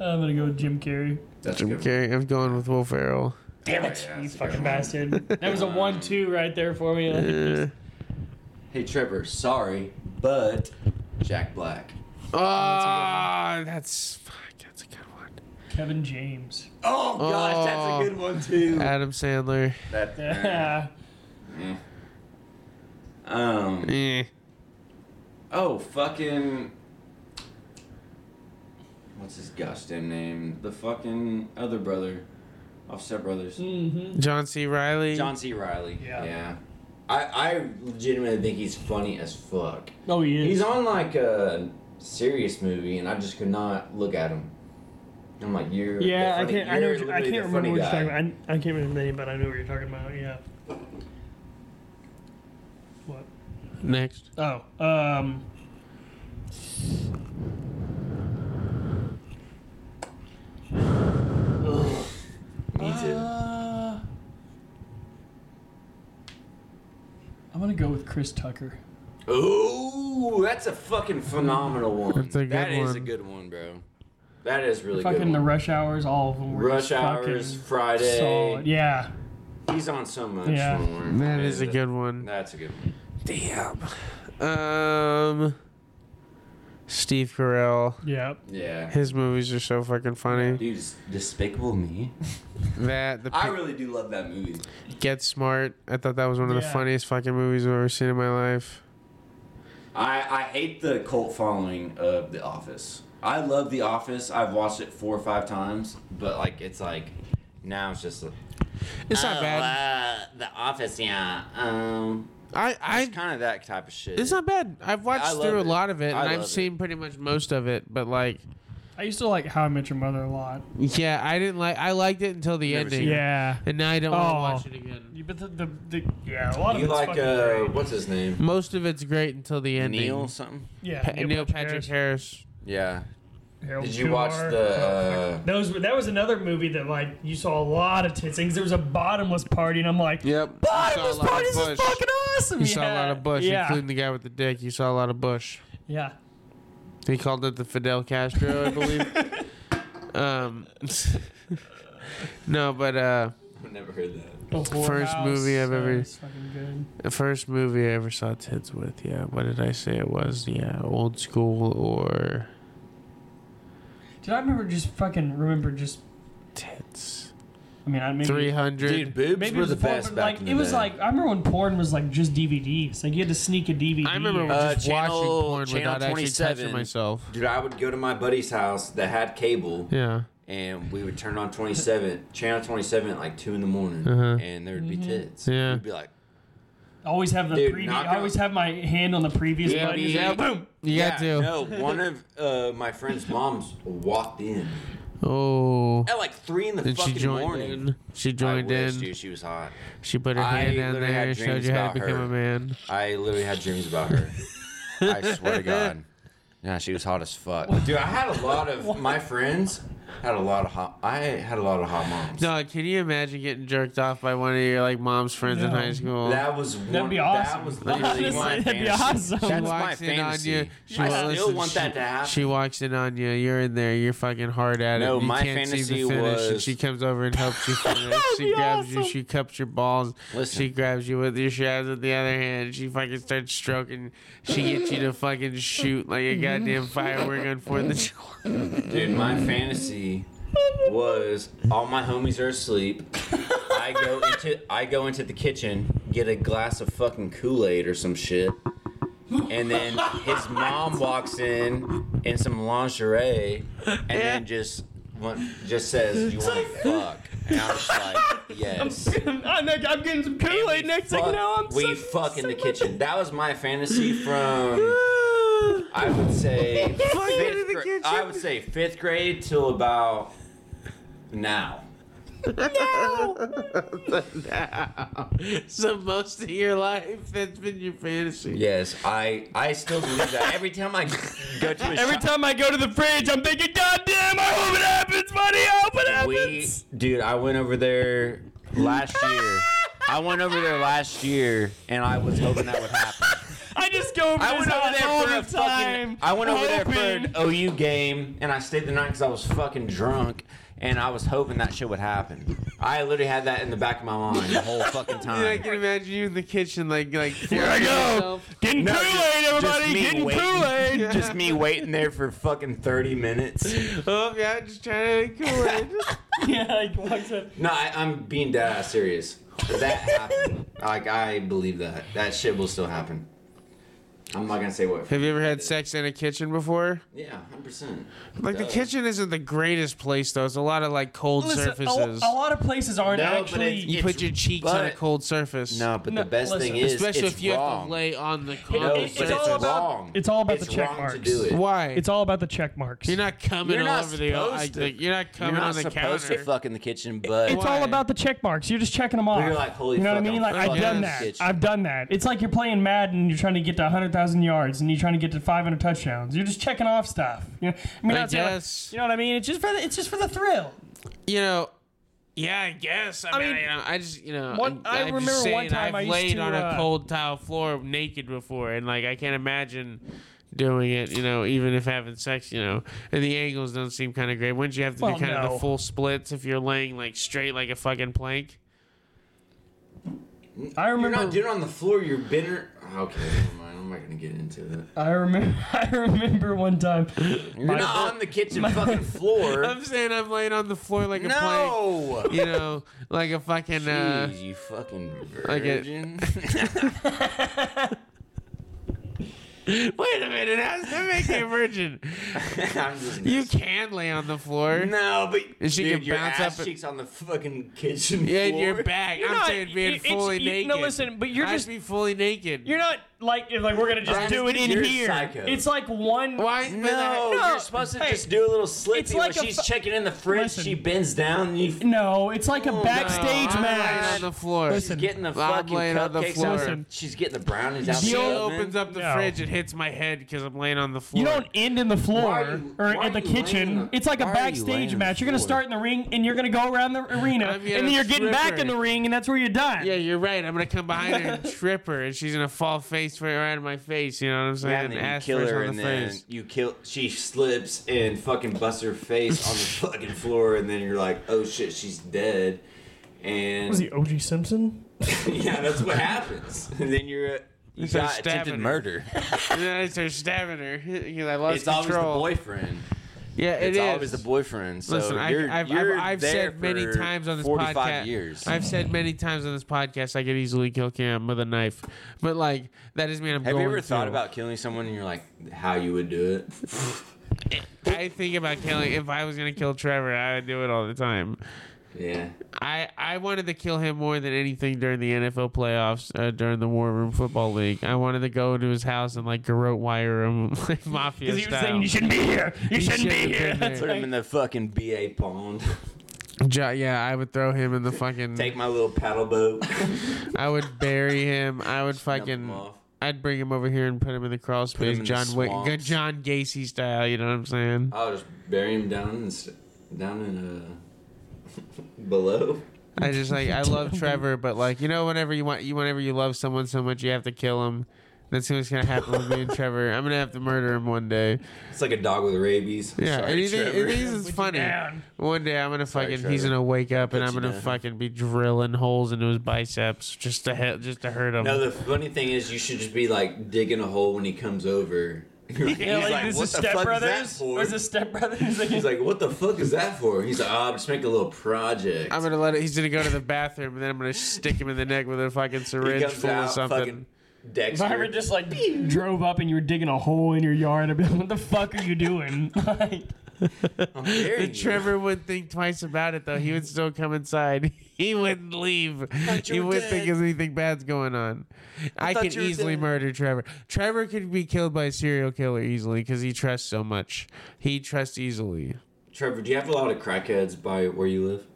[SPEAKER 2] I'm gonna go with Jim Carrey.
[SPEAKER 3] That's
[SPEAKER 1] Jim Carrey. I'm going with Will Ferrell.
[SPEAKER 2] Damn
[SPEAKER 3] Yeah,
[SPEAKER 2] it,
[SPEAKER 3] yeah,
[SPEAKER 2] you
[SPEAKER 3] that's a
[SPEAKER 2] fucking
[SPEAKER 3] good one.
[SPEAKER 2] bastard. That was a one-two right there for me. Like,
[SPEAKER 1] Uh,
[SPEAKER 3] Hey Trevor, sorry, but Jack Black.
[SPEAKER 1] Ah, that's fuck. That's a good one.
[SPEAKER 2] Kevin James.
[SPEAKER 3] Oh
[SPEAKER 1] gosh, that's a good
[SPEAKER 3] one too.
[SPEAKER 1] Adam Sandler.
[SPEAKER 3] That,
[SPEAKER 2] Yeah.
[SPEAKER 3] um
[SPEAKER 1] Eh.
[SPEAKER 3] oh fucking what's his gosh damn name? The fucking other brother, Offset Brothers,
[SPEAKER 2] Mm-hmm.
[SPEAKER 1] John C. Riley.
[SPEAKER 3] John C. Riley.
[SPEAKER 2] Yeah.
[SPEAKER 3] yeah. I I legitimately think he's funny as fuck.
[SPEAKER 2] Oh, he is.
[SPEAKER 3] He's on like a serious movie, and I just could not look at him. I'm like, you're
[SPEAKER 2] yeah,
[SPEAKER 3] the
[SPEAKER 2] I
[SPEAKER 3] funny-
[SPEAKER 2] can't. I, know
[SPEAKER 3] you're
[SPEAKER 2] what you- I
[SPEAKER 3] literally
[SPEAKER 2] can't
[SPEAKER 3] the
[SPEAKER 2] remember
[SPEAKER 3] funny
[SPEAKER 2] what you're
[SPEAKER 3] guy.
[SPEAKER 2] talking about. I, I can't remember the name, but I know what you're talking about. Yeah. What?
[SPEAKER 1] Next.
[SPEAKER 2] Oh. Um. Ugh.
[SPEAKER 3] Me too.
[SPEAKER 2] Uh, I'm gonna go with Chris Tucker.
[SPEAKER 3] Ooh, that's a fucking phenomenal one.
[SPEAKER 1] That's a good
[SPEAKER 3] That is a
[SPEAKER 1] one.
[SPEAKER 3] good one, bro. That is really
[SPEAKER 2] fucking
[SPEAKER 3] good.
[SPEAKER 2] the
[SPEAKER 3] One.
[SPEAKER 2] rush hours, all of them. Were
[SPEAKER 3] Rush
[SPEAKER 2] just fucking
[SPEAKER 3] Hours, Friday.
[SPEAKER 2] Solid. Yeah.
[SPEAKER 3] He's on so much.
[SPEAKER 2] Yeah.
[SPEAKER 3] More.
[SPEAKER 1] That is a good one.
[SPEAKER 3] That's a good one.
[SPEAKER 1] Damn. Um. Steve Carell.
[SPEAKER 2] Yep.
[SPEAKER 3] Yeah.
[SPEAKER 1] His movies are so fucking funny.
[SPEAKER 3] Dude, it's Despicable Me.
[SPEAKER 1] That the
[SPEAKER 3] I
[SPEAKER 1] Pic-
[SPEAKER 3] really do love that movie.
[SPEAKER 1] Get Smart. I thought that was one of the
[SPEAKER 2] Yeah.
[SPEAKER 1] funniest fucking movies I've ever seen in my life.
[SPEAKER 3] I, I hate the cult following of The Office. I love The Office. I've watched it four or five times, but like it's like now it's just. Like,
[SPEAKER 1] It's not bad.
[SPEAKER 3] Oh, Uh, the Office, yeah. Um,
[SPEAKER 1] I I.
[SPEAKER 3] kind of that type of shit.
[SPEAKER 1] It's not bad. I've
[SPEAKER 3] I
[SPEAKER 1] watched
[SPEAKER 3] love
[SPEAKER 1] through a
[SPEAKER 3] it.
[SPEAKER 1] lot of it,
[SPEAKER 3] I
[SPEAKER 1] and I've
[SPEAKER 3] love it.
[SPEAKER 1] seen pretty much most of it. But like,
[SPEAKER 2] I used to like How I Met Your Mother a lot.
[SPEAKER 1] yeah, I didn't like. I liked it until the
[SPEAKER 3] Never seen
[SPEAKER 1] ending.
[SPEAKER 3] it.
[SPEAKER 2] Yeah.
[SPEAKER 1] And now I don't
[SPEAKER 2] Oh.
[SPEAKER 1] want to watch it again.
[SPEAKER 2] Yeah, But the, the, the yeah, a lot of
[SPEAKER 3] You
[SPEAKER 2] it's
[SPEAKER 3] like
[SPEAKER 2] fucking
[SPEAKER 3] uh,
[SPEAKER 2] great.
[SPEAKER 3] what's his name?
[SPEAKER 1] Most of it's great until the ending.
[SPEAKER 3] Neil something.
[SPEAKER 2] yeah,
[SPEAKER 1] Pa- Neil Patrick Harris.
[SPEAKER 3] Yeah.
[SPEAKER 2] Harold
[SPEAKER 3] Did you
[SPEAKER 2] Kumar.
[SPEAKER 3] watch the? Uh,
[SPEAKER 2] That was that was another movie that like you saw a lot of tits because there was a bottomless party and I'm like
[SPEAKER 1] Yep.
[SPEAKER 2] bottomless parties is fucking awesome.
[SPEAKER 1] You
[SPEAKER 2] yeah.
[SPEAKER 1] saw a lot of Bush,
[SPEAKER 2] Yeah,
[SPEAKER 1] including the guy with the dick. You saw a lot of Bush.
[SPEAKER 2] yeah.
[SPEAKER 1] He called it the Fidel Castro, I believe. um, no, but uh,
[SPEAKER 3] I've never heard that.
[SPEAKER 2] The Whore
[SPEAKER 1] First
[SPEAKER 2] House,
[SPEAKER 1] movie I've
[SPEAKER 2] uh,
[SPEAKER 1] ever-
[SPEAKER 2] it's fucking good.
[SPEAKER 1] the first movie I ever saw tits with, yeah. What did I say it was? Yeah, old school or
[SPEAKER 2] Did I remember just fucking remember just?
[SPEAKER 1] tits.
[SPEAKER 2] I mean, I maybe.
[SPEAKER 1] Three hundred.
[SPEAKER 3] Dude, boobs
[SPEAKER 2] Maybe it
[SPEAKER 3] were
[SPEAKER 2] was
[SPEAKER 3] the
[SPEAKER 2] before,
[SPEAKER 3] best
[SPEAKER 2] but,
[SPEAKER 3] back
[SPEAKER 2] like
[SPEAKER 3] in the
[SPEAKER 2] it was
[SPEAKER 3] day.
[SPEAKER 2] like I remember when porn was like just DVDs. Like you had to sneak a DVD.
[SPEAKER 1] I remember
[SPEAKER 2] in.
[SPEAKER 3] Uh,
[SPEAKER 1] just watching
[SPEAKER 3] channel-
[SPEAKER 1] porn
[SPEAKER 3] channel
[SPEAKER 1] without actually
[SPEAKER 3] 27.
[SPEAKER 1] touching myself.
[SPEAKER 3] Dude, I would go to my buddy's house that had cable,
[SPEAKER 1] Yeah.
[SPEAKER 3] and we would turn on 27, channel 27 at like 2 in the morning,
[SPEAKER 1] Uh-huh.
[SPEAKER 3] and there would be tits.
[SPEAKER 1] Yeah.
[SPEAKER 3] We'd be like,
[SPEAKER 2] I always have the
[SPEAKER 3] Dude,
[SPEAKER 2] preview.
[SPEAKER 3] knock
[SPEAKER 2] I always
[SPEAKER 3] out-
[SPEAKER 2] have my hand on the previous
[SPEAKER 3] Yeah,
[SPEAKER 2] button.
[SPEAKER 3] yeah,
[SPEAKER 2] boom.
[SPEAKER 1] You got to.
[SPEAKER 3] No, one of uh, my friend's moms walked in
[SPEAKER 1] Oh.
[SPEAKER 3] At like three in the
[SPEAKER 1] Then she
[SPEAKER 3] fucking
[SPEAKER 1] joined
[SPEAKER 3] morning.
[SPEAKER 1] in. She
[SPEAKER 3] I
[SPEAKER 1] joined
[SPEAKER 3] wish,
[SPEAKER 1] in.
[SPEAKER 3] dude. She was hot.
[SPEAKER 1] She put her
[SPEAKER 3] I
[SPEAKER 1] hand down
[SPEAKER 3] literally
[SPEAKER 1] there,
[SPEAKER 3] had
[SPEAKER 1] showed
[SPEAKER 3] dreams
[SPEAKER 1] you how to
[SPEAKER 3] about
[SPEAKER 1] become
[SPEAKER 3] her.
[SPEAKER 1] a man.
[SPEAKER 3] I literally had dreams about her. I swear to God. Yeah, she was hot as fuck. Dude, I had a lot of my friends had a lot of hot. I had a lot of hot moms.
[SPEAKER 1] No, can you imagine getting jerked off by one of your like mom's friends in
[SPEAKER 2] No.
[SPEAKER 1] high school?
[SPEAKER 3] That was one,
[SPEAKER 2] That'd be awesome.
[SPEAKER 3] That was
[SPEAKER 2] Honestly,
[SPEAKER 3] literally my
[SPEAKER 2] that'd be
[SPEAKER 3] fantasy.
[SPEAKER 2] awesome.
[SPEAKER 1] she
[SPEAKER 3] That's
[SPEAKER 1] walks
[SPEAKER 3] my
[SPEAKER 1] in
[SPEAKER 3] fantasy.
[SPEAKER 1] on you. She
[SPEAKER 3] I
[SPEAKER 1] wa-
[SPEAKER 3] still
[SPEAKER 1] listen,
[SPEAKER 3] want that to happen.
[SPEAKER 1] She walks in on you. You're in there. You're fucking hard at it.
[SPEAKER 3] No,
[SPEAKER 1] you
[SPEAKER 3] my
[SPEAKER 1] can't see
[SPEAKER 3] fantasy
[SPEAKER 1] the finish. And
[SPEAKER 3] was-
[SPEAKER 1] she comes over and helps you finish. she
[SPEAKER 2] be
[SPEAKER 1] grabs you.
[SPEAKER 2] awesome.
[SPEAKER 1] She cups your balls.
[SPEAKER 3] Listen.
[SPEAKER 1] She grabs you with your shaft with the other hand. She fucking starts stroking. She gets you to fucking shoot like a goddamn firework on Fourth of July.
[SPEAKER 3] Dude, my fantasy was all my homies are asleep. I go into I go into the kitchen, get a glass of fucking Kool Aid or some shit, and then his mom walks in in some lingerie, and then just went, just says, "You want to fuck?" And I was just like, "Yes."
[SPEAKER 2] I'm, not- I'm getting some Kool Aid next thing.
[SPEAKER 3] Fuck,
[SPEAKER 2] Now I'm
[SPEAKER 3] we
[SPEAKER 2] sucking-
[SPEAKER 3] fuck in the
[SPEAKER 2] sucking-
[SPEAKER 3] kitchen. That was my fantasy from I would say
[SPEAKER 1] it in
[SPEAKER 3] fifth
[SPEAKER 1] the
[SPEAKER 3] gra-
[SPEAKER 1] kitchen.
[SPEAKER 3] I would say fifth grade till about now.
[SPEAKER 1] so most of your life, that's been your fantasy.
[SPEAKER 3] Yes, I I still believe that. Every time I go to a
[SPEAKER 2] Every
[SPEAKER 3] shop,
[SPEAKER 2] time I go to the fridge, I'm thinking, God damn, I hope it happens, buddy. I hope it
[SPEAKER 3] we
[SPEAKER 2] happens.
[SPEAKER 3] dude, I went over there last year. I went over there last year, and I was hoping that would happen.
[SPEAKER 2] I just go over,
[SPEAKER 3] I went
[SPEAKER 2] his
[SPEAKER 3] over
[SPEAKER 2] house
[SPEAKER 3] there
[SPEAKER 2] all
[SPEAKER 3] for
[SPEAKER 2] the
[SPEAKER 3] a
[SPEAKER 2] time.
[SPEAKER 3] fucking. I went over there for
[SPEAKER 2] hoping-
[SPEAKER 3] an OU game, and I stayed the night because I was fucking drunk, and I was hoping that shit would happen. I literally had that in the back of my mind the whole fucking
[SPEAKER 1] Dude, I
[SPEAKER 3] time.
[SPEAKER 1] can imagine you in the kitchen, like, like
[SPEAKER 2] Here I go.
[SPEAKER 1] yourself.
[SPEAKER 2] Getting
[SPEAKER 3] No,
[SPEAKER 2] Kool
[SPEAKER 3] just-
[SPEAKER 2] Aid,
[SPEAKER 3] just
[SPEAKER 2] everybody.
[SPEAKER 3] me
[SPEAKER 2] Getting
[SPEAKER 3] waiting.
[SPEAKER 2] Kool Aid.
[SPEAKER 3] Just me waiting there for fucking thirty minutes.
[SPEAKER 1] Oh yeah, just trying to cool it.
[SPEAKER 2] yeah, like walks up.
[SPEAKER 3] No, I, I'm being dead ass serious. That happened. Like I believe that that shit will still happen. I'm not gonna say what.
[SPEAKER 1] Have you ever had sex in a kitchen before?
[SPEAKER 3] Yeah, hundred percent.
[SPEAKER 1] Like the
[SPEAKER 3] Duh.
[SPEAKER 1] kitchen isn't the greatest place though. It's a lot of like cold
[SPEAKER 2] Listen, a,
[SPEAKER 1] surfaces.
[SPEAKER 2] a lot of places aren't
[SPEAKER 3] No, but
[SPEAKER 2] actually.
[SPEAKER 1] you
[SPEAKER 3] it's-
[SPEAKER 1] put your cheeks on a
[SPEAKER 3] but-
[SPEAKER 1] cold surface.
[SPEAKER 3] No, but
[SPEAKER 2] No,
[SPEAKER 3] the best
[SPEAKER 2] listen.
[SPEAKER 3] thing is,
[SPEAKER 1] especially
[SPEAKER 3] it's
[SPEAKER 1] if you
[SPEAKER 3] wrong.
[SPEAKER 1] have to lay on the cold
[SPEAKER 3] No,
[SPEAKER 2] It-
[SPEAKER 3] but
[SPEAKER 2] it's
[SPEAKER 3] it's,
[SPEAKER 1] surface.
[SPEAKER 2] all about-
[SPEAKER 3] wrong.
[SPEAKER 2] it's all about the check
[SPEAKER 3] wrong to
[SPEAKER 2] marks.
[SPEAKER 3] do it.
[SPEAKER 1] Why?
[SPEAKER 2] it's all about the check marks.
[SPEAKER 1] you're not coming
[SPEAKER 3] You're
[SPEAKER 1] all
[SPEAKER 3] not
[SPEAKER 1] over the, like,
[SPEAKER 3] supposed to.
[SPEAKER 1] like, you're not
[SPEAKER 3] You're
[SPEAKER 1] coming
[SPEAKER 3] not
[SPEAKER 1] on the
[SPEAKER 3] supposed
[SPEAKER 1] counter.
[SPEAKER 3] to fuck in the kitchen, but
[SPEAKER 2] it's all
[SPEAKER 1] Why?
[SPEAKER 2] about the check marks. You're just checking them off.
[SPEAKER 3] you're like, holy
[SPEAKER 2] you know
[SPEAKER 3] fuck,
[SPEAKER 2] what I mean?
[SPEAKER 3] I'm
[SPEAKER 2] Like I've
[SPEAKER 3] fucking
[SPEAKER 2] done
[SPEAKER 3] in
[SPEAKER 2] that.
[SPEAKER 3] this bitch.
[SPEAKER 2] I've done that. It's like you're playing Madden. and You're trying to get to 100,000 yards, and you're trying to get to 500 touchdowns. You're just checking off stuff. You know, I mean,
[SPEAKER 1] I
[SPEAKER 2] not saying, like-
[SPEAKER 1] guess.
[SPEAKER 2] you know what I mean? It's just for the, it's just for the thrill.
[SPEAKER 1] you know. Yeah, I guess. I,
[SPEAKER 2] I
[SPEAKER 1] mean,
[SPEAKER 2] mean,
[SPEAKER 1] you know, I just, you know,
[SPEAKER 2] one- I
[SPEAKER 1] I'm just
[SPEAKER 2] remember one
[SPEAKER 1] saying, I've
[SPEAKER 2] time I used
[SPEAKER 1] laid
[SPEAKER 2] to,
[SPEAKER 1] on a
[SPEAKER 2] uh,
[SPEAKER 1] cold tile floor naked before, and like I can't imagine doing it. You know, even if having sex, you know, and the angles don't seem kind of great. Wouldn't you have to
[SPEAKER 2] Well,
[SPEAKER 1] do kind of the
[SPEAKER 2] no.
[SPEAKER 1] full splits if you're laying like straight like a fucking plank?
[SPEAKER 2] I
[SPEAKER 3] You're
[SPEAKER 2] remember.
[SPEAKER 3] not doing it on the floor. You're bitter. Okay, never mind. I'm not gonna get into it.
[SPEAKER 2] I remember. I remember one time.
[SPEAKER 3] You're not on the kitchen fucking floor.
[SPEAKER 1] I'm saying I'm laying on the floor like a plank.
[SPEAKER 3] no.
[SPEAKER 1] You know, like a fucking. uh
[SPEAKER 3] Jeez, you fucking
[SPEAKER 1] like it-
[SPEAKER 3] virgin.
[SPEAKER 1] Wait a minute, how's that make you a virgin?
[SPEAKER 3] I'm just
[SPEAKER 1] You can lay on the floor.
[SPEAKER 3] no, but
[SPEAKER 1] And she
[SPEAKER 3] dude,
[SPEAKER 1] can
[SPEAKER 3] your
[SPEAKER 1] bounce
[SPEAKER 3] ass
[SPEAKER 1] up and-
[SPEAKER 3] cheeks on the fucking kitchen
[SPEAKER 1] Yeah, and
[SPEAKER 3] floor.
[SPEAKER 1] your back.
[SPEAKER 2] You're
[SPEAKER 1] I'm
[SPEAKER 2] not-
[SPEAKER 1] saying being
[SPEAKER 2] it- it's-
[SPEAKER 1] fully
[SPEAKER 2] you-
[SPEAKER 1] naked.
[SPEAKER 2] no, listen, but you're
[SPEAKER 1] I'd
[SPEAKER 2] just-
[SPEAKER 1] be fully naked.
[SPEAKER 2] You're not like you're like we're gonna just
[SPEAKER 3] Right.
[SPEAKER 2] do it in
[SPEAKER 3] You're a
[SPEAKER 2] here.
[SPEAKER 3] psycho.
[SPEAKER 2] It's like one.
[SPEAKER 1] Why?
[SPEAKER 3] No,
[SPEAKER 2] No,
[SPEAKER 3] you're supposed to
[SPEAKER 2] hey,
[SPEAKER 3] just do a little slippy.
[SPEAKER 2] it's like
[SPEAKER 3] when
[SPEAKER 2] a
[SPEAKER 3] she's
[SPEAKER 2] fu-
[SPEAKER 3] checking in the fridge,
[SPEAKER 2] Listen.
[SPEAKER 3] she bends down. And you f-
[SPEAKER 2] No, it's like a
[SPEAKER 3] Oh,
[SPEAKER 2] backstage
[SPEAKER 1] I'm laying
[SPEAKER 2] match.
[SPEAKER 1] on the floor.
[SPEAKER 3] she's
[SPEAKER 2] Listen.
[SPEAKER 3] getting the
[SPEAKER 1] I'm
[SPEAKER 3] fucking
[SPEAKER 1] laying on the
[SPEAKER 3] cupcakes
[SPEAKER 1] floor.
[SPEAKER 3] out.
[SPEAKER 2] Listen.
[SPEAKER 3] She's getting the brownies out.
[SPEAKER 1] She
[SPEAKER 3] the oven.
[SPEAKER 1] opens up the
[SPEAKER 2] No.
[SPEAKER 1] fridge and hits my head because I'm laying on the floor.
[SPEAKER 2] You don't end in the
[SPEAKER 3] Why
[SPEAKER 2] floor
[SPEAKER 3] are you-
[SPEAKER 2] or
[SPEAKER 3] why
[SPEAKER 2] in the
[SPEAKER 3] are you laying
[SPEAKER 2] kitchen.
[SPEAKER 3] on-
[SPEAKER 2] It's like a
[SPEAKER 3] why are you laying
[SPEAKER 2] backstage
[SPEAKER 3] on
[SPEAKER 2] match.
[SPEAKER 3] the
[SPEAKER 2] You're gonna
[SPEAKER 3] floor?
[SPEAKER 2] start in the ring and you're gonna go around the arena
[SPEAKER 1] I'm
[SPEAKER 2] and
[SPEAKER 1] getting
[SPEAKER 2] then you're getting back
[SPEAKER 1] stripper.
[SPEAKER 2] in the ring and that's where you die.
[SPEAKER 1] Yeah, you're right. I'm gonna come behind her and trip her, and she's gonna fall face right in my face. You know what I'm
[SPEAKER 3] Yeah,
[SPEAKER 1] saying?
[SPEAKER 3] and then you
[SPEAKER 1] Ass
[SPEAKER 3] kill
[SPEAKER 1] first
[SPEAKER 3] her,
[SPEAKER 1] on
[SPEAKER 3] and
[SPEAKER 1] the
[SPEAKER 3] then
[SPEAKER 1] face.
[SPEAKER 3] you kill. She slips and fucking busts her face on the fucking floor, and then you're like, "Oh shit, she's dead." And
[SPEAKER 2] Was he OG Simpson?
[SPEAKER 3] yeah, that's what happens. And then you're uh, you
[SPEAKER 1] It's like
[SPEAKER 3] got
[SPEAKER 1] stabbing her.
[SPEAKER 3] attempted murder.
[SPEAKER 1] And then I start stabbing her because I lost
[SPEAKER 3] It's
[SPEAKER 1] control.
[SPEAKER 3] always the boyfriend.
[SPEAKER 1] yeah, it
[SPEAKER 3] It's
[SPEAKER 1] is.
[SPEAKER 3] always the boyfriend. So
[SPEAKER 1] Listen, I,
[SPEAKER 3] you're,
[SPEAKER 1] I've,
[SPEAKER 3] you're
[SPEAKER 1] I've, I've
[SPEAKER 3] there
[SPEAKER 1] said many
[SPEAKER 3] for
[SPEAKER 1] times on this
[SPEAKER 3] 45
[SPEAKER 1] podcast.
[SPEAKER 3] years.
[SPEAKER 1] I've said many times on this podcast I could easily kill Cam with a knife, but like that doesn't mean I'm
[SPEAKER 3] Have you
[SPEAKER 1] going
[SPEAKER 3] ever thought
[SPEAKER 1] to.
[SPEAKER 3] about killing someone and you're like, how you would do it?
[SPEAKER 1] I think about killing. If I was gonna kill Trevor, I would do it all the time.
[SPEAKER 5] Yeah.
[SPEAKER 1] I, I wanted to kill him more than anything during the NFL playoffs, uh, during the War Room Football League. I wanted to go into his house and like garrote wire him like mafia
[SPEAKER 2] Because he was
[SPEAKER 1] style.
[SPEAKER 2] saying you shouldn't be here. You shouldn't be
[SPEAKER 1] shouldn't have
[SPEAKER 2] here.
[SPEAKER 1] been there.
[SPEAKER 2] That's
[SPEAKER 3] Put him
[SPEAKER 2] right.
[SPEAKER 3] in the fucking BA pond.
[SPEAKER 1] Jo- yeah, I would throw him in the fucking.
[SPEAKER 3] Take my little paddle boat.
[SPEAKER 1] I would bury him. I would
[SPEAKER 3] Dump him
[SPEAKER 1] fucking.
[SPEAKER 3] off.
[SPEAKER 1] I'd bring him over here and put him in the crawl
[SPEAKER 3] him
[SPEAKER 1] space,
[SPEAKER 3] in the
[SPEAKER 1] John Wick,
[SPEAKER 3] swamps.
[SPEAKER 1] good John Gacy style. You know what I'm saying?
[SPEAKER 2] Uh,
[SPEAKER 3] I'll just bury him down in s- down in uh below.
[SPEAKER 1] I just like I love Trevor, but like you know, whenever you want, you whenever you love someone so much, you have to kill him. That's what's gonna happen with me and Trevor. I'm gonna have to murder him one day.
[SPEAKER 3] It's like a dog with rabies. I'm
[SPEAKER 1] Yeah,
[SPEAKER 3] sorry,
[SPEAKER 1] and he, thi-
[SPEAKER 3] Trevor.
[SPEAKER 1] he thinks it's
[SPEAKER 2] Put you
[SPEAKER 1] funny.
[SPEAKER 2] down.
[SPEAKER 1] One day I'm gonna fucking he's
[SPEAKER 3] Trevor.
[SPEAKER 1] gonna wake up and
[SPEAKER 3] Put
[SPEAKER 1] I'm
[SPEAKER 3] you
[SPEAKER 1] gonna
[SPEAKER 3] down.
[SPEAKER 1] fucking be drilling holes into his biceps just to he- just to hurt him.
[SPEAKER 3] No, the funny thing is, you should just be like digging a hole when he comes over. He's
[SPEAKER 2] Yeah, like, this is Step Brothers. Or is
[SPEAKER 3] for?
[SPEAKER 2] this Step Brothers?
[SPEAKER 3] He's like, what the fuck is that for? He's like, oh, I'll just make a little project.
[SPEAKER 1] I'm gonna let it. He's gonna go to the bathroom and then I'm gonna stick him in the neck with a fucking
[SPEAKER 3] he
[SPEAKER 1] syringe
[SPEAKER 3] comes
[SPEAKER 1] full
[SPEAKER 3] out
[SPEAKER 1] of something.
[SPEAKER 3] fucking
[SPEAKER 2] if I ever
[SPEAKER 3] Dexter.
[SPEAKER 2] just like drove up and you were digging a hole in your yard, I'd be like, "What the fuck are you doing?" like,
[SPEAKER 3] I'm burying
[SPEAKER 1] And
[SPEAKER 3] you.
[SPEAKER 1] Trevor wouldn't think twice about it though. He would still come inside. He wouldn't leave.
[SPEAKER 3] you
[SPEAKER 1] He
[SPEAKER 3] were
[SPEAKER 1] wouldn't think
[SPEAKER 3] dead.
[SPEAKER 1] there's anything bad's going on. I,
[SPEAKER 3] thought
[SPEAKER 1] could
[SPEAKER 3] you were
[SPEAKER 1] easily
[SPEAKER 3] dead.
[SPEAKER 1] murder Trevor. Trevor could be killed by a serial killer easily because he trusts so much. He trusts easily.
[SPEAKER 3] Trevor, do you have a lot of crackheads by where you live?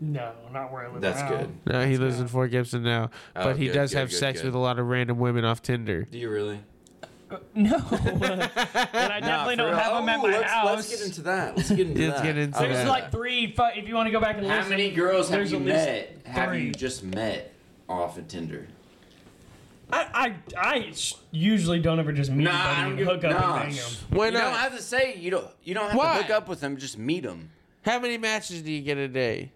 [SPEAKER 2] no, not where I live.
[SPEAKER 3] That's
[SPEAKER 2] now.
[SPEAKER 3] good.
[SPEAKER 1] No, he lives in Fort Gibson now,
[SPEAKER 3] Oh,
[SPEAKER 1] but he
[SPEAKER 3] good,
[SPEAKER 1] does
[SPEAKER 3] good,
[SPEAKER 1] have
[SPEAKER 3] good,
[SPEAKER 1] sex
[SPEAKER 3] good.
[SPEAKER 1] with a lot of random women off Tinder.
[SPEAKER 3] Do you really?
[SPEAKER 2] No, and I definitely don't have them at my
[SPEAKER 3] let's,
[SPEAKER 2] house.
[SPEAKER 3] Let's get into that. Let's get into
[SPEAKER 1] Let's
[SPEAKER 3] that.
[SPEAKER 1] get into
[SPEAKER 3] Okay.
[SPEAKER 2] There's
[SPEAKER 1] that.
[SPEAKER 2] like three. fu- If you want to go back and
[SPEAKER 3] How
[SPEAKER 2] listen,
[SPEAKER 3] many girls have
[SPEAKER 2] there's
[SPEAKER 3] you
[SPEAKER 2] at least
[SPEAKER 3] met? Have you
[SPEAKER 2] three.
[SPEAKER 3] just met off of Tinder?
[SPEAKER 2] I, I I sh- usually don't ever just meet
[SPEAKER 3] Nah, I don't
[SPEAKER 2] anybody and
[SPEAKER 3] give-
[SPEAKER 2] hook up
[SPEAKER 3] nah.
[SPEAKER 2] and bang them.
[SPEAKER 1] Why
[SPEAKER 3] you
[SPEAKER 1] not?
[SPEAKER 3] don't have to say you don't. You don't have
[SPEAKER 1] Why?
[SPEAKER 3] to hook up with them. Just meet them.
[SPEAKER 1] How many matches do you get a day?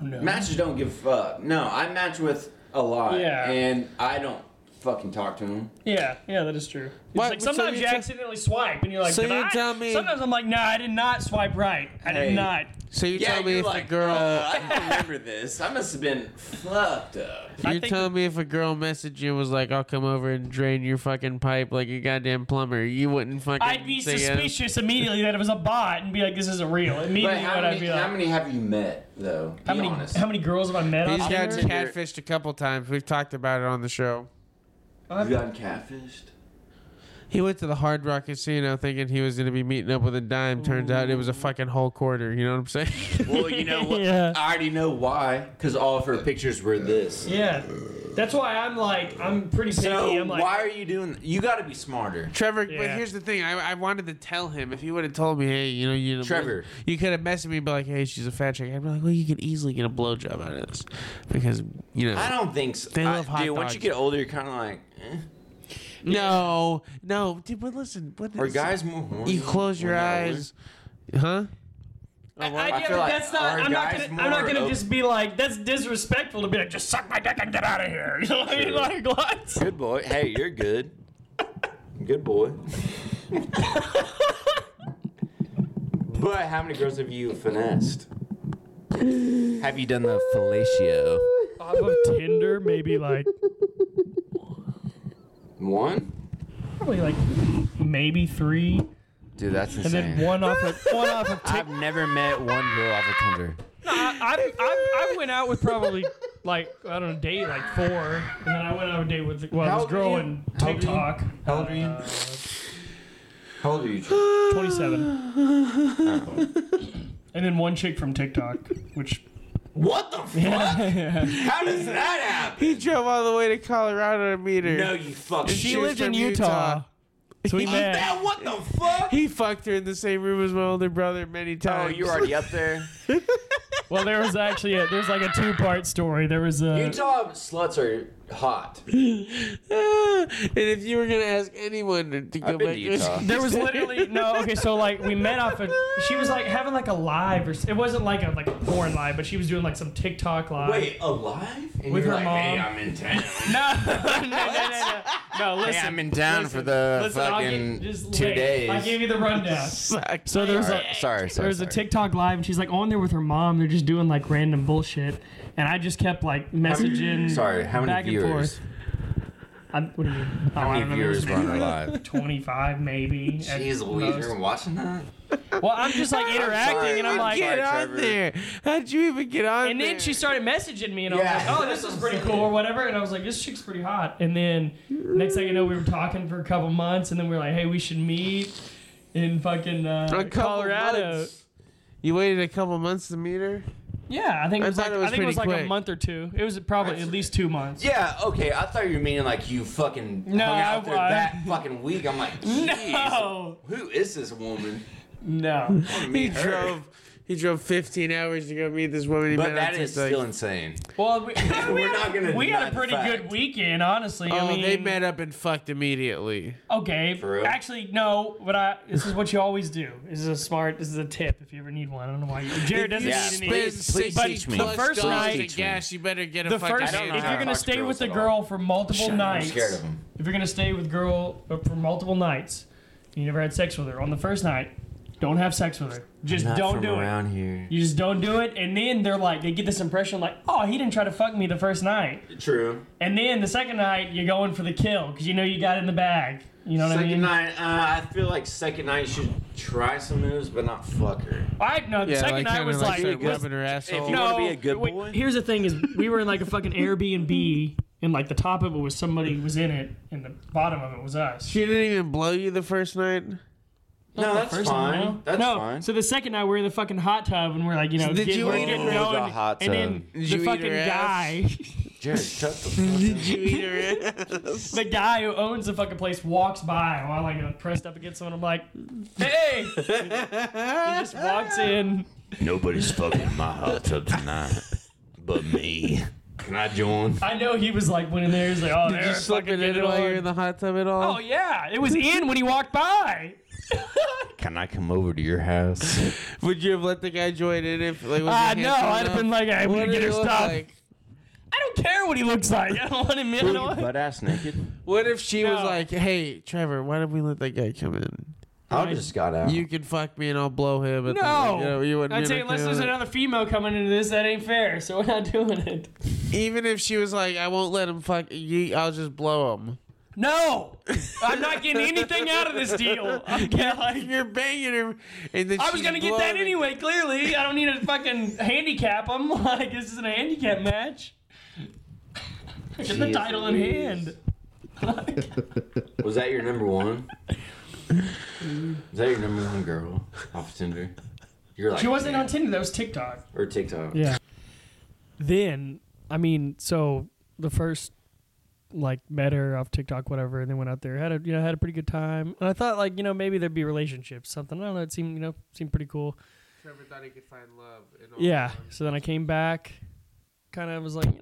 [SPEAKER 2] No.
[SPEAKER 3] Matches don't give a fuck. No, I match with a lot,
[SPEAKER 2] Yeah.
[SPEAKER 3] and I don't fucking talk to them.
[SPEAKER 2] Yeah, yeah, that is true. It's
[SPEAKER 1] What-
[SPEAKER 2] like
[SPEAKER 1] so
[SPEAKER 2] sometimes
[SPEAKER 1] you
[SPEAKER 2] you
[SPEAKER 1] te-
[SPEAKER 2] accidentally swipe and you're like,
[SPEAKER 1] So
[SPEAKER 2] "Did
[SPEAKER 1] you
[SPEAKER 2] I?"
[SPEAKER 1] tell me-
[SPEAKER 2] Sometimes I'm like, no, I did not swipe right. I
[SPEAKER 3] Hey.
[SPEAKER 2] did not.
[SPEAKER 1] So you tell me
[SPEAKER 3] you're
[SPEAKER 1] if
[SPEAKER 3] like,
[SPEAKER 1] a girl.
[SPEAKER 3] "Uh, I don't remember this. I must have been fucked up.
[SPEAKER 2] I
[SPEAKER 1] You're
[SPEAKER 2] think-
[SPEAKER 1] telling me if a girl messaged you and was like, "I'll come over and drain your fucking pipe like a goddamn plumber," you wouldn't fucking.
[SPEAKER 2] I'd be
[SPEAKER 1] say yes?
[SPEAKER 2] suspicious immediately that it was a bot and be like, this isn't real.
[SPEAKER 3] But
[SPEAKER 2] Immediately,
[SPEAKER 3] how
[SPEAKER 2] what I'd
[SPEAKER 3] many,
[SPEAKER 2] be
[SPEAKER 3] how
[SPEAKER 2] like,
[SPEAKER 3] many have you met though? Be
[SPEAKER 2] how many,
[SPEAKER 3] honest.
[SPEAKER 2] how many girls have I met?
[SPEAKER 1] He's
[SPEAKER 2] on
[SPEAKER 1] got
[SPEAKER 2] Tinder?
[SPEAKER 1] catfished a couple times. We've talked about it on the show.
[SPEAKER 3] you gotten catfished?
[SPEAKER 1] He went to the Hard Rock Casino thinking he was going to be meeting up with a dime. Turns out it was a fucking whole quarter. You know what I'm saying?
[SPEAKER 3] Well, you know what?
[SPEAKER 2] Yeah.
[SPEAKER 3] I already know why. Because all of her pictures were this.
[SPEAKER 2] Yeah, that's why I'm like, I'm pretty picky.
[SPEAKER 3] So
[SPEAKER 2] I'm like,
[SPEAKER 3] why are you doing? That? You got to be smarter.
[SPEAKER 1] Trevor, but
[SPEAKER 2] Yeah.
[SPEAKER 1] here's the thing. I, I wanted to tell him if he would have told me, hey, you know, you
[SPEAKER 3] Trevor.
[SPEAKER 1] you could have messaged me, and be like, hey, she's a fat chick. I'd be like, well, you could easily get a blowjob out of this because you know.
[SPEAKER 3] I don't think so.
[SPEAKER 1] They
[SPEAKER 3] I-
[SPEAKER 1] love hot
[SPEAKER 3] dude, once you
[SPEAKER 1] dogs.
[SPEAKER 3] get older, you're kind of like, eh.
[SPEAKER 1] no, no, dude. But listen, what
[SPEAKER 3] are
[SPEAKER 1] is-
[SPEAKER 3] guys more horny?
[SPEAKER 1] You close your
[SPEAKER 3] when they're older?
[SPEAKER 1] eyes, huh?
[SPEAKER 2] I, I,
[SPEAKER 3] Oh, I
[SPEAKER 2] yeah,
[SPEAKER 3] feel
[SPEAKER 2] but
[SPEAKER 3] like
[SPEAKER 2] that's not.
[SPEAKER 3] our
[SPEAKER 2] I'm not
[SPEAKER 3] guys
[SPEAKER 2] gonna. I'm not
[SPEAKER 3] more
[SPEAKER 2] gonna
[SPEAKER 3] op-
[SPEAKER 2] just be like, that's disrespectful to be like, just suck my dick and get out of here. You know what I mean?
[SPEAKER 3] True.
[SPEAKER 2] Like what?
[SPEAKER 3] Good boy. Hey, you're good. good boy. but how many girls have you finessed? Have you done the fellatio?
[SPEAKER 2] Off of Tinder, maybe like,
[SPEAKER 3] One?
[SPEAKER 2] probably like, maybe three,
[SPEAKER 3] Dude, that's
[SPEAKER 2] and
[SPEAKER 3] insane.
[SPEAKER 2] then one off of one off of. Tinder.
[SPEAKER 3] I've never met one girl off of Tinder.
[SPEAKER 2] I, I, I, I went out with probably like I don't know, date like four, and then I went on a date with well,
[SPEAKER 3] How
[SPEAKER 2] this
[SPEAKER 3] old are
[SPEAKER 2] girl
[SPEAKER 3] you?
[SPEAKER 2] in
[SPEAKER 3] How old are you?
[SPEAKER 2] TikTok.
[SPEAKER 3] How old are you?
[SPEAKER 2] Uh,
[SPEAKER 3] How old are you? Trevor?
[SPEAKER 2] Twenty-seven, and then one chick from TikTok, which
[SPEAKER 3] What the fuck? How does that happen?
[SPEAKER 1] He drove all the way to Colorado to meet her.
[SPEAKER 3] No, you fucking.
[SPEAKER 1] She lived was in from Utah. Utah.
[SPEAKER 2] so we
[SPEAKER 1] He-
[SPEAKER 2] met.
[SPEAKER 3] That, what the fuck?
[SPEAKER 1] He fucked her in the same room as my older brother many
[SPEAKER 3] Oh,
[SPEAKER 1] times.
[SPEAKER 3] you're already up there.
[SPEAKER 2] Well, there was actually a, there's like a two-part story. There was a
[SPEAKER 3] Utah sluts are hot.
[SPEAKER 1] Ah, and if you were gonna ask anyone to, to go
[SPEAKER 3] been
[SPEAKER 1] back,
[SPEAKER 3] to Utah.
[SPEAKER 2] there was literally no okay. So like we met off of she was like having like a live or s- it wasn't like a like a porn live, but she was doing like some TikTok live.
[SPEAKER 3] Wait, alive? And
[SPEAKER 2] With
[SPEAKER 3] you're
[SPEAKER 2] her
[SPEAKER 3] like, hey,
[SPEAKER 2] mom.
[SPEAKER 3] I'm in town.
[SPEAKER 2] No, no, no, no, no. No, listen.
[SPEAKER 3] Hey, I'm in town
[SPEAKER 2] listen,
[SPEAKER 3] for the
[SPEAKER 2] listen, I'll
[SPEAKER 3] fucking
[SPEAKER 2] give- just
[SPEAKER 3] two
[SPEAKER 2] wait.
[SPEAKER 3] days.
[SPEAKER 2] I gave you the rundown. so
[SPEAKER 1] sucks.
[SPEAKER 2] there was
[SPEAKER 3] All
[SPEAKER 2] a,
[SPEAKER 3] right, sorry, sorry.
[SPEAKER 2] there was a
[SPEAKER 3] sorry.
[SPEAKER 2] TikTok live, and she's like on there with her mom. They're just doing like random bullshit, and I just kept like messaging.
[SPEAKER 3] Sorry, how many
[SPEAKER 2] back and
[SPEAKER 3] viewers?
[SPEAKER 2] forth. I'm, what do you mean? Oh, How
[SPEAKER 3] How many viewers were on her live?
[SPEAKER 2] Twenty-five, maybe. at
[SPEAKER 3] Jeez Louise,
[SPEAKER 2] most.
[SPEAKER 3] you're watching that?
[SPEAKER 2] Well, I'm just like interacting,
[SPEAKER 3] sorry.
[SPEAKER 2] and I'm
[SPEAKER 3] I'm
[SPEAKER 2] like,
[SPEAKER 1] get
[SPEAKER 3] sorry,
[SPEAKER 1] on
[SPEAKER 3] Trevor.
[SPEAKER 1] there. How'd you even get on
[SPEAKER 2] and
[SPEAKER 1] there?
[SPEAKER 2] then she started messaging me, and I
[SPEAKER 3] Yeah.
[SPEAKER 2] was like, "Oh, this is pretty cool, or whatever." And I was like, "This chick's pretty hot." And then next thing you know, we were talking for a couple months, and then we were like, "Hey, we should meet in fucking uh,
[SPEAKER 1] a couple
[SPEAKER 2] Colorado."
[SPEAKER 1] months. You waited a couple months to meet her.
[SPEAKER 2] Yeah, I think
[SPEAKER 1] I
[SPEAKER 2] it was
[SPEAKER 1] thought
[SPEAKER 2] like
[SPEAKER 1] it was
[SPEAKER 2] I think it was
[SPEAKER 1] pretty
[SPEAKER 2] like a
[SPEAKER 1] quick.
[SPEAKER 2] month or two. It was probably at least two months.
[SPEAKER 3] Yeah, okay. I thought you were meaning like you fucking
[SPEAKER 2] No,
[SPEAKER 3] hung out there
[SPEAKER 2] I-
[SPEAKER 3] that fucking week. I'm like, jeez,
[SPEAKER 2] No.
[SPEAKER 3] who is this woman?
[SPEAKER 2] No.
[SPEAKER 1] He
[SPEAKER 3] Meet her.
[SPEAKER 1] drove. He drove 15 hours to go meet this woman. He met
[SPEAKER 3] But that
[SPEAKER 1] on
[SPEAKER 3] is
[SPEAKER 1] TikTok.
[SPEAKER 3] still insane.
[SPEAKER 2] Well, we, we
[SPEAKER 3] We're not gonna.
[SPEAKER 2] we had
[SPEAKER 3] deny
[SPEAKER 2] a
[SPEAKER 3] the
[SPEAKER 2] pretty
[SPEAKER 3] fact.
[SPEAKER 2] good weekend, honestly.
[SPEAKER 1] Oh,
[SPEAKER 2] I mean,
[SPEAKER 1] they met up and fucked immediately.
[SPEAKER 2] Okay,
[SPEAKER 3] For real?
[SPEAKER 2] actually, no. But I this is what you always do. This is a smart. This is a tip if you ever need one. I don't know why you, Jared doesn't
[SPEAKER 1] You
[SPEAKER 3] Yeah.
[SPEAKER 2] need
[SPEAKER 1] spend
[SPEAKER 2] any.
[SPEAKER 3] Please- please
[SPEAKER 1] $60
[SPEAKER 3] teach me.
[SPEAKER 1] plus
[SPEAKER 2] The first
[SPEAKER 1] dollars
[SPEAKER 2] night-
[SPEAKER 1] in gas, you better get a
[SPEAKER 2] The
[SPEAKER 1] fucking
[SPEAKER 2] first,
[SPEAKER 3] I don't
[SPEAKER 2] if
[SPEAKER 3] know
[SPEAKER 1] handjob.
[SPEAKER 3] how
[SPEAKER 2] you're
[SPEAKER 3] to
[SPEAKER 2] gonna
[SPEAKER 3] talk to
[SPEAKER 2] stay with
[SPEAKER 3] girls
[SPEAKER 2] a
[SPEAKER 3] at
[SPEAKER 2] girl
[SPEAKER 3] all.
[SPEAKER 2] for multiple
[SPEAKER 3] I'm
[SPEAKER 2] nights,
[SPEAKER 3] scared of him.
[SPEAKER 2] if you're gonna stay with girl uh, for multiple nights, and you never had sex with her on the first night, don't have sex with her. Just
[SPEAKER 3] Not
[SPEAKER 2] don't
[SPEAKER 3] from
[SPEAKER 2] do it.
[SPEAKER 3] around here.
[SPEAKER 2] You just don't do it, and then they're like, they get this impression like, oh, he didn't try to fuck me the first night,
[SPEAKER 3] True.
[SPEAKER 2] and then the second night you're going for the kill because you know you got it in the bag. You know what
[SPEAKER 3] second
[SPEAKER 2] I mean?
[SPEAKER 3] night, uh, I feel like second night you should try some moves, but not fuck her.
[SPEAKER 2] I no, the
[SPEAKER 1] Yeah,
[SPEAKER 2] second
[SPEAKER 1] like,
[SPEAKER 2] night
[SPEAKER 1] kinda
[SPEAKER 2] was
[SPEAKER 1] like
[SPEAKER 2] like,
[SPEAKER 1] start
[SPEAKER 2] was-
[SPEAKER 1] rubbing her asshole.
[SPEAKER 3] you
[SPEAKER 2] no.
[SPEAKER 3] wanna be a good
[SPEAKER 2] wait,
[SPEAKER 3] boy?
[SPEAKER 2] Here's the thing: is we were in like a fucking Airbnb, and like the top of it was somebody was in it, and the bottom of it was us.
[SPEAKER 1] she didn't even blow you the first night.
[SPEAKER 3] No, that's
[SPEAKER 2] First
[SPEAKER 3] fine.
[SPEAKER 2] time, no.
[SPEAKER 3] That's
[SPEAKER 2] no.
[SPEAKER 3] fine.
[SPEAKER 2] So the second night, we're in the fucking hot tub, and we're like, you know,
[SPEAKER 1] Did
[SPEAKER 2] get-
[SPEAKER 1] you
[SPEAKER 2] we're
[SPEAKER 1] eat
[SPEAKER 2] getting
[SPEAKER 1] her
[SPEAKER 3] ass?
[SPEAKER 2] going,
[SPEAKER 3] The hot
[SPEAKER 2] and
[SPEAKER 3] tub.
[SPEAKER 2] then
[SPEAKER 1] Did
[SPEAKER 2] the
[SPEAKER 1] you eat
[SPEAKER 2] fucking
[SPEAKER 1] her
[SPEAKER 2] guy,
[SPEAKER 1] ass?
[SPEAKER 3] Jared, shut the fuck
[SPEAKER 1] Did you eat her ass?
[SPEAKER 2] the guy who owns the fucking place, walks by while like I'm pressed up against someone. I'm like, hey, he just walks in.
[SPEAKER 7] Nobody's fucking my hot tub tonight but me.
[SPEAKER 3] Can I join?
[SPEAKER 2] I know he was like went in there. He's like, oh,
[SPEAKER 1] Did
[SPEAKER 2] they're
[SPEAKER 1] you slip
[SPEAKER 2] fucking
[SPEAKER 1] it in
[SPEAKER 2] getting
[SPEAKER 1] while
[SPEAKER 2] on.
[SPEAKER 1] you're in the hot tub at
[SPEAKER 2] Oh
[SPEAKER 1] all?
[SPEAKER 2] yeah, it was in when he walked by.
[SPEAKER 3] Can I come over to your house?
[SPEAKER 1] Would you have let the guy join in if like? Was
[SPEAKER 2] Uh,
[SPEAKER 1] he handsome
[SPEAKER 2] no, I'd have
[SPEAKER 1] enough?
[SPEAKER 2] been like, hey, we
[SPEAKER 1] What did
[SPEAKER 2] gotta get her
[SPEAKER 1] he look
[SPEAKER 2] stuff.
[SPEAKER 1] like?
[SPEAKER 2] I don't care what he looks like. I don't want him in. I don't want-
[SPEAKER 3] butt ass naked.
[SPEAKER 1] What if she was
[SPEAKER 2] No.
[SPEAKER 1] like, "Hey, Trevor, why don't we let that guy come in?
[SPEAKER 3] I just got out.
[SPEAKER 1] You can fuck me and I'll blow him." But
[SPEAKER 2] No,
[SPEAKER 1] you, know, you wouldn't.
[SPEAKER 2] I'd
[SPEAKER 1] be
[SPEAKER 2] say
[SPEAKER 1] okay
[SPEAKER 2] unless
[SPEAKER 1] with
[SPEAKER 2] there's
[SPEAKER 1] it.
[SPEAKER 2] another female coming into this, that ain't fair. So we're not doing it.
[SPEAKER 1] Even if she was like, "I won't let him fuck you," I'll just blow him.
[SPEAKER 2] No, I'm not getting anything out of this deal. I'm getting, like,
[SPEAKER 1] You're banging her, and then
[SPEAKER 2] I was
[SPEAKER 1] she's
[SPEAKER 2] gonna get that
[SPEAKER 1] blowing-
[SPEAKER 2] anyway. Clearly, I don't need to fucking handicap him. Like this is a handicap match. Get the
[SPEAKER 3] Jeez
[SPEAKER 2] title in
[SPEAKER 3] Louise.
[SPEAKER 2] hand.
[SPEAKER 3] Was that your number one? Is that your number one girl off Tinder? You're like
[SPEAKER 2] She wasn't
[SPEAKER 3] "Man,"
[SPEAKER 2] on Tinder. That was TikTok.
[SPEAKER 3] or TikTok.
[SPEAKER 2] Yeah. Then, I mean, so the first like met her off TikTok, whatever, and then went out there, had a you know, had a pretty good time. And I thought like, you know, maybe there'd be relationships, something. I don't know, it seemed you know, seemed pretty cool.
[SPEAKER 1] Trevor thought he could find love. In all
[SPEAKER 2] Yeah.
[SPEAKER 1] forms.
[SPEAKER 2] So then I came back, kinda was like, "Nah,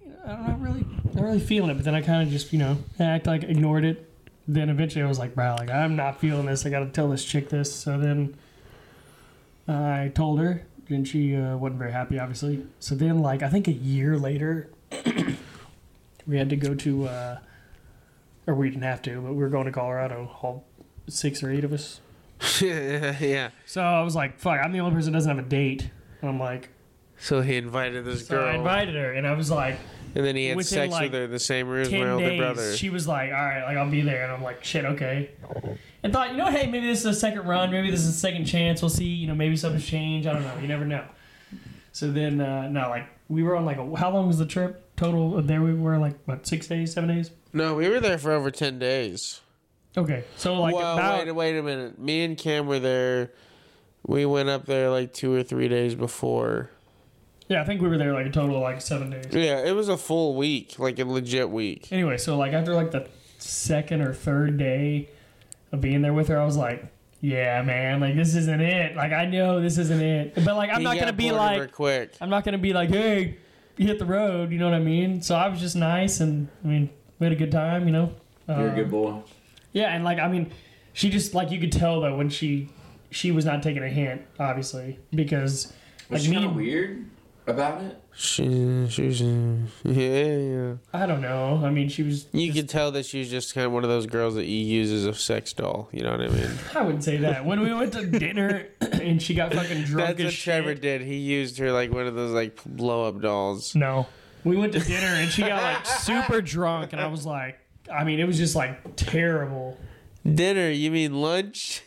[SPEAKER 2] you know, I'm not really not really feeling it, but then I kinda just, you know, act like ignored it. Then eventually I was like, bro, like I'm not feeling this. I gotta tell this chick this. So then uh, I told her, and she uh, wasn't very happy, obviously. So then, like, I think a year later, we had to go to, uh, or we didn't have to, but we were going to Colorado, all six or eight of us.
[SPEAKER 1] yeah.
[SPEAKER 2] So I was like, fuck, I'm the only person that doesn't have a date. And I'm like,
[SPEAKER 1] So he invited this
[SPEAKER 2] so
[SPEAKER 1] girl,
[SPEAKER 2] I invited her, and I was like,
[SPEAKER 1] and then he had
[SPEAKER 2] within,
[SPEAKER 1] sex
[SPEAKER 2] like,
[SPEAKER 1] with her in the same room as my
[SPEAKER 2] 10
[SPEAKER 1] older
[SPEAKER 2] days,
[SPEAKER 1] brother.
[SPEAKER 2] she was like, all right, like, I'll be there. And I'm like, shit, okay. And thought, you know, hey, maybe this is a second run. Maybe this is a second chance. We'll see. You know, maybe something's changed. I don't know. You never know. So then, uh, no, like, we were on, like, a, how long was the trip total? Uh, There we were, like, what, six days, seven days?
[SPEAKER 1] no, we were there for over ten days.
[SPEAKER 2] Okay. So, like,
[SPEAKER 1] well,
[SPEAKER 2] about.
[SPEAKER 1] wait, wait a minute. Me and Cam were there. We went up there like two or three days before.
[SPEAKER 2] yeah, I think we were there, like, a total of, like, seven days.
[SPEAKER 1] Yeah, it was a full week, like a legit week.
[SPEAKER 2] Anyway, so, like, after, like, the second or third day of being there with her, I was like, yeah, man, like, this isn't it. Like, I know this isn't it. But, like, I'm
[SPEAKER 1] He
[SPEAKER 2] not
[SPEAKER 1] got
[SPEAKER 2] going to be
[SPEAKER 1] bored of
[SPEAKER 2] like.
[SPEAKER 1] her quick.
[SPEAKER 2] I'm not gonna be like, hey, you hit the road. You know what I mean? So I was just nice, and I mean, we had a good time. You know.
[SPEAKER 3] You're a
[SPEAKER 2] Um,
[SPEAKER 3] good boy.
[SPEAKER 2] Yeah, and like I mean, she just like you could tell though when she she was not taking a hint, obviously, because
[SPEAKER 3] Was
[SPEAKER 2] like
[SPEAKER 3] she kind of
[SPEAKER 2] me,
[SPEAKER 3] weird about it?
[SPEAKER 1] She, she was, yeah, yeah.
[SPEAKER 2] I don't know. I mean, she was.
[SPEAKER 1] You could tell that she's just kind of one of those girls that you use as a sex doll. You know what I mean?
[SPEAKER 2] I wouldn't say that. When we went to dinner and she got fucking drunk
[SPEAKER 1] That's
[SPEAKER 2] as
[SPEAKER 1] what Trevor
[SPEAKER 2] shit.
[SPEAKER 1] did. He used her like one of those like blow up dolls.
[SPEAKER 2] No. We went to dinner and she got like super drunk, and I was like, I mean, it was just like terrible.
[SPEAKER 1] Dinner? You mean lunch?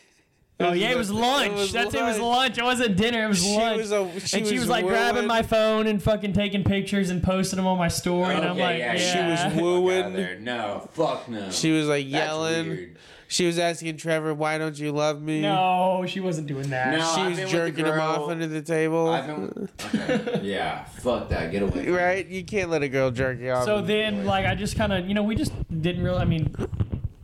[SPEAKER 2] Oh yeah, it was lunch.
[SPEAKER 1] was
[SPEAKER 2] That's it. Was
[SPEAKER 1] lunch.
[SPEAKER 2] lunch. It wasn't dinner. It was
[SPEAKER 1] She
[SPEAKER 2] lunch.
[SPEAKER 1] was a- she
[SPEAKER 2] and she
[SPEAKER 1] was
[SPEAKER 2] was, like grabbing
[SPEAKER 1] whirling.
[SPEAKER 2] my phone and fucking taking pictures and posting them on my story. and I'm
[SPEAKER 3] yeah,
[SPEAKER 2] like,
[SPEAKER 3] yeah,
[SPEAKER 2] yeah,
[SPEAKER 3] she
[SPEAKER 1] was
[SPEAKER 3] Fuck
[SPEAKER 1] Wooing.
[SPEAKER 3] outta there. No, fuck no.
[SPEAKER 1] She was like
[SPEAKER 3] That's
[SPEAKER 1] yelling.
[SPEAKER 3] weird.
[SPEAKER 1] She was asking Trevor, "Why don't you love me?"
[SPEAKER 2] No, she wasn't doing that.
[SPEAKER 3] No,
[SPEAKER 1] she
[SPEAKER 3] I've
[SPEAKER 1] was
[SPEAKER 3] been with the
[SPEAKER 1] jerking him off
[SPEAKER 3] girl-
[SPEAKER 1] under the table.
[SPEAKER 3] I've been, okay. Yeah, fuck that. Get away. from me.
[SPEAKER 1] Right? You can't let a girl jerk you off.
[SPEAKER 2] So
[SPEAKER 1] and-
[SPEAKER 2] then, like, I just kind of, you know, we just didn't really. I mean,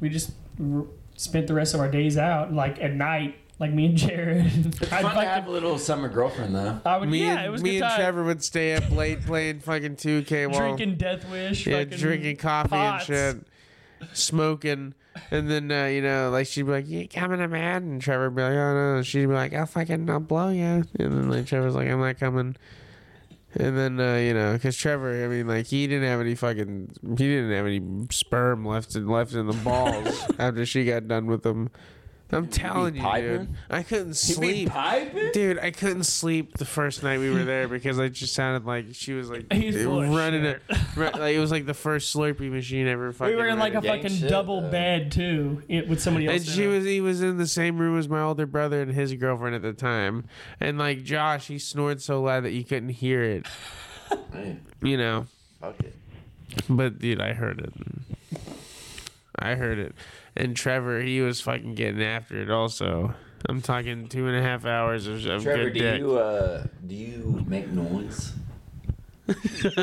[SPEAKER 2] we just r- spent the rest of our days out, like at night, like me and Jared. I'd
[SPEAKER 3] Fun to
[SPEAKER 2] like
[SPEAKER 3] have a little summer girlfriend though.
[SPEAKER 2] I would,
[SPEAKER 1] me
[SPEAKER 2] yeah,
[SPEAKER 1] and
[SPEAKER 2] it was a
[SPEAKER 1] me
[SPEAKER 2] good
[SPEAKER 1] and
[SPEAKER 2] time.
[SPEAKER 1] Trevor would stay up late playing fucking 2K while
[SPEAKER 2] drinking Death Wish.
[SPEAKER 1] yeah,
[SPEAKER 2] fucking
[SPEAKER 1] drinking coffee
[SPEAKER 2] pots.
[SPEAKER 1] and shit, smoking, and then uh, you know, like she'd be like, "You coming, I'm mad," and Trevor would be like, "Oh no," she'd be like, "I'll fucking, I'll blow you," and then like Trevor's like, "I'm not coming." And then uh, you know, because Trevor, I mean, like he didn't have any fucking, he didn't have any sperm left in left in the balls after she got done with him. I'm telling you, dude,
[SPEAKER 3] piping?
[SPEAKER 1] I couldn't
[SPEAKER 3] Be
[SPEAKER 1] sleep.
[SPEAKER 3] piping?
[SPEAKER 1] Dude, I couldn't sleep the first night we were there because I just sounded like she was like
[SPEAKER 2] He's full of
[SPEAKER 1] running it.
[SPEAKER 2] shit.
[SPEAKER 1] Right, like, it was like the first Slurpee machine ever. Fucking
[SPEAKER 2] We were in like a
[SPEAKER 1] ran.
[SPEAKER 3] Gang
[SPEAKER 2] fucking
[SPEAKER 3] shit,
[SPEAKER 2] double
[SPEAKER 3] though.
[SPEAKER 2] bed too, it, with somebody else.
[SPEAKER 1] And
[SPEAKER 2] in
[SPEAKER 1] she
[SPEAKER 2] it.
[SPEAKER 1] was he was in the same room as my older brother and his girlfriend at the time. And like Josh, he snored so loud that you couldn't hear it.
[SPEAKER 3] Hey,
[SPEAKER 1] You know,
[SPEAKER 3] fuck it.
[SPEAKER 1] but dude, I heard it. I heard it. And Trevor, he was fucking getting after it. Also, I'm talking two and a half hours of, of
[SPEAKER 3] Trevor,
[SPEAKER 1] good
[SPEAKER 3] do
[SPEAKER 1] dick.
[SPEAKER 3] you uh do you make noise? uh,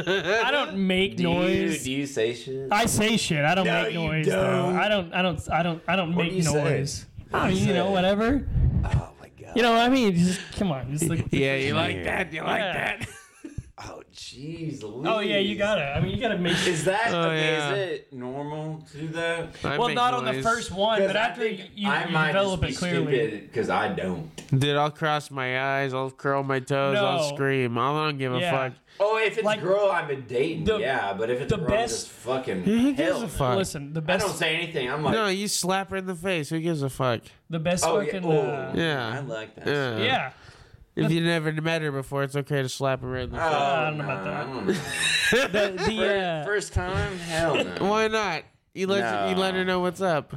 [SPEAKER 2] I don't make
[SPEAKER 3] Do
[SPEAKER 2] noise.
[SPEAKER 3] you do you say shit?
[SPEAKER 2] I say shit. I don't
[SPEAKER 3] No,
[SPEAKER 2] make
[SPEAKER 3] you
[SPEAKER 2] noise.
[SPEAKER 3] don't.
[SPEAKER 2] Though. I don't. I don't. I don't. I don't
[SPEAKER 3] What
[SPEAKER 2] make
[SPEAKER 3] do you say?
[SPEAKER 2] noise.
[SPEAKER 3] What
[SPEAKER 2] I
[SPEAKER 3] do
[SPEAKER 2] mean,
[SPEAKER 3] you
[SPEAKER 2] you, know,
[SPEAKER 3] say?
[SPEAKER 2] whatever.
[SPEAKER 3] oh my god.
[SPEAKER 2] You know what I mean? Just come on. Just like,
[SPEAKER 1] yeah, you like that? You like
[SPEAKER 2] Yeah.
[SPEAKER 1] that?
[SPEAKER 3] Oh jeez.
[SPEAKER 2] oh yeah, you
[SPEAKER 3] Louise.
[SPEAKER 2] gotta. I mean, you gotta make.
[SPEAKER 3] Is that
[SPEAKER 1] Oh,
[SPEAKER 3] okay,
[SPEAKER 1] yeah.
[SPEAKER 3] is it normal to do that?
[SPEAKER 1] I
[SPEAKER 2] well,
[SPEAKER 1] make
[SPEAKER 2] not on the
[SPEAKER 1] noise.
[SPEAKER 2] first one, but after you, you develop it clearly.
[SPEAKER 3] because I don't.
[SPEAKER 1] Dude, I'll cross my eyes, I'll curl my toes, I'll
[SPEAKER 2] No.
[SPEAKER 1] scream. I don't give a
[SPEAKER 2] Yeah.
[SPEAKER 1] fuck.
[SPEAKER 3] Oh, if it's
[SPEAKER 2] Like,
[SPEAKER 3] girl I've been dating,
[SPEAKER 2] the-
[SPEAKER 3] yeah, but if it's
[SPEAKER 2] the
[SPEAKER 3] girl,
[SPEAKER 2] best-
[SPEAKER 3] just fucking
[SPEAKER 1] Who
[SPEAKER 3] hell.
[SPEAKER 1] gives a fuck?
[SPEAKER 2] Listen, the
[SPEAKER 3] I
[SPEAKER 2] best.
[SPEAKER 3] don't say anything. I'm like,
[SPEAKER 1] No, you slap her in the face. Who gives a fuck?
[SPEAKER 2] the best
[SPEAKER 3] oh, yeah,
[SPEAKER 2] fucking.
[SPEAKER 3] oh,
[SPEAKER 2] uh,
[SPEAKER 1] Yeah.
[SPEAKER 3] I like that.
[SPEAKER 1] Yeah.
[SPEAKER 2] yeah.
[SPEAKER 1] If you never met her before, it's okay to slap her in the
[SPEAKER 3] Oh,
[SPEAKER 1] face.
[SPEAKER 2] I don't know
[SPEAKER 3] nah,
[SPEAKER 2] about that.
[SPEAKER 3] I don't know.
[SPEAKER 2] The, the, uh,
[SPEAKER 3] First time, hell no.
[SPEAKER 1] Why not? You let you let her know what's up.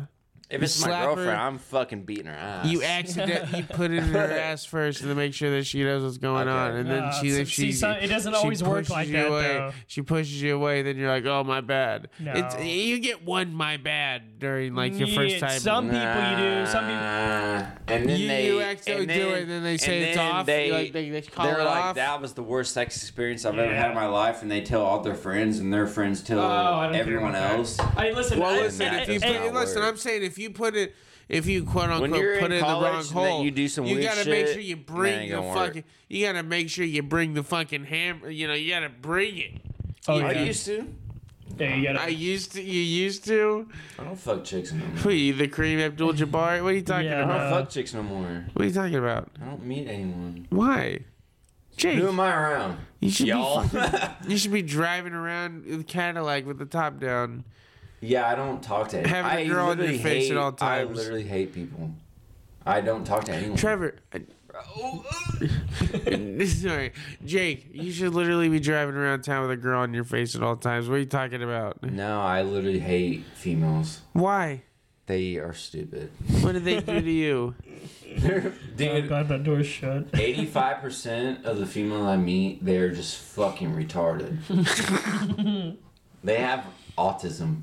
[SPEAKER 3] If it's
[SPEAKER 1] slap
[SPEAKER 3] my
[SPEAKER 1] her-
[SPEAKER 3] girlfriend, I'm fucking beating her ass.
[SPEAKER 1] You accident you put it in her ass first to make sure that she knows what's going
[SPEAKER 3] Okay.
[SPEAKER 1] on, and then
[SPEAKER 2] Uh,
[SPEAKER 1] she
[SPEAKER 2] so-
[SPEAKER 1] if she
[SPEAKER 2] see, so- it doesn't
[SPEAKER 1] she
[SPEAKER 2] always work
[SPEAKER 1] pushes
[SPEAKER 2] like
[SPEAKER 1] you
[SPEAKER 2] that,
[SPEAKER 1] away.
[SPEAKER 2] though.
[SPEAKER 1] She pushes you away, then you're like, oh my bad.
[SPEAKER 2] No.
[SPEAKER 1] It's, you get one my bad during like your first
[SPEAKER 2] Yeah,
[SPEAKER 1] time.
[SPEAKER 2] Some people you do. Some people.
[SPEAKER 3] and then
[SPEAKER 1] You-
[SPEAKER 3] they
[SPEAKER 1] you accidentally
[SPEAKER 3] and
[SPEAKER 1] do it, and then they say it's off, you like- they- they call
[SPEAKER 3] they're
[SPEAKER 1] it
[SPEAKER 3] like,
[SPEAKER 1] off.
[SPEAKER 3] that was the worst sex experience I've ever
[SPEAKER 2] Yeah.
[SPEAKER 3] had in my life, and they tell all their friends, and their friends tell
[SPEAKER 2] Oh, I don't care
[SPEAKER 3] everyone
[SPEAKER 2] about that.
[SPEAKER 3] else.
[SPEAKER 1] Oh,
[SPEAKER 2] I listen.
[SPEAKER 1] Well,
[SPEAKER 2] I,
[SPEAKER 1] listen,
[SPEAKER 3] and
[SPEAKER 1] if
[SPEAKER 3] that
[SPEAKER 1] you
[SPEAKER 3] does
[SPEAKER 1] put,
[SPEAKER 3] not
[SPEAKER 1] listen,
[SPEAKER 3] work.
[SPEAKER 1] I'm saying if you put it, if you quote
[SPEAKER 3] When
[SPEAKER 1] unquote
[SPEAKER 3] you're
[SPEAKER 1] put
[SPEAKER 3] in
[SPEAKER 1] it in the
[SPEAKER 3] college
[SPEAKER 1] wrong
[SPEAKER 3] and that
[SPEAKER 1] hole,
[SPEAKER 3] you do some
[SPEAKER 1] you
[SPEAKER 3] weird
[SPEAKER 1] gotta make
[SPEAKER 3] shit,
[SPEAKER 1] sure you
[SPEAKER 3] that
[SPEAKER 1] bring
[SPEAKER 3] ain't
[SPEAKER 1] the
[SPEAKER 3] gonna work.
[SPEAKER 1] fucking. You gotta make sure you bring the fucking hammer. You know, you gotta bring it.
[SPEAKER 2] oh,
[SPEAKER 3] I
[SPEAKER 2] yeah.
[SPEAKER 3] used to.
[SPEAKER 2] Yeah, you gotta.
[SPEAKER 1] I used to. You used to.
[SPEAKER 3] I don't fuck chicks no more.
[SPEAKER 1] Who are you, the Kareem Abdul-Jabbar? What are you talking
[SPEAKER 2] Yeah.
[SPEAKER 3] I
[SPEAKER 1] about?
[SPEAKER 3] don't
[SPEAKER 2] Uh,
[SPEAKER 3] fuck chicks no more.
[SPEAKER 1] What are you talking about?
[SPEAKER 3] I don't meet anyone.
[SPEAKER 1] Why? Jake,
[SPEAKER 3] Who am I around?
[SPEAKER 1] you should
[SPEAKER 3] Y'all.
[SPEAKER 1] be fucking, you should be driving around in Cadillac with the top down.
[SPEAKER 3] yeah, I don't talk to anyone.
[SPEAKER 1] Having a
[SPEAKER 3] I
[SPEAKER 1] girl in your
[SPEAKER 3] literally
[SPEAKER 1] face at
[SPEAKER 3] hate-
[SPEAKER 1] all
[SPEAKER 3] I
[SPEAKER 1] times.
[SPEAKER 3] literally hate people. I don't talk to anyone.
[SPEAKER 1] Trevor, I- sorry, Jake, you should literally be driving around town with a girl in your face at all times. What are you talking about?
[SPEAKER 3] no, I literally hate females.
[SPEAKER 1] Why?
[SPEAKER 3] They are stupid.
[SPEAKER 1] What did they do to you?
[SPEAKER 2] Oh,
[SPEAKER 3] Dude,
[SPEAKER 2] God, that door's shut.
[SPEAKER 3] eighty-five percent of the females I meet, they're just fucking retarded. they have autism.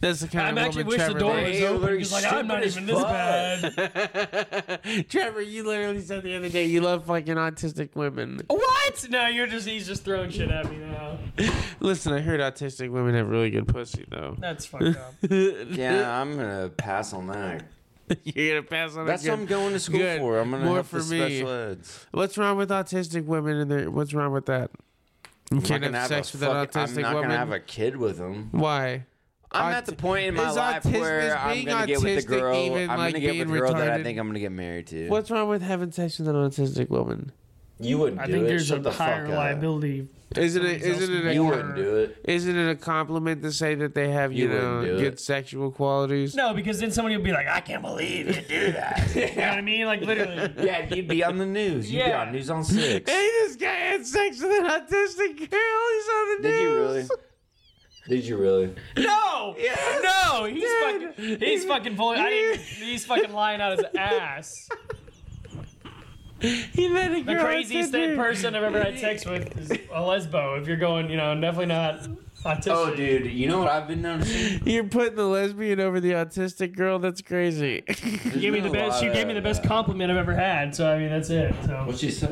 [SPEAKER 1] That's the kind
[SPEAKER 2] I'm
[SPEAKER 1] of
[SPEAKER 2] actually
[SPEAKER 1] woman
[SPEAKER 2] wish
[SPEAKER 1] Trevor
[SPEAKER 2] the door
[SPEAKER 1] likes.
[SPEAKER 2] was
[SPEAKER 3] They
[SPEAKER 2] open.
[SPEAKER 3] were
[SPEAKER 2] He's like, I'm not
[SPEAKER 3] stupid as
[SPEAKER 2] even this
[SPEAKER 3] fuck."
[SPEAKER 2] bad.
[SPEAKER 1] Trevor, you literally said the other day you love fucking autistic women.
[SPEAKER 2] what? No, you're just he's just throwing shit at me now.
[SPEAKER 1] Listen, I heard autistic women have really good pussy though.
[SPEAKER 2] That's fucked up.
[SPEAKER 3] Yeah, I'm gonna pass on that.
[SPEAKER 1] You're gonna pass on.
[SPEAKER 3] That's
[SPEAKER 1] again.
[SPEAKER 3] what I'm going to school
[SPEAKER 1] Good.
[SPEAKER 3] for. I'm gonna
[SPEAKER 1] More
[SPEAKER 3] help
[SPEAKER 1] for
[SPEAKER 3] the
[SPEAKER 1] me.
[SPEAKER 3] special eds.
[SPEAKER 1] What's wrong with autistic women and their? What's wrong with that? You
[SPEAKER 3] I'm
[SPEAKER 1] can't
[SPEAKER 3] not gonna
[SPEAKER 1] have
[SPEAKER 3] have,
[SPEAKER 1] sex
[SPEAKER 3] a
[SPEAKER 1] with an
[SPEAKER 3] fuck- I'm
[SPEAKER 1] autistic
[SPEAKER 3] not
[SPEAKER 1] woman.
[SPEAKER 3] gonna have a kid with them.
[SPEAKER 1] Why?
[SPEAKER 3] I'm
[SPEAKER 1] Aut-
[SPEAKER 3] at the point in my
[SPEAKER 1] Is
[SPEAKER 3] life
[SPEAKER 1] autis- is
[SPEAKER 3] where I'm
[SPEAKER 1] being
[SPEAKER 3] gonna get with the
[SPEAKER 1] autistic
[SPEAKER 3] girl. I'm
[SPEAKER 1] even,
[SPEAKER 3] gonna
[SPEAKER 1] like,
[SPEAKER 3] get with the
[SPEAKER 1] being
[SPEAKER 3] girl that
[SPEAKER 1] retarded?
[SPEAKER 3] I think I'm gonna get married to.
[SPEAKER 1] What's wrong with having sex with an autistic woman?
[SPEAKER 3] You wouldn't
[SPEAKER 2] I
[SPEAKER 3] do
[SPEAKER 2] think
[SPEAKER 3] it.
[SPEAKER 2] there's
[SPEAKER 3] Shut
[SPEAKER 2] a
[SPEAKER 3] the
[SPEAKER 2] higher
[SPEAKER 3] fuck up.
[SPEAKER 2] liability.
[SPEAKER 1] Isn't it?
[SPEAKER 2] Somebody's
[SPEAKER 1] Isn't
[SPEAKER 2] else
[SPEAKER 1] it?
[SPEAKER 2] being
[SPEAKER 3] You
[SPEAKER 1] A,
[SPEAKER 2] were-
[SPEAKER 3] wouldn't do it.
[SPEAKER 1] isn't it a compliment to say that they have you,
[SPEAKER 3] You
[SPEAKER 1] know
[SPEAKER 3] wouldn't do
[SPEAKER 1] good
[SPEAKER 3] it.
[SPEAKER 1] sexual qualities?
[SPEAKER 2] No, because then somebody would be like, I can't believe you do that. You know what I mean? Like literally.
[SPEAKER 3] Yeah, you'd be on the news. You'd be
[SPEAKER 2] Yeah.
[SPEAKER 3] on News on Six.
[SPEAKER 1] Hey, this guy had sex with an autistic girl. He's on the news.
[SPEAKER 3] Did you really? Did you really?
[SPEAKER 2] No, No, no, he's fucking, he's fucking pulling. I didn't, he's fucking lying out his ass.
[SPEAKER 1] He met a
[SPEAKER 2] The
[SPEAKER 1] girl.
[SPEAKER 2] craziest
[SPEAKER 1] that did-
[SPEAKER 2] person I've ever had sex with is a lesbo. If you're going, you know, definitely not autistic.
[SPEAKER 3] Oh, dude, you know what I've been noticing?
[SPEAKER 1] You're putting the lesbian over the autistic girl. That's crazy.
[SPEAKER 2] You gave me the best. She gave me the best compliment I've ever had. So I mean, that's it. So
[SPEAKER 3] What'd she say?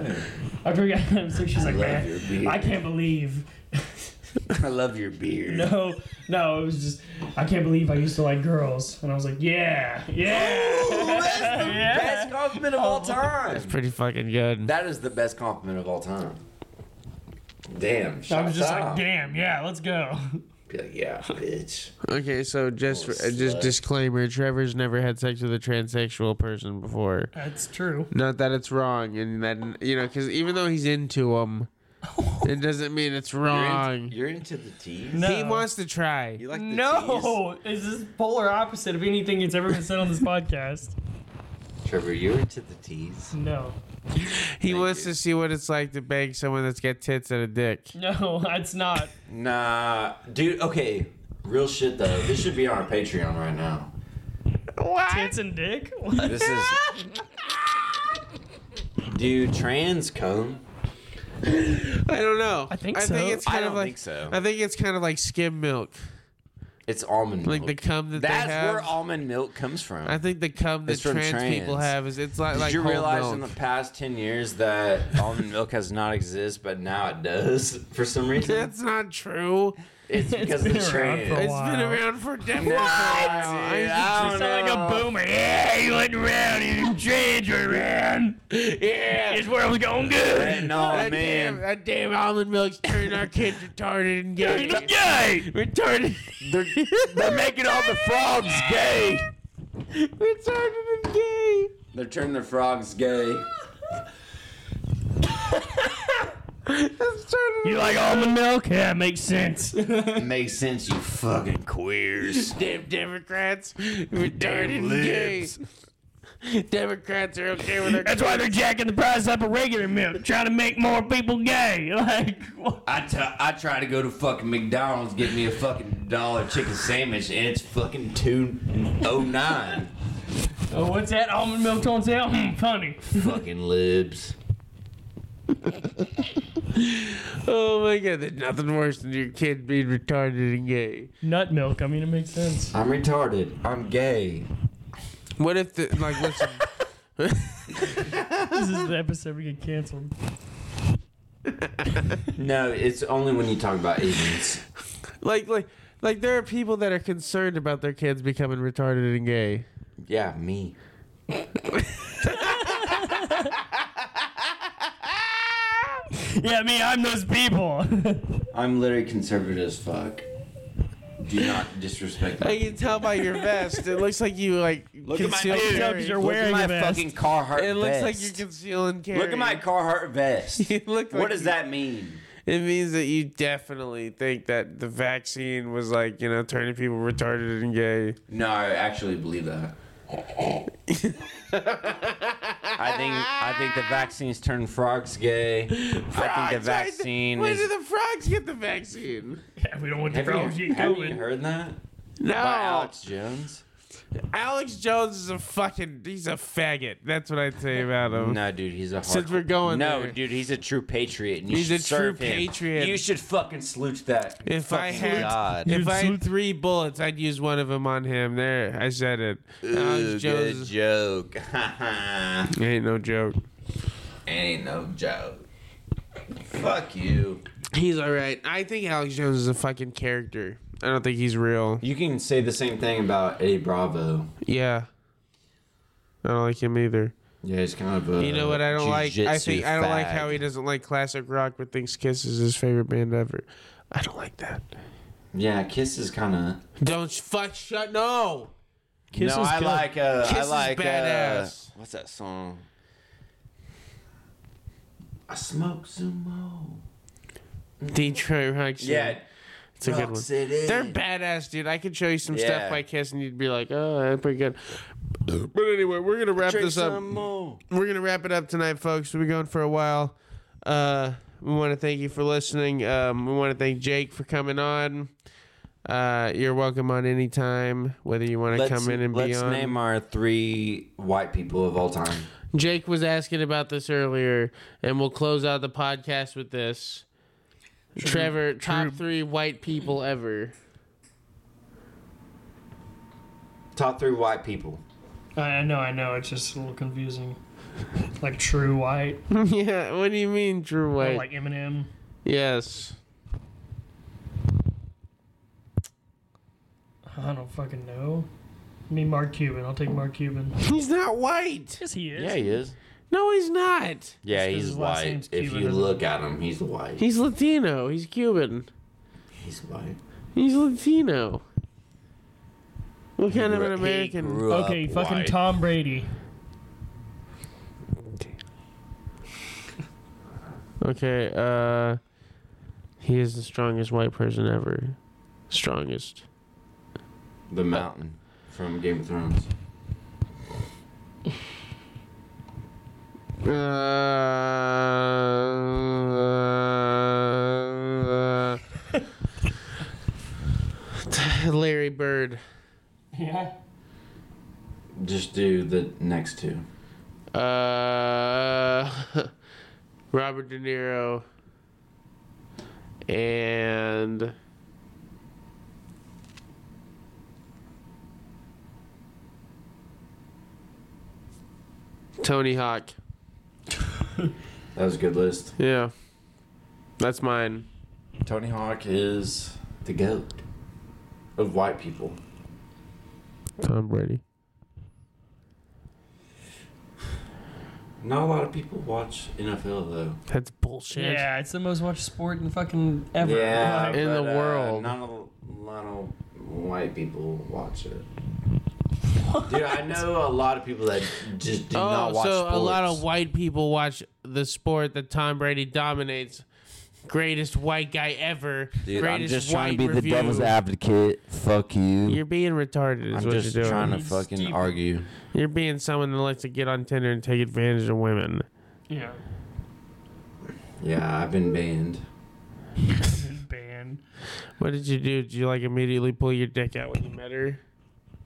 [SPEAKER 2] I forgot. So she's like,
[SPEAKER 3] love
[SPEAKER 2] man,
[SPEAKER 3] your beard.
[SPEAKER 2] I can't believe.
[SPEAKER 3] I love your beard.
[SPEAKER 2] No, no, it was just I can't believe I used to like girls, and I was like, yeah, yeah,
[SPEAKER 3] That's the
[SPEAKER 2] Yeah. Oh,
[SPEAKER 3] best compliment of all time.
[SPEAKER 1] Pretty fucking good.
[SPEAKER 3] That is the best compliment of all time. Damn.
[SPEAKER 2] I
[SPEAKER 3] shots
[SPEAKER 2] was just like,
[SPEAKER 3] out.
[SPEAKER 2] damn, yeah, let's go.
[SPEAKER 3] Be like, yeah, bitch.
[SPEAKER 1] Okay, so just
[SPEAKER 3] Oh,
[SPEAKER 1] uh, just
[SPEAKER 3] slut.
[SPEAKER 1] disclaimer: Trevor's never had sex with a transsexual person before.
[SPEAKER 2] That's true.
[SPEAKER 1] Not that it's wrong, and that you know, because even though he's into them, it doesn't mean it's wrong.
[SPEAKER 3] You're into the tease?
[SPEAKER 2] No.
[SPEAKER 1] He wants to try.
[SPEAKER 3] You like the
[SPEAKER 2] No, it's this polar opposite of anything that's ever been said on this podcast.
[SPEAKER 3] tease? Trevor, you're into the tease?
[SPEAKER 2] No,
[SPEAKER 1] He wants
[SPEAKER 3] you.
[SPEAKER 1] to see what it's like to bang someone that's got tits and a dick.
[SPEAKER 2] no, it's not.
[SPEAKER 3] Nah. Dude, okay. Real shit, though. This should be on our Patreon right now.
[SPEAKER 2] Tits and dick. What?
[SPEAKER 3] This is. Dude, trans come.
[SPEAKER 1] I don't know.
[SPEAKER 2] I think
[SPEAKER 1] I
[SPEAKER 2] so.
[SPEAKER 1] think it's kind
[SPEAKER 3] I
[SPEAKER 1] of
[SPEAKER 3] don't
[SPEAKER 1] like.
[SPEAKER 3] think so.
[SPEAKER 1] I think it's kind of like skim milk,
[SPEAKER 3] It's almond
[SPEAKER 1] like
[SPEAKER 3] milk.
[SPEAKER 1] the cum that
[SPEAKER 3] That's
[SPEAKER 1] they have.
[SPEAKER 3] where almond milk comes from.
[SPEAKER 1] I think the cum that
[SPEAKER 3] It's from
[SPEAKER 1] trans, people
[SPEAKER 3] trans.
[SPEAKER 1] have is it's like
[SPEAKER 3] Did
[SPEAKER 1] like
[SPEAKER 3] you
[SPEAKER 1] whole
[SPEAKER 3] realize
[SPEAKER 1] milk.
[SPEAKER 3] in the past 10 years that almond milk has not exist, but now it does for some reason?
[SPEAKER 1] That's not true.
[SPEAKER 3] It's because
[SPEAKER 2] been
[SPEAKER 3] of the
[SPEAKER 2] around for a
[SPEAKER 3] trans.
[SPEAKER 2] while.
[SPEAKER 1] It's been
[SPEAKER 2] Wow.
[SPEAKER 1] around for decades.
[SPEAKER 3] What? Dude, I
[SPEAKER 1] I
[SPEAKER 3] don't
[SPEAKER 1] used to
[SPEAKER 2] Sound like a boomer. Yeah, you went around, you changed around.
[SPEAKER 1] Yeah.
[SPEAKER 2] This world's going good.
[SPEAKER 3] No,
[SPEAKER 7] Oh,
[SPEAKER 1] that Damn,
[SPEAKER 3] man.
[SPEAKER 1] that damn almond milk's turning our kids retarded and gay.
[SPEAKER 7] Gay!
[SPEAKER 1] retarded.
[SPEAKER 7] They're, they're making all the frogs gay!
[SPEAKER 1] retarded and gay.
[SPEAKER 3] They're turning their frogs gay.
[SPEAKER 1] Retarded.
[SPEAKER 2] You like almond milk? Yeah, it makes sense.
[SPEAKER 3] It makes sense, you fucking queers.
[SPEAKER 1] Damn Democrats. Retarded and gay. Democrats are okay with their.
[SPEAKER 2] That's why they're jacking the price up of regular milk, trying to make more people gay. Like, what?
[SPEAKER 3] I t- I try to go to fucking McDonald's, get me a fucking dollar chicken sandwich, and it's fucking two oh nine.
[SPEAKER 2] oh, what's that almond milk on sale? Hmm, funny.
[SPEAKER 3] fucking libs.
[SPEAKER 1] Oh my god, there's nothing worse than your kid being retarded and gay.
[SPEAKER 2] Nut milk. I mean, it makes sense.
[SPEAKER 3] I'm retarded. I'm gay.
[SPEAKER 1] What if the like listen?
[SPEAKER 2] This is the episode we get canceled.
[SPEAKER 3] No, it's only when you talk about Asians.
[SPEAKER 1] like like like there are people that are concerned about their kids becoming retarded and gay.
[SPEAKER 3] Yeah, me.
[SPEAKER 2] Yeah, me, I'm those people.
[SPEAKER 3] I'm literally conservative as fuck. Do not disrespect
[SPEAKER 1] I
[SPEAKER 3] me.
[SPEAKER 1] can tell by your vest. It looks like you like Look
[SPEAKER 3] at my
[SPEAKER 1] conceal
[SPEAKER 3] dude.
[SPEAKER 1] carry.
[SPEAKER 2] You're
[SPEAKER 3] Look at
[SPEAKER 2] wearing
[SPEAKER 3] my
[SPEAKER 2] a vest.
[SPEAKER 3] fucking Carhartt
[SPEAKER 1] It looks like
[SPEAKER 3] vest.
[SPEAKER 1] you're concealing carry.
[SPEAKER 3] Look at my Carhartt vest.
[SPEAKER 1] You look like
[SPEAKER 3] what does
[SPEAKER 1] you-
[SPEAKER 3] that mean?
[SPEAKER 1] It means that you definitely think that the vaccine was like you know turning people retarded and gay.
[SPEAKER 3] No, I actually believe that. I think I think the vaccine's turned frogs gay. I think the
[SPEAKER 1] Frogs, right?
[SPEAKER 3] vaccine
[SPEAKER 1] When
[SPEAKER 3] is.
[SPEAKER 1] did the frogs get the vaccine?
[SPEAKER 2] yeah, we don't want the
[SPEAKER 3] have
[SPEAKER 2] frogs to
[SPEAKER 3] you,
[SPEAKER 2] get
[SPEAKER 3] have you
[SPEAKER 2] COVID.
[SPEAKER 3] heard that
[SPEAKER 1] No,
[SPEAKER 3] by Alex Jones?
[SPEAKER 1] Alex Jones is a fucking he's a faggot. That's what I'd say about him.
[SPEAKER 3] No, dude, he's a hard...
[SPEAKER 1] Since we're going
[SPEAKER 3] No,
[SPEAKER 1] there.
[SPEAKER 3] dude, he's a true patriot. And you
[SPEAKER 1] He's
[SPEAKER 3] should
[SPEAKER 1] a
[SPEAKER 3] serve
[SPEAKER 1] true
[SPEAKER 3] him.
[SPEAKER 1] patriot.
[SPEAKER 3] You should fucking salute that.
[SPEAKER 1] If I
[SPEAKER 3] fucking
[SPEAKER 1] had-
[SPEAKER 3] God.
[SPEAKER 1] If
[SPEAKER 2] Dude,
[SPEAKER 1] I had
[SPEAKER 2] salute-
[SPEAKER 1] three bullets, I'd use one of them on him. There, I said it.
[SPEAKER 3] Ooh,
[SPEAKER 1] Alex
[SPEAKER 3] good
[SPEAKER 1] Jones
[SPEAKER 3] joke.
[SPEAKER 1] ain't no joke.
[SPEAKER 3] Ain't no joke. Fuck you.
[SPEAKER 1] He's all right. I think Alex Jones is a fucking character. I don't think he's real.
[SPEAKER 3] You can say the same thing about Eddie Bravo.
[SPEAKER 1] Yeah, I don't like him either.
[SPEAKER 3] Yeah, he's kind of a.
[SPEAKER 1] You know what I don't like? I
[SPEAKER 3] jujitsu
[SPEAKER 1] think I don't like
[SPEAKER 3] fag.
[SPEAKER 1] how he doesn't like classic rock, but thinks Kiss is his favorite band ever. I don't like that.
[SPEAKER 3] Yeah, Kiss is kind of.
[SPEAKER 1] Don't sh- fuck shut no.
[SPEAKER 2] Kiss
[SPEAKER 3] no,
[SPEAKER 2] is
[SPEAKER 3] I
[SPEAKER 2] good.
[SPEAKER 3] like. Uh,
[SPEAKER 1] Kiss
[SPEAKER 3] I
[SPEAKER 1] is
[SPEAKER 3] like.
[SPEAKER 1] badass.
[SPEAKER 3] Uh, what's that song? I smoke some more.
[SPEAKER 1] Detroit Rock City.
[SPEAKER 3] Yeah,
[SPEAKER 1] it's a good one.
[SPEAKER 3] City.
[SPEAKER 1] They're badass, dude. I could show you some stuff
[SPEAKER 3] Yeah.
[SPEAKER 1] by Kiss, and you'd be like, "Oh, that's pretty good." But anyway, we're gonna wrap
[SPEAKER 3] Drink
[SPEAKER 1] this up.
[SPEAKER 3] some more.
[SPEAKER 1] We're gonna wrap it up tonight, folks. We've been going for a while. Uh, we want to thank you for listening. Um, we want to thank Jake for coming on. Uh, you're welcome on any time, whether you want to come in and be
[SPEAKER 3] let's
[SPEAKER 1] on.
[SPEAKER 3] name our three white people of all time.
[SPEAKER 1] Jake was asking about this earlier, and we'll close out the podcast with this. Trevor, top three white people ever.
[SPEAKER 3] Top three white people.
[SPEAKER 2] I, I know, I know. It's just a little confusing. Like True White,
[SPEAKER 1] yeah, what do you mean, Drew
[SPEAKER 2] or
[SPEAKER 1] White?
[SPEAKER 2] like Eminem.
[SPEAKER 1] yes.
[SPEAKER 2] I don't fucking know. Me, Mark Cuban. I'll take Mark Cuban.
[SPEAKER 1] He's not white.
[SPEAKER 2] Yes, he is.
[SPEAKER 3] Yeah, he is.
[SPEAKER 1] No, he's not.
[SPEAKER 2] Just 'cause
[SPEAKER 3] Yeah, he's
[SPEAKER 2] his last
[SPEAKER 3] white.
[SPEAKER 2] name's
[SPEAKER 3] If
[SPEAKER 2] Cuban,
[SPEAKER 3] you
[SPEAKER 2] isn't
[SPEAKER 3] look at him, he's white.
[SPEAKER 1] He's Latino. He's Cuban.
[SPEAKER 3] He's white.
[SPEAKER 1] He's Latino. What kind of
[SPEAKER 3] He
[SPEAKER 1] an American?
[SPEAKER 3] grew up
[SPEAKER 2] Okay, fucking
[SPEAKER 3] white.
[SPEAKER 2] Tom Brady.
[SPEAKER 1] Okay, uh, he is the strongest white person ever. Strongest.
[SPEAKER 3] The mountain from Game of Thrones.
[SPEAKER 1] Uh, Larry Bird.
[SPEAKER 2] Yeah.
[SPEAKER 3] Just do the next two.
[SPEAKER 1] Uh, Robert De Niro. And. Tony Hawk.
[SPEAKER 3] That was a good list.
[SPEAKER 1] Yeah. That's mine.
[SPEAKER 3] Tony Hawk is the goat of white people.
[SPEAKER 1] Tom Brady.
[SPEAKER 3] Not a lot of people watch NFL though.
[SPEAKER 1] That's bullshit.
[SPEAKER 2] Yeah, it's the most watched sport in fucking ever. Like,
[SPEAKER 1] In the world.
[SPEAKER 3] uh, not a lot of white people watch it. Dude, I know a lot of people that just do
[SPEAKER 1] Oh,
[SPEAKER 3] not watch
[SPEAKER 1] so
[SPEAKER 3] sports.
[SPEAKER 1] a lot of white people watch the sport that Tom Brady dominates. Greatest white guy ever.
[SPEAKER 3] Dude, I'm
[SPEAKER 1] Greatest
[SPEAKER 3] just
[SPEAKER 1] white
[SPEAKER 3] trying to be
[SPEAKER 1] review.
[SPEAKER 3] the devil's advocate. Fuck you.
[SPEAKER 1] You're being retarded. Is
[SPEAKER 3] I'm
[SPEAKER 1] what
[SPEAKER 3] just
[SPEAKER 1] you're doing.
[SPEAKER 3] trying to fucking argue.
[SPEAKER 1] You're being someone that likes to get on Tinder and take advantage of women.
[SPEAKER 2] yeah.
[SPEAKER 3] Yeah, I've been banned.
[SPEAKER 2] Ban.
[SPEAKER 1] What did you do? Did you like immediately pull your dick out when you met her?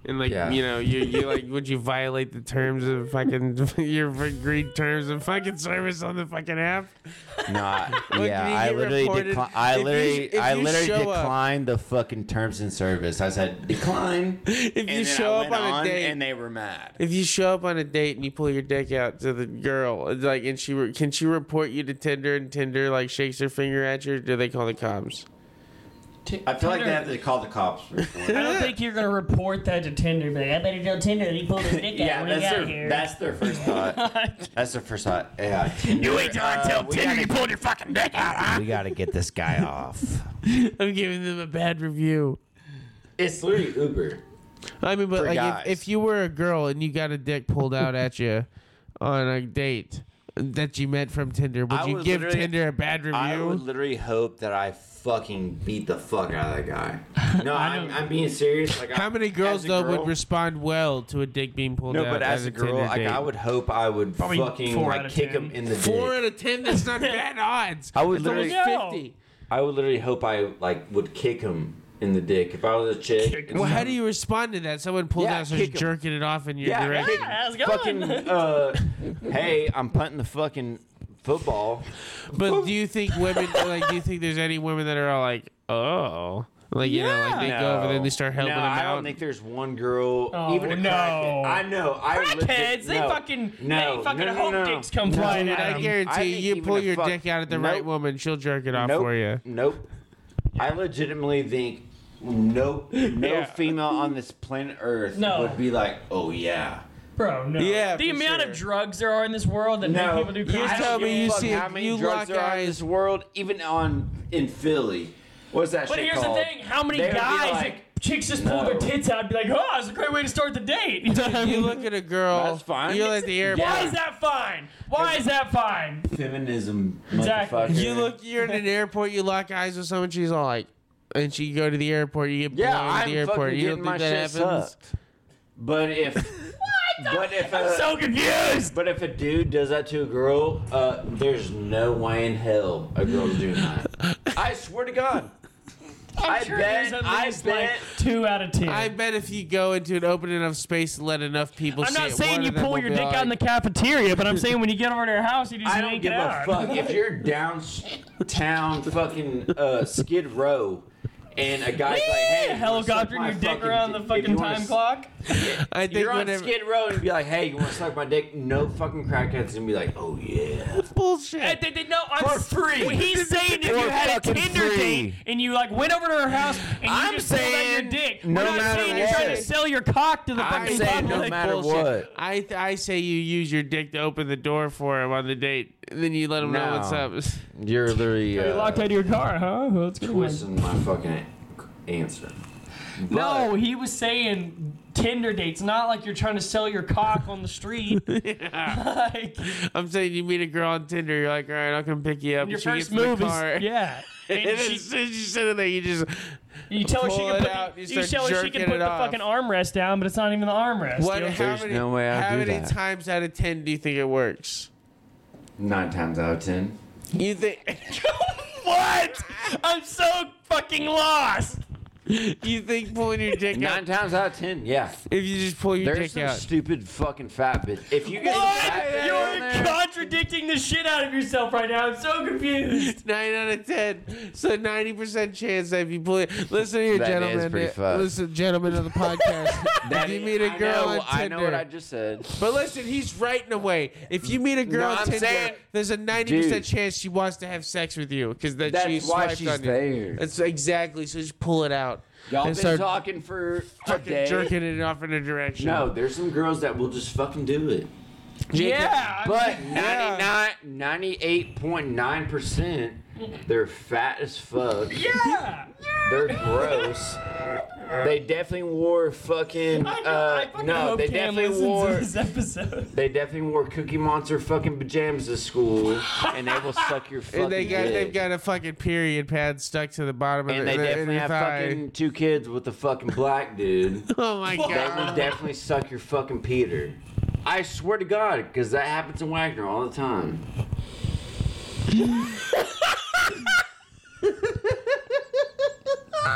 [SPEAKER 1] And like
[SPEAKER 3] Yeah.
[SPEAKER 1] you know, you you like would you violate the terms of fucking your agreed terms of fucking service on the fucking app?
[SPEAKER 3] Not.
[SPEAKER 1] Look,
[SPEAKER 3] yeah,
[SPEAKER 1] you
[SPEAKER 3] I
[SPEAKER 1] get
[SPEAKER 3] literally,
[SPEAKER 1] reported-
[SPEAKER 3] decli- I
[SPEAKER 1] if you-
[SPEAKER 3] literally,
[SPEAKER 1] if
[SPEAKER 3] I
[SPEAKER 1] you
[SPEAKER 3] literally
[SPEAKER 1] show up-
[SPEAKER 3] declined the fucking terms and service. I said decline.
[SPEAKER 1] If you show up on, a date
[SPEAKER 3] they were mad.
[SPEAKER 1] If you show up on a date and you pull your dick out to the girl, it's like, and she re- can she report you to Tinder and Tinder like shakes her finger at you, or do they call the cops?
[SPEAKER 3] I feel like they have to call the cops. before.
[SPEAKER 2] I don't think you're gonna report that to Tinder. But I better tell Tinder that he pulled his dick
[SPEAKER 3] yeah,
[SPEAKER 2] out when he
[SPEAKER 3] that's
[SPEAKER 2] got
[SPEAKER 3] their,
[SPEAKER 2] here.
[SPEAKER 3] that's their first thought. That's their first thought. Yeah. You ain't gonna tell Tinder you pulled your fucking dick out. We gotta get this guy off.
[SPEAKER 1] I'm giving them a bad review.
[SPEAKER 3] It's literally Uber.
[SPEAKER 1] I mean, but
[SPEAKER 3] For
[SPEAKER 1] like,
[SPEAKER 3] guys.
[SPEAKER 1] if, if you were a girl and you got a dick pulled out at you on a date that you met from Tinder, would
[SPEAKER 3] I
[SPEAKER 1] you
[SPEAKER 3] would
[SPEAKER 1] give
[SPEAKER 3] literally-
[SPEAKER 1] Tinder a bad
[SPEAKER 3] I would
[SPEAKER 1] review?
[SPEAKER 3] literally hope that I fucking beat the fuck out of that guy. No, I'm, I'm being serious. Like,
[SPEAKER 1] How
[SPEAKER 3] I-
[SPEAKER 1] many girls
[SPEAKER 3] as a
[SPEAKER 1] though
[SPEAKER 3] girl-
[SPEAKER 1] would respond well to a dick being pulled
[SPEAKER 3] No,
[SPEAKER 1] out?
[SPEAKER 3] but as a girl,
[SPEAKER 1] Tinder
[SPEAKER 3] like
[SPEAKER 1] date?
[SPEAKER 3] I would hope I would
[SPEAKER 2] Probably
[SPEAKER 3] fucking
[SPEAKER 2] four out
[SPEAKER 3] like
[SPEAKER 2] of
[SPEAKER 3] kick
[SPEAKER 2] ten.
[SPEAKER 3] him in the
[SPEAKER 1] Four
[SPEAKER 3] dick.
[SPEAKER 1] out of ten. That's not bad odds.
[SPEAKER 3] I would
[SPEAKER 1] That's almost
[SPEAKER 2] literally- No.
[SPEAKER 1] fifty.
[SPEAKER 3] I would literally hope I like would kick him in the dick if I was a chick.
[SPEAKER 2] Kick
[SPEAKER 3] and
[SPEAKER 1] Well, how
[SPEAKER 3] some-
[SPEAKER 1] do you respond to that? Someone pulled
[SPEAKER 3] Yeah,
[SPEAKER 1] out, so
[SPEAKER 3] kick
[SPEAKER 1] just
[SPEAKER 3] 'em.
[SPEAKER 1] jerking it off in your
[SPEAKER 3] Yeah,
[SPEAKER 1] direction.
[SPEAKER 3] kick-
[SPEAKER 2] how's it
[SPEAKER 3] fucking uh, hey, I'm punting the fucking football.
[SPEAKER 1] But do you think women like? Do you think there's any women that are all like, oh, like you know, like they go over there and they start helping
[SPEAKER 3] no,
[SPEAKER 1] them
[SPEAKER 3] I
[SPEAKER 1] out?
[SPEAKER 3] don't think there's one girl,
[SPEAKER 2] Oh,
[SPEAKER 3] even a
[SPEAKER 2] no.
[SPEAKER 3] crackhead. I know. I legit-
[SPEAKER 2] Crackheads, they
[SPEAKER 3] no.
[SPEAKER 2] fucking-
[SPEAKER 3] no,
[SPEAKER 2] they fucking
[SPEAKER 3] no, no,
[SPEAKER 2] hope
[SPEAKER 3] no, no.
[SPEAKER 2] dicks come
[SPEAKER 3] No,
[SPEAKER 2] flying
[SPEAKER 1] Dude,
[SPEAKER 2] at
[SPEAKER 1] I
[SPEAKER 2] them.
[SPEAKER 1] guarantee
[SPEAKER 3] I think
[SPEAKER 1] you
[SPEAKER 3] even
[SPEAKER 1] pull
[SPEAKER 3] a
[SPEAKER 1] your
[SPEAKER 3] fuck-
[SPEAKER 1] dick out at the
[SPEAKER 3] Nope.
[SPEAKER 1] right woman, she'll jerk it off
[SPEAKER 3] nope,
[SPEAKER 1] for you.
[SPEAKER 3] Nope. I legitimately think no no
[SPEAKER 1] Yeah.
[SPEAKER 3] female on this planet Earth
[SPEAKER 2] No.
[SPEAKER 3] would be like, oh yeah.
[SPEAKER 2] Bro, no.
[SPEAKER 1] Yeah,
[SPEAKER 2] The
[SPEAKER 1] for
[SPEAKER 2] amount
[SPEAKER 1] sure.
[SPEAKER 2] of drugs there are in this world that make
[SPEAKER 3] No.
[SPEAKER 2] people do
[SPEAKER 3] You
[SPEAKER 2] crime.
[SPEAKER 1] I tell don't me give a you fuck see-
[SPEAKER 3] how many
[SPEAKER 1] you lock
[SPEAKER 3] drugs there are in
[SPEAKER 1] eyes-
[SPEAKER 3] this world, even on in Philly. What's that
[SPEAKER 2] But
[SPEAKER 3] shit
[SPEAKER 2] here's
[SPEAKER 3] called?
[SPEAKER 2] the thing: how many
[SPEAKER 3] They would be
[SPEAKER 2] guys,
[SPEAKER 3] like,
[SPEAKER 2] if chicks just pull their
[SPEAKER 3] "No."
[SPEAKER 2] tits out, and be like, "Oh, it's a great way to start the date."
[SPEAKER 1] You look at a girl.
[SPEAKER 3] That's fine.
[SPEAKER 1] You're at the airport.
[SPEAKER 2] Why is that fine? Why is that fine?
[SPEAKER 3] feminism,
[SPEAKER 2] Exactly.
[SPEAKER 3] motherfucker.
[SPEAKER 1] You look. You're in an airport. You lock eyes with someone. She's all like, and she go to the airport. You get blown
[SPEAKER 3] Yeah,
[SPEAKER 1] at
[SPEAKER 3] I'm
[SPEAKER 1] the airport.
[SPEAKER 3] fucking
[SPEAKER 1] You don't
[SPEAKER 3] getting my
[SPEAKER 1] think that
[SPEAKER 3] shit
[SPEAKER 1] happens?
[SPEAKER 3] sucked. But if, but if a,
[SPEAKER 2] So confused.
[SPEAKER 3] but if a dude does that to a girl, uh, there's no way in hell a girl's doing that. I swear to God.
[SPEAKER 2] I'm
[SPEAKER 3] I
[SPEAKER 2] sure
[SPEAKER 3] bet-
[SPEAKER 2] there's at
[SPEAKER 3] I
[SPEAKER 2] least
[SPEAKER 3] bet-
[SPEAKER 2] like two out of ten.
[SPEAKER 1] I bet if you go into an open enough space and let enough people
[SPEAKER 2] I'm
[SPEAKER 1] see
[SPEAKER 2] not
[SPEAKER 1] it,
[SPEAKER 2] saying
[SPEAKER 1] one
[SPEAKER 2] you
[SPEAKER 1] of them
[SPEAKER 2] pull
[SPEAKER 1] will
[SPEAKER 2] your
[SPEAKER 1] be
[SPEAKER 2] dick out in the
[SPEAKER 1] like,
[SPEAKER 2] cafeteria, but I'm saying when you get over to your house, you just
[SPEAKER 3] I don't
[SPEAKER 2] yank
[SPEAKER 3] give
[SPEAKER 2] it
[SPEAKER 3] a
[SPEAKER 2] out.
[SPEAKER 3] fuck if you're downtown fucking uh, Skid Row and a guy's like, "Hey,
[SPEAKER 2] Yeah,
[SPEAKER 3] you wanna suck
[SPEAKER 2] helicoptering
[SPEAKER 3] my
[SPEAKER 2] your dick
[SPEAKER 3] fucking
[SPEAKER 2] around the
[SPEAKER 3] dick? If you
[SPEAKER 2] fucking
[SPEAKER 3] wanna
[SPEAKER 2] time
[SPEAKER 3] s-
[SPEAKER 2] clock.
[SPEAKER 1] I think
[SPEAKER 3] You're on
[SPEAKER 1] whenever-
[SPEAKER 3] Skid Row and be like, "Hey, you want to suck my dick?" No fucking crackhead's gonna be like, "Oh yeah."
[SPEAKER 2] Hey,
[SPEAKER 1] bullshit.
[SPEAKER 2] they- they- no, I'm
[SPEAKER 3] For
[SPEAKER 2] s-
[SPEAKER 3] free.
[SPEAKER 2] well, He's saying if
[SPEAKER 7] For
[SPEAKER 2] you had a
[SPEAKER 7] fucking
[SPEAKER 2] Tinder
[SPEAKER 7] free.
[SPEAKER 2] date and you like went over to her house and you
[SPEAKER 3] I'm
[SPEAKER 2] just pulled out your
[SPEAKER 3] saying
[SPEAKER 2] dick,
[SPEAKER 3] no
[SPEAKER 2] we're not
[SPEAKER 3] matter
[SPEAKER 2] saying you're trying to
[SPEAKER 3] what.
[SPEAKER 2] sell your cock to the
[SPEAKER 1] I'm
[SPEAKER 2] fucking
[SPEAKER 1] saying
[SPEAKER 2] public.
[SPEAKER 1] no
[SPEAKER 3] no matter
[SPEAKER 1] matter
[SPEAKER 3] what.
[SPEAKER 1] I I say you use your dick to open the door for him on the date, and then you let him know what's
[SPEAKER 3] No.
[SPEAKER 1] up.
[SPEAKER 3] You're uh, literally
[SPEAKER 2] You're locked out of your car, huh? Well, that's gonna win.
[SPEAKER 3] twisting my fucking answer.
[SPEAKER 2] No, he was saying Tinder dates, not like you're trying to sell your cock on the street. like
[SPEAKER 1] I'm saying you meet a girl on Tinder, you're like, all right, I'll come pick you up.
[SPEAKER 2] your
[SPEAKER 1] she gets
[SPEAKER 2] first
[SPEAKER 1] in the
[SPEAKER 2] move is
[SPEAKER 1] car.
[SPEAKER 2] yeah.
[SPEAKER 1] And
[SPEAKER 2] And
[SPEAKER 1] then
[SPEAKER 2] she-
[SPEAKER 1] as soon as you sit in there, you just
[SPEAKER 2] you tell her she
[SPEAKER 1] pull
[SPEAKER 2] can
[SPEAKER 1] it
[SPEAKER 2] put
[SPEAKER 1] out,
[SPEAKER 2] the,
[SPEAKER 1] you
[SPEAKER 2] you
[SPEAKER 1] start
[SPEAKER 2] tell her she
[SPEAKER 1] jerking
[SPEAKER 2] can put
[SPEAKER 1] it
[SPEAKER 2] the
[SPEAKER 1] off.
[SPEAKER 2] fucking armrest down, but it's not even the armrest.
[SPEAKER 1] what?
[SPEAKER 2] yo.
[SPEAKER 1] How
[SPEAKER 3] There's
[SPEAKER 1] many,
[SPEAKER 3] no way I'd
[SPEAKER 1] how
[SPEAKER 3] do
[SPEAKER 1] many
[SPEAKER 3] that.
[SPEAKER 1] times out of ten do you think it works?
[SPEAKER 3] Nine times out of ten.
[SPEAKER 1] You think
[SPEAKER 2] what? I'm so fucking lost.
[SPEAKER 1] you think pulling your dick
[SPEAKER 3] Nine
[SPEAKER 1] out?
[SPEAKER 3] times out of ten, yeah.
[SPEAKER 1] If you just pull your
[SPEAKER 3] There's
[SPEAKER 1] dick
[SPEAKER 3] some
[SPEAKER 1] out,
[SPEAKER 3] stupid fucking fat bitch. If you get some fat
[SPEAKER 2] What?
[SPEAKER 3] bitch on
[SPEAKER 2] You're
[SPEAKER 3] there-
[SPEAKER 2] contradicting the shit out of yourself right now. I'm so confused.
[SPEAKER 1] nine out of ten. So ninety percent chance that if you pull it. Listen here,
[SPEAKER 3] That is
[SPEAKER 1] gentlemen.
[SPEAKER 3] pretty fucked.
[SPEAKER 1] uh, Listen, gentlemen of the podcast.
[SPEAKER 3] That
[SPEAKER 1] if you
[SPEAKER 3] is-
[SPEAKER 1] meet a
[SPEAKER 3] I
[SPEAKER 1] girl
[SPEAKER 3] know,
[SPEAKER 1] on Tinder,
[SPEAKER 3] I know what I just said.
[SPEAKER 1] But listen, he's writing away. If you meet a girl
[SPEAKER 3] No,
[SPEAKER 1] on
[SPEAKER 3] I'm
[SPEAKER 1] Tinder,
[SPEAKER 3] saying-
[SPEAKER 1] there's a 90%
[SPEAKER 3] Dude.
[SPEAKER 1] chance she wants to have sex with you because that
[SPEAKER 3] That's
[SPEAKER 1] she
[SPEAKER 3] why
[SPEAKER 1] swiped
[SPEAKER 3] she's
[SPEAKER 1] on you.
[SPEAKER 3] there.
[SPEAKER 1] That's exactly. So just pull it out.
[SPEAKER 3] Y'all
[SPEAKER 1] and
[SPEAKER 3] been
[SPEAKER 1] start
[SPEAKER 3] talking for a
[SPEAKER 1] fucking
[SPEAKER 3] day.
[SPEAKER 1] jerking it off in a direction.
[SPEAKER 3] No, there's some girls that will just fucking do it.
[SPEAKER 2] yeah. I'm-
[SPEAKER 3] But
[SPEAKER 1] Yeah.
[SPEAKER 3] 99, 98.9%, they're fat as fuck.
[SPEAKER 2] yeah.
[SPEAKER 3] They're gross. They definitely wore fucking.
[SPEAKER 2] I,
[SPEAKER 3] uh,
[SPEAKER 2] I fucking
[SPEAKER 3] no,
[SPEAKER 2] hope
[SPEAKER 3] they
[SPEAKER 2] Cam
[SPEAKER 3] definitely
[SPEAKER 2] listens
[SPEAKER 3] wore.
[SPEAKER 2] to this episode.
[SPEAKER 3] They definitely wore Cookie Monster fucking pajamas to school, and they will suck your fucking.
[SPEAKER 1] And they got,
[SPEAKER 3] dick.
[SPEAKER 1] they've got a fucking period pad stuck to the bottom of
[SPEAKER 3] And
[SPEAKER 1] the,
[SPEAKER 3] they
[SPEAKER 1] the,
[SPEAKER 3] definitely
[SPEAKER 1] your
[SPEAKER 3] have
[SPEAKER 1] thigh.
[SPEAKER 3] fucking two kids with a fucking black dude.
[SPEAKER 1] Oh my
[SPEAKER 3] They will
[SPEAKER 1] god.
[SPEAKER 3] definitely suck your fucking Peter. I swear to God, because that happens in Wagner all the time.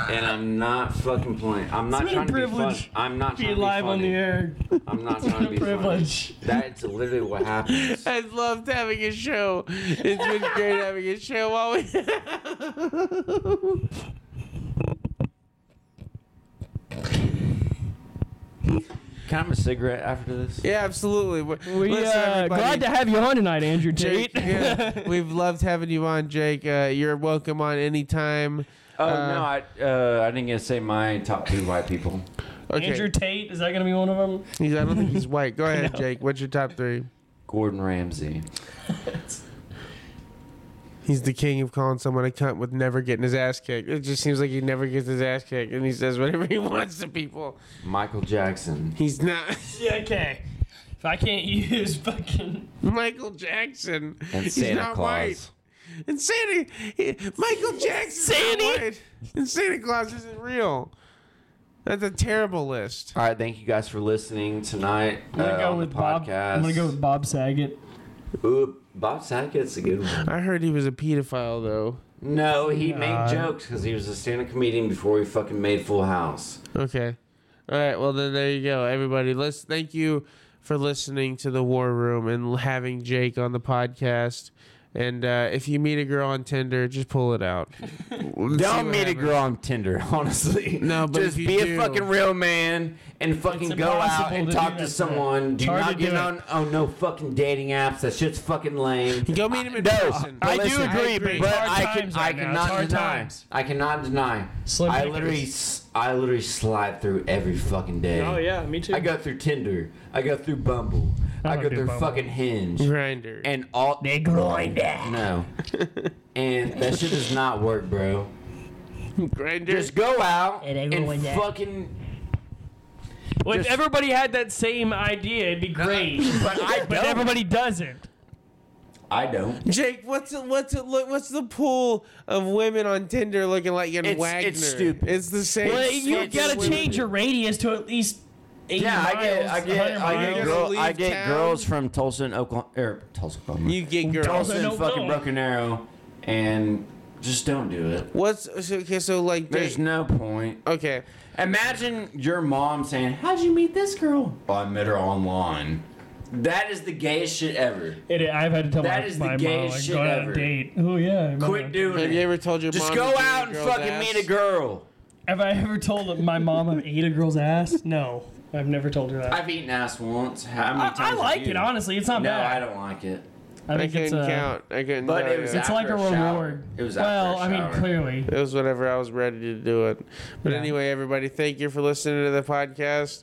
[SPEAKER 3] and I'm not fucking playing. I'm not
[SPEAKER 2] It's been a
[SPEAKER 3] trying to be fun.
[SPEAKER 2] privilege
[SPEAKER 3] I'm not
[SPEAKER 2] Be
[SPEAKER 3] trying to be
[SPEAKER 2] live on the
[SPEAKER 3] funny.
[SPEAKER 2] air.
[SPEAKER 3] I'm not trying to be
[SPEAKER 2] Privilege.
[SPEAKER 3] funny. That's literally what happens.
[SPEAKER 1] I loved having a show. It's been great having a show while we.
[SPEAKER 3] Can I have a cigarette after this?
[SPEAKER 1] yeah, absolutely.
[SPEAKER 2] We uh, glad to have you on tonight, Andrew Tate.
[SPEAKER 1] Jake, yeah, we've loved having you on, Jake. Uh, you're welcome on anytime.
[SPEAKER 3] Oh no, I uh, I didn't get to say my top two white people.
[SPEAKER 1] Okay.
[SPEAKER 2] Andrew Tate is that gonna be one of them?
[SPEAKER 1] He's, I don't think he's white. Go ahead, Jake. What's your top three?
[SPEAKER 3] Gordon Ramsay.
[SPEAKER 1] He's the king of calling someone a cunt with never getting his ass kicked. It just seems like he never gets his ass kicked, and he says whatever he wants to people.
[SPEAKER 3] Michael Jackson.
[SPEAKER 1] He's not
[SPEAKER 2] Yeah, okay. If I can't use fucking
[SPEAKER 1] Michael Jackson.
[SPEAKER 3] And
[SPEAKER 1] he's
[SPEAKER 3] Santa
[SPEAKER 1] not
[SPEAKER 3] Claus.
[SPEAKER 1] white. And Santa, he- Michael Jackson. And Santa Claus isn't real. That's a terrible list.
[SPEAKER 3] All right, thank you guys for listening tonight
[SPEAKER 2] I'm
[SPEAKER 3] I'm gonna
[SPEAKER 2] gonna
[SPEAKER 3] uh,
[SPEAKER 2] go
[SPEAKER 3] on
[SPEAKER 2] with
[SPEAKER 3] the
[SPEAKER 2] Bob.
[SPEAKER 3] podcast.
[SPEAKER 2] I'm gonna go with Bob Saget.
[SPEAKER 3] Ooh, Bob Saget's a good one.
[SPEAKER 1] I heard he was a pedophile though.
[SPEAKER 3] No, he made
[SPEAKER 2] Nah.
[SPEAKER 3] jokes because he was a stand-up comedian before he fucking made Full House.
[SPEAKER 1] Okay. All right. Well, then there you go, everybody. Let's thank you for listening to the War Room and having Jake on the podcast. And uh, if you meet a girl on Tinder, just pull it out.
[SPEAKER 3] Don't meet a girl on Tinder, honestly.
[SPEAKER 1] No, but
[SPEAKER 3] just
[SPEAKER 1] if you
[SPEAKER 3] be
[SPEAKER 1] do-
[SPEAKER 3] a fucking real man and fucking
[SPEAKER 2] It's
[SPEAKER 3] go out
[SPEAKER 2] impossible
[SPEAKER 3] and
[SPEAKER 2] to
[SPEAKER 3] talk
[SPEAKER 2] do
[SPEAKER 3] to
[SPEAKER 2] that,
[SPEAKER 3] someone. Do
[SPEAKER 2] hard
[SPEAKER 3] not
[SPEAKER 2] to
[SPEAKER 3] get
[SPEAKER 2] do
[SPEAKER 3] on oh no fucking dating apps. That shit's fucking lame.
[SPEAKER 1] Go meet him in
[SPEAKER 3] No,
[SPEAKER 1] person.
[SPEAKER 3] I do
[SPEAKER 1] Listen,
[SPEAKER 2] agree,
[SPEAKER 3] But
[SPEAKER 2] Hard
[SPEAKER 3] I can,
[SPEAKER 2] times
[SPEAKER 3] I
[SPEAKER 2] right now. It's
[SPEAKER 3] cannot
[SPEAKER 2] hard
[SPEAKER 3] deny.
[SPEAKER 2] times.
[SPEAKER 3] I cannot deny.
[SPEAKER 2] Slim
[SPEAKER 3] I
[SPEAKER 2] pickings.
[SPEAKER 3] literally, s- I literally slide through every fucking day.
[SPEAKER 2] Oh, yeah, me too.
[SPEAKER 3] I go through Tinder. I go through Bumble.
[SPEAKER 2] I
[SPEAKER 3] I,
[SPEAKER 2] don't
[SPEAKER 3] go
[SPEAKER 2] do
[SPEAKER 3] through
[SPEAKER 2] Bumble.
[SPEAKER 3] fucking Hinge.
[SPEAKER 1] Grinder.
[SPEAKER 3] And all they groin that. No. and that shit does not work, bro.
[SPEAKER 1] Grinder.
[SPEAKER 3] Just go out
[SPEAKER 2] And they
[SPEAKER 3] and,
[SPEAKER 2] groin that.
[SPEAKER 3] fucking.
[SPEAKER 2] well, if
[SPEAKER 3] just-
[SPEAKER 2] everybody had that same idea, it'd be great.
[SPEAKER 3] Uh, But I don't.
[SPEAKER 2] but everybody doesn't.
[SPEAKER 3] I don't.
[SPEAKER 1] Jake, what's it, what's it look? What's the pool of women on Tinder looking like in
[SPEAKER 3] It's-
[SPEAKER 1] Wagner?
[SPEAKER 3] it's stupid.
[SPEAKER 1] It's the same.
[SPEAKER 2] Well,
[SPEAKER 1] It's
[SPEAKER 2] you
[SPEAKER 1] stupid.
[SPEAKER 2] gotta
[SPEAKER 3] weird.
[SPEAKER 2] change your radius to at least. 80
[SPEAKER 3] Yeah, I get, I
[SPEAKER 2] miles,
[SPEAKER 3] get,
[SPEAKER 2] 100
[SPEAKER 3] I
[SPEAKER 2] miles.
[SPEAKER 3] get,
[SPEAKER 1] girl-
[SPEAKER 3] girl,
[SPEAKER 1] leave
[SPEAKER 3] I get
[SPEAKER 1] town.
[SPEAKER 3] girls from Tulsa, and Oklahoma, er, Tulsa, Oklahoma.
[SPEAKER 1] You get girls.
[SPEAKER 3] Tulsa
[SPEAKER 2] Tulsa,
[SPEAKER 3] and fucking
[SPEAKER 2] Oklahoma.
[SPEAKER 3] Broken Arrow, and Just don't do it.
[SPEAKER 1] What's so- okay? So like, they-
[SPEAKER 3] There's no point.
[SPEAKER 1] okay,
[SPEAKER 3] Imagine your mom saying, "How'd you meet this girl?" Oh, I met her online. That is the gayest shit ever.
[SPEAKER 2] It, I've had to tell
[SPEAKER 3] That
[SPEAKER 2] my,
[SPEAKER 3] is the
[SPEAKER 2] my mom,
[SPEAKER 3] gayest
[SPEAKER 2] like,
[SPEAKER 3] shit
[SPEAKER 2] go on
[SPEAKER 3] ever.
[SPEAKER 2] a date. Oh, yeah. I remember
[SPEAKER 3] Quit
[SPEAKER 2] that.
[SPEAKER 3] doing
[SPEAKER 1] have
[SPEAKER 3] it.
[SPEAKER 1] you ever told your
[SPEAKER 3] Just
[SPEAKER 1] mom
[SPEAKER 3] go
[SPEAKER 1] you ate a
[SPEAKER 3] out and
[SPEAKER 1] girl's
[SPEAKER 3] fucking
[SPEAKER 1] ass?
[SPEAKER 3] meet a girl.
[SPEAKER 2] Have I ever told that my mom I ate a girl's ass? No. I've never told her that.
[SPEAKER 3] I've eaten ass once. How many
[SPEAKER 2] I,
[SPEAKER 3] times?
[SPEAKER 2] I
[SPEAKER 3] have
[SPEAKER 2] like
[SPEAKER 3] you?
[SPEAKER 2] it, honestly. It's not
[SPEAKER 3] No,
[SPEAKER 2] bad.
[SPEAKER 3] I don't like it.
[SPEAKER 2] I
[SPEAKER 1] I
[SPEAKER 2] think it's,
[SPEAKER 1] couldn't
[SPEAKER 2] uh,
[SPEAKER 1] count. I couldn't.
[SPEAKER 3] but
[SPEAKER 1] tell
[SPEAKER 3] it was
[SPEAKER 1] you.
[SPEAKER 2] It's
[SPEAKER 3] After
[SPEAKER 2] like a
[SPEAKER 3] a shower.
[SPEAKER 2] reward.
[SPEAKER 3] It was after
[SPEAKER 2] well,
[SPEAKER 3] a
[SPEAKER 2] I mean,
[SPEAKER 3] shower.
[SPEAKER 2] clearly.
[SPEAKER 1] It was whenever I was ready to do it. But
[SPEAKER 2] Yeah.
[SPEAKER 1] anyway, everybody, thank you for listening to the podcast.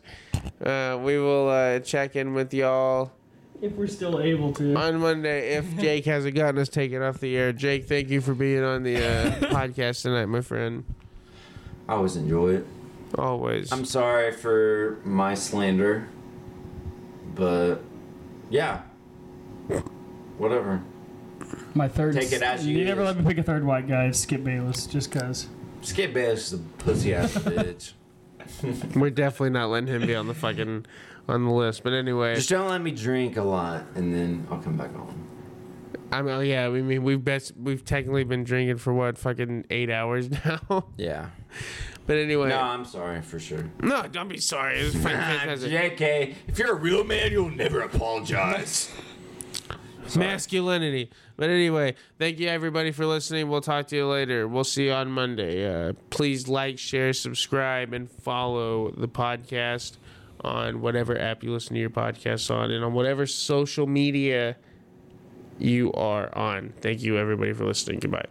[SPEAKER 1] Uh, we will uh, check in with y'all
[SPEAKER 2] If we're still able to.
[SPEAKER 1] on Monday if Jake hasn't gotten us taken off the air. Jake, thank you for being on the uh, podcast tonight, my friend.
[SPEAKER 3] I always enjoy it.
[SPEAKER 1] Always.
[SPEAKER 3] I'm sorry for my slander, but yeah, whatever.
[SPEAKER 2] My third.
[SPEAKER 3] Take it as
[SPEAKER 2] You
[SPEAKER 3] you
[SPEAKER 2] never
[SPEAKER 3] is.
[SPEAKER 2] let me pick a third white guy. It's Skip Bayless, just cause.
[SPEAKER 3] Skip Bayless is a pussy ass bitch.
[SPEAKER 1] We're definitely not letting him be on the fucking on the list. But anyway,
[SPEAKER 3] Just don't let me drink a lot, and then I'll come back on.
[SPEAKER 1] I mean, oh, yeah, we mean we've best we've technically been drinking for what fucking eight hours now.
[SPEAKER 3] Yeah.
[SPEAKER 1] but anyway,
[SPEAKER 3] No, I'm sorry for sure.
[SPEAKER 1] no, don't be sorry. It's fucking fantastic.
[SPEAKER 3] JK, if you're a real man, you'll never apologize.
[SPEAKER 1] masculinity. But anyway, thank you everybody for listening. We'll talk to you later. We'll see you on Monday. Uh, please like, share, subscribe, and follow the podcast on whatever app you listen to your podcast on and on whatever social media you are on. Thank you everybody for listening. Goodbye.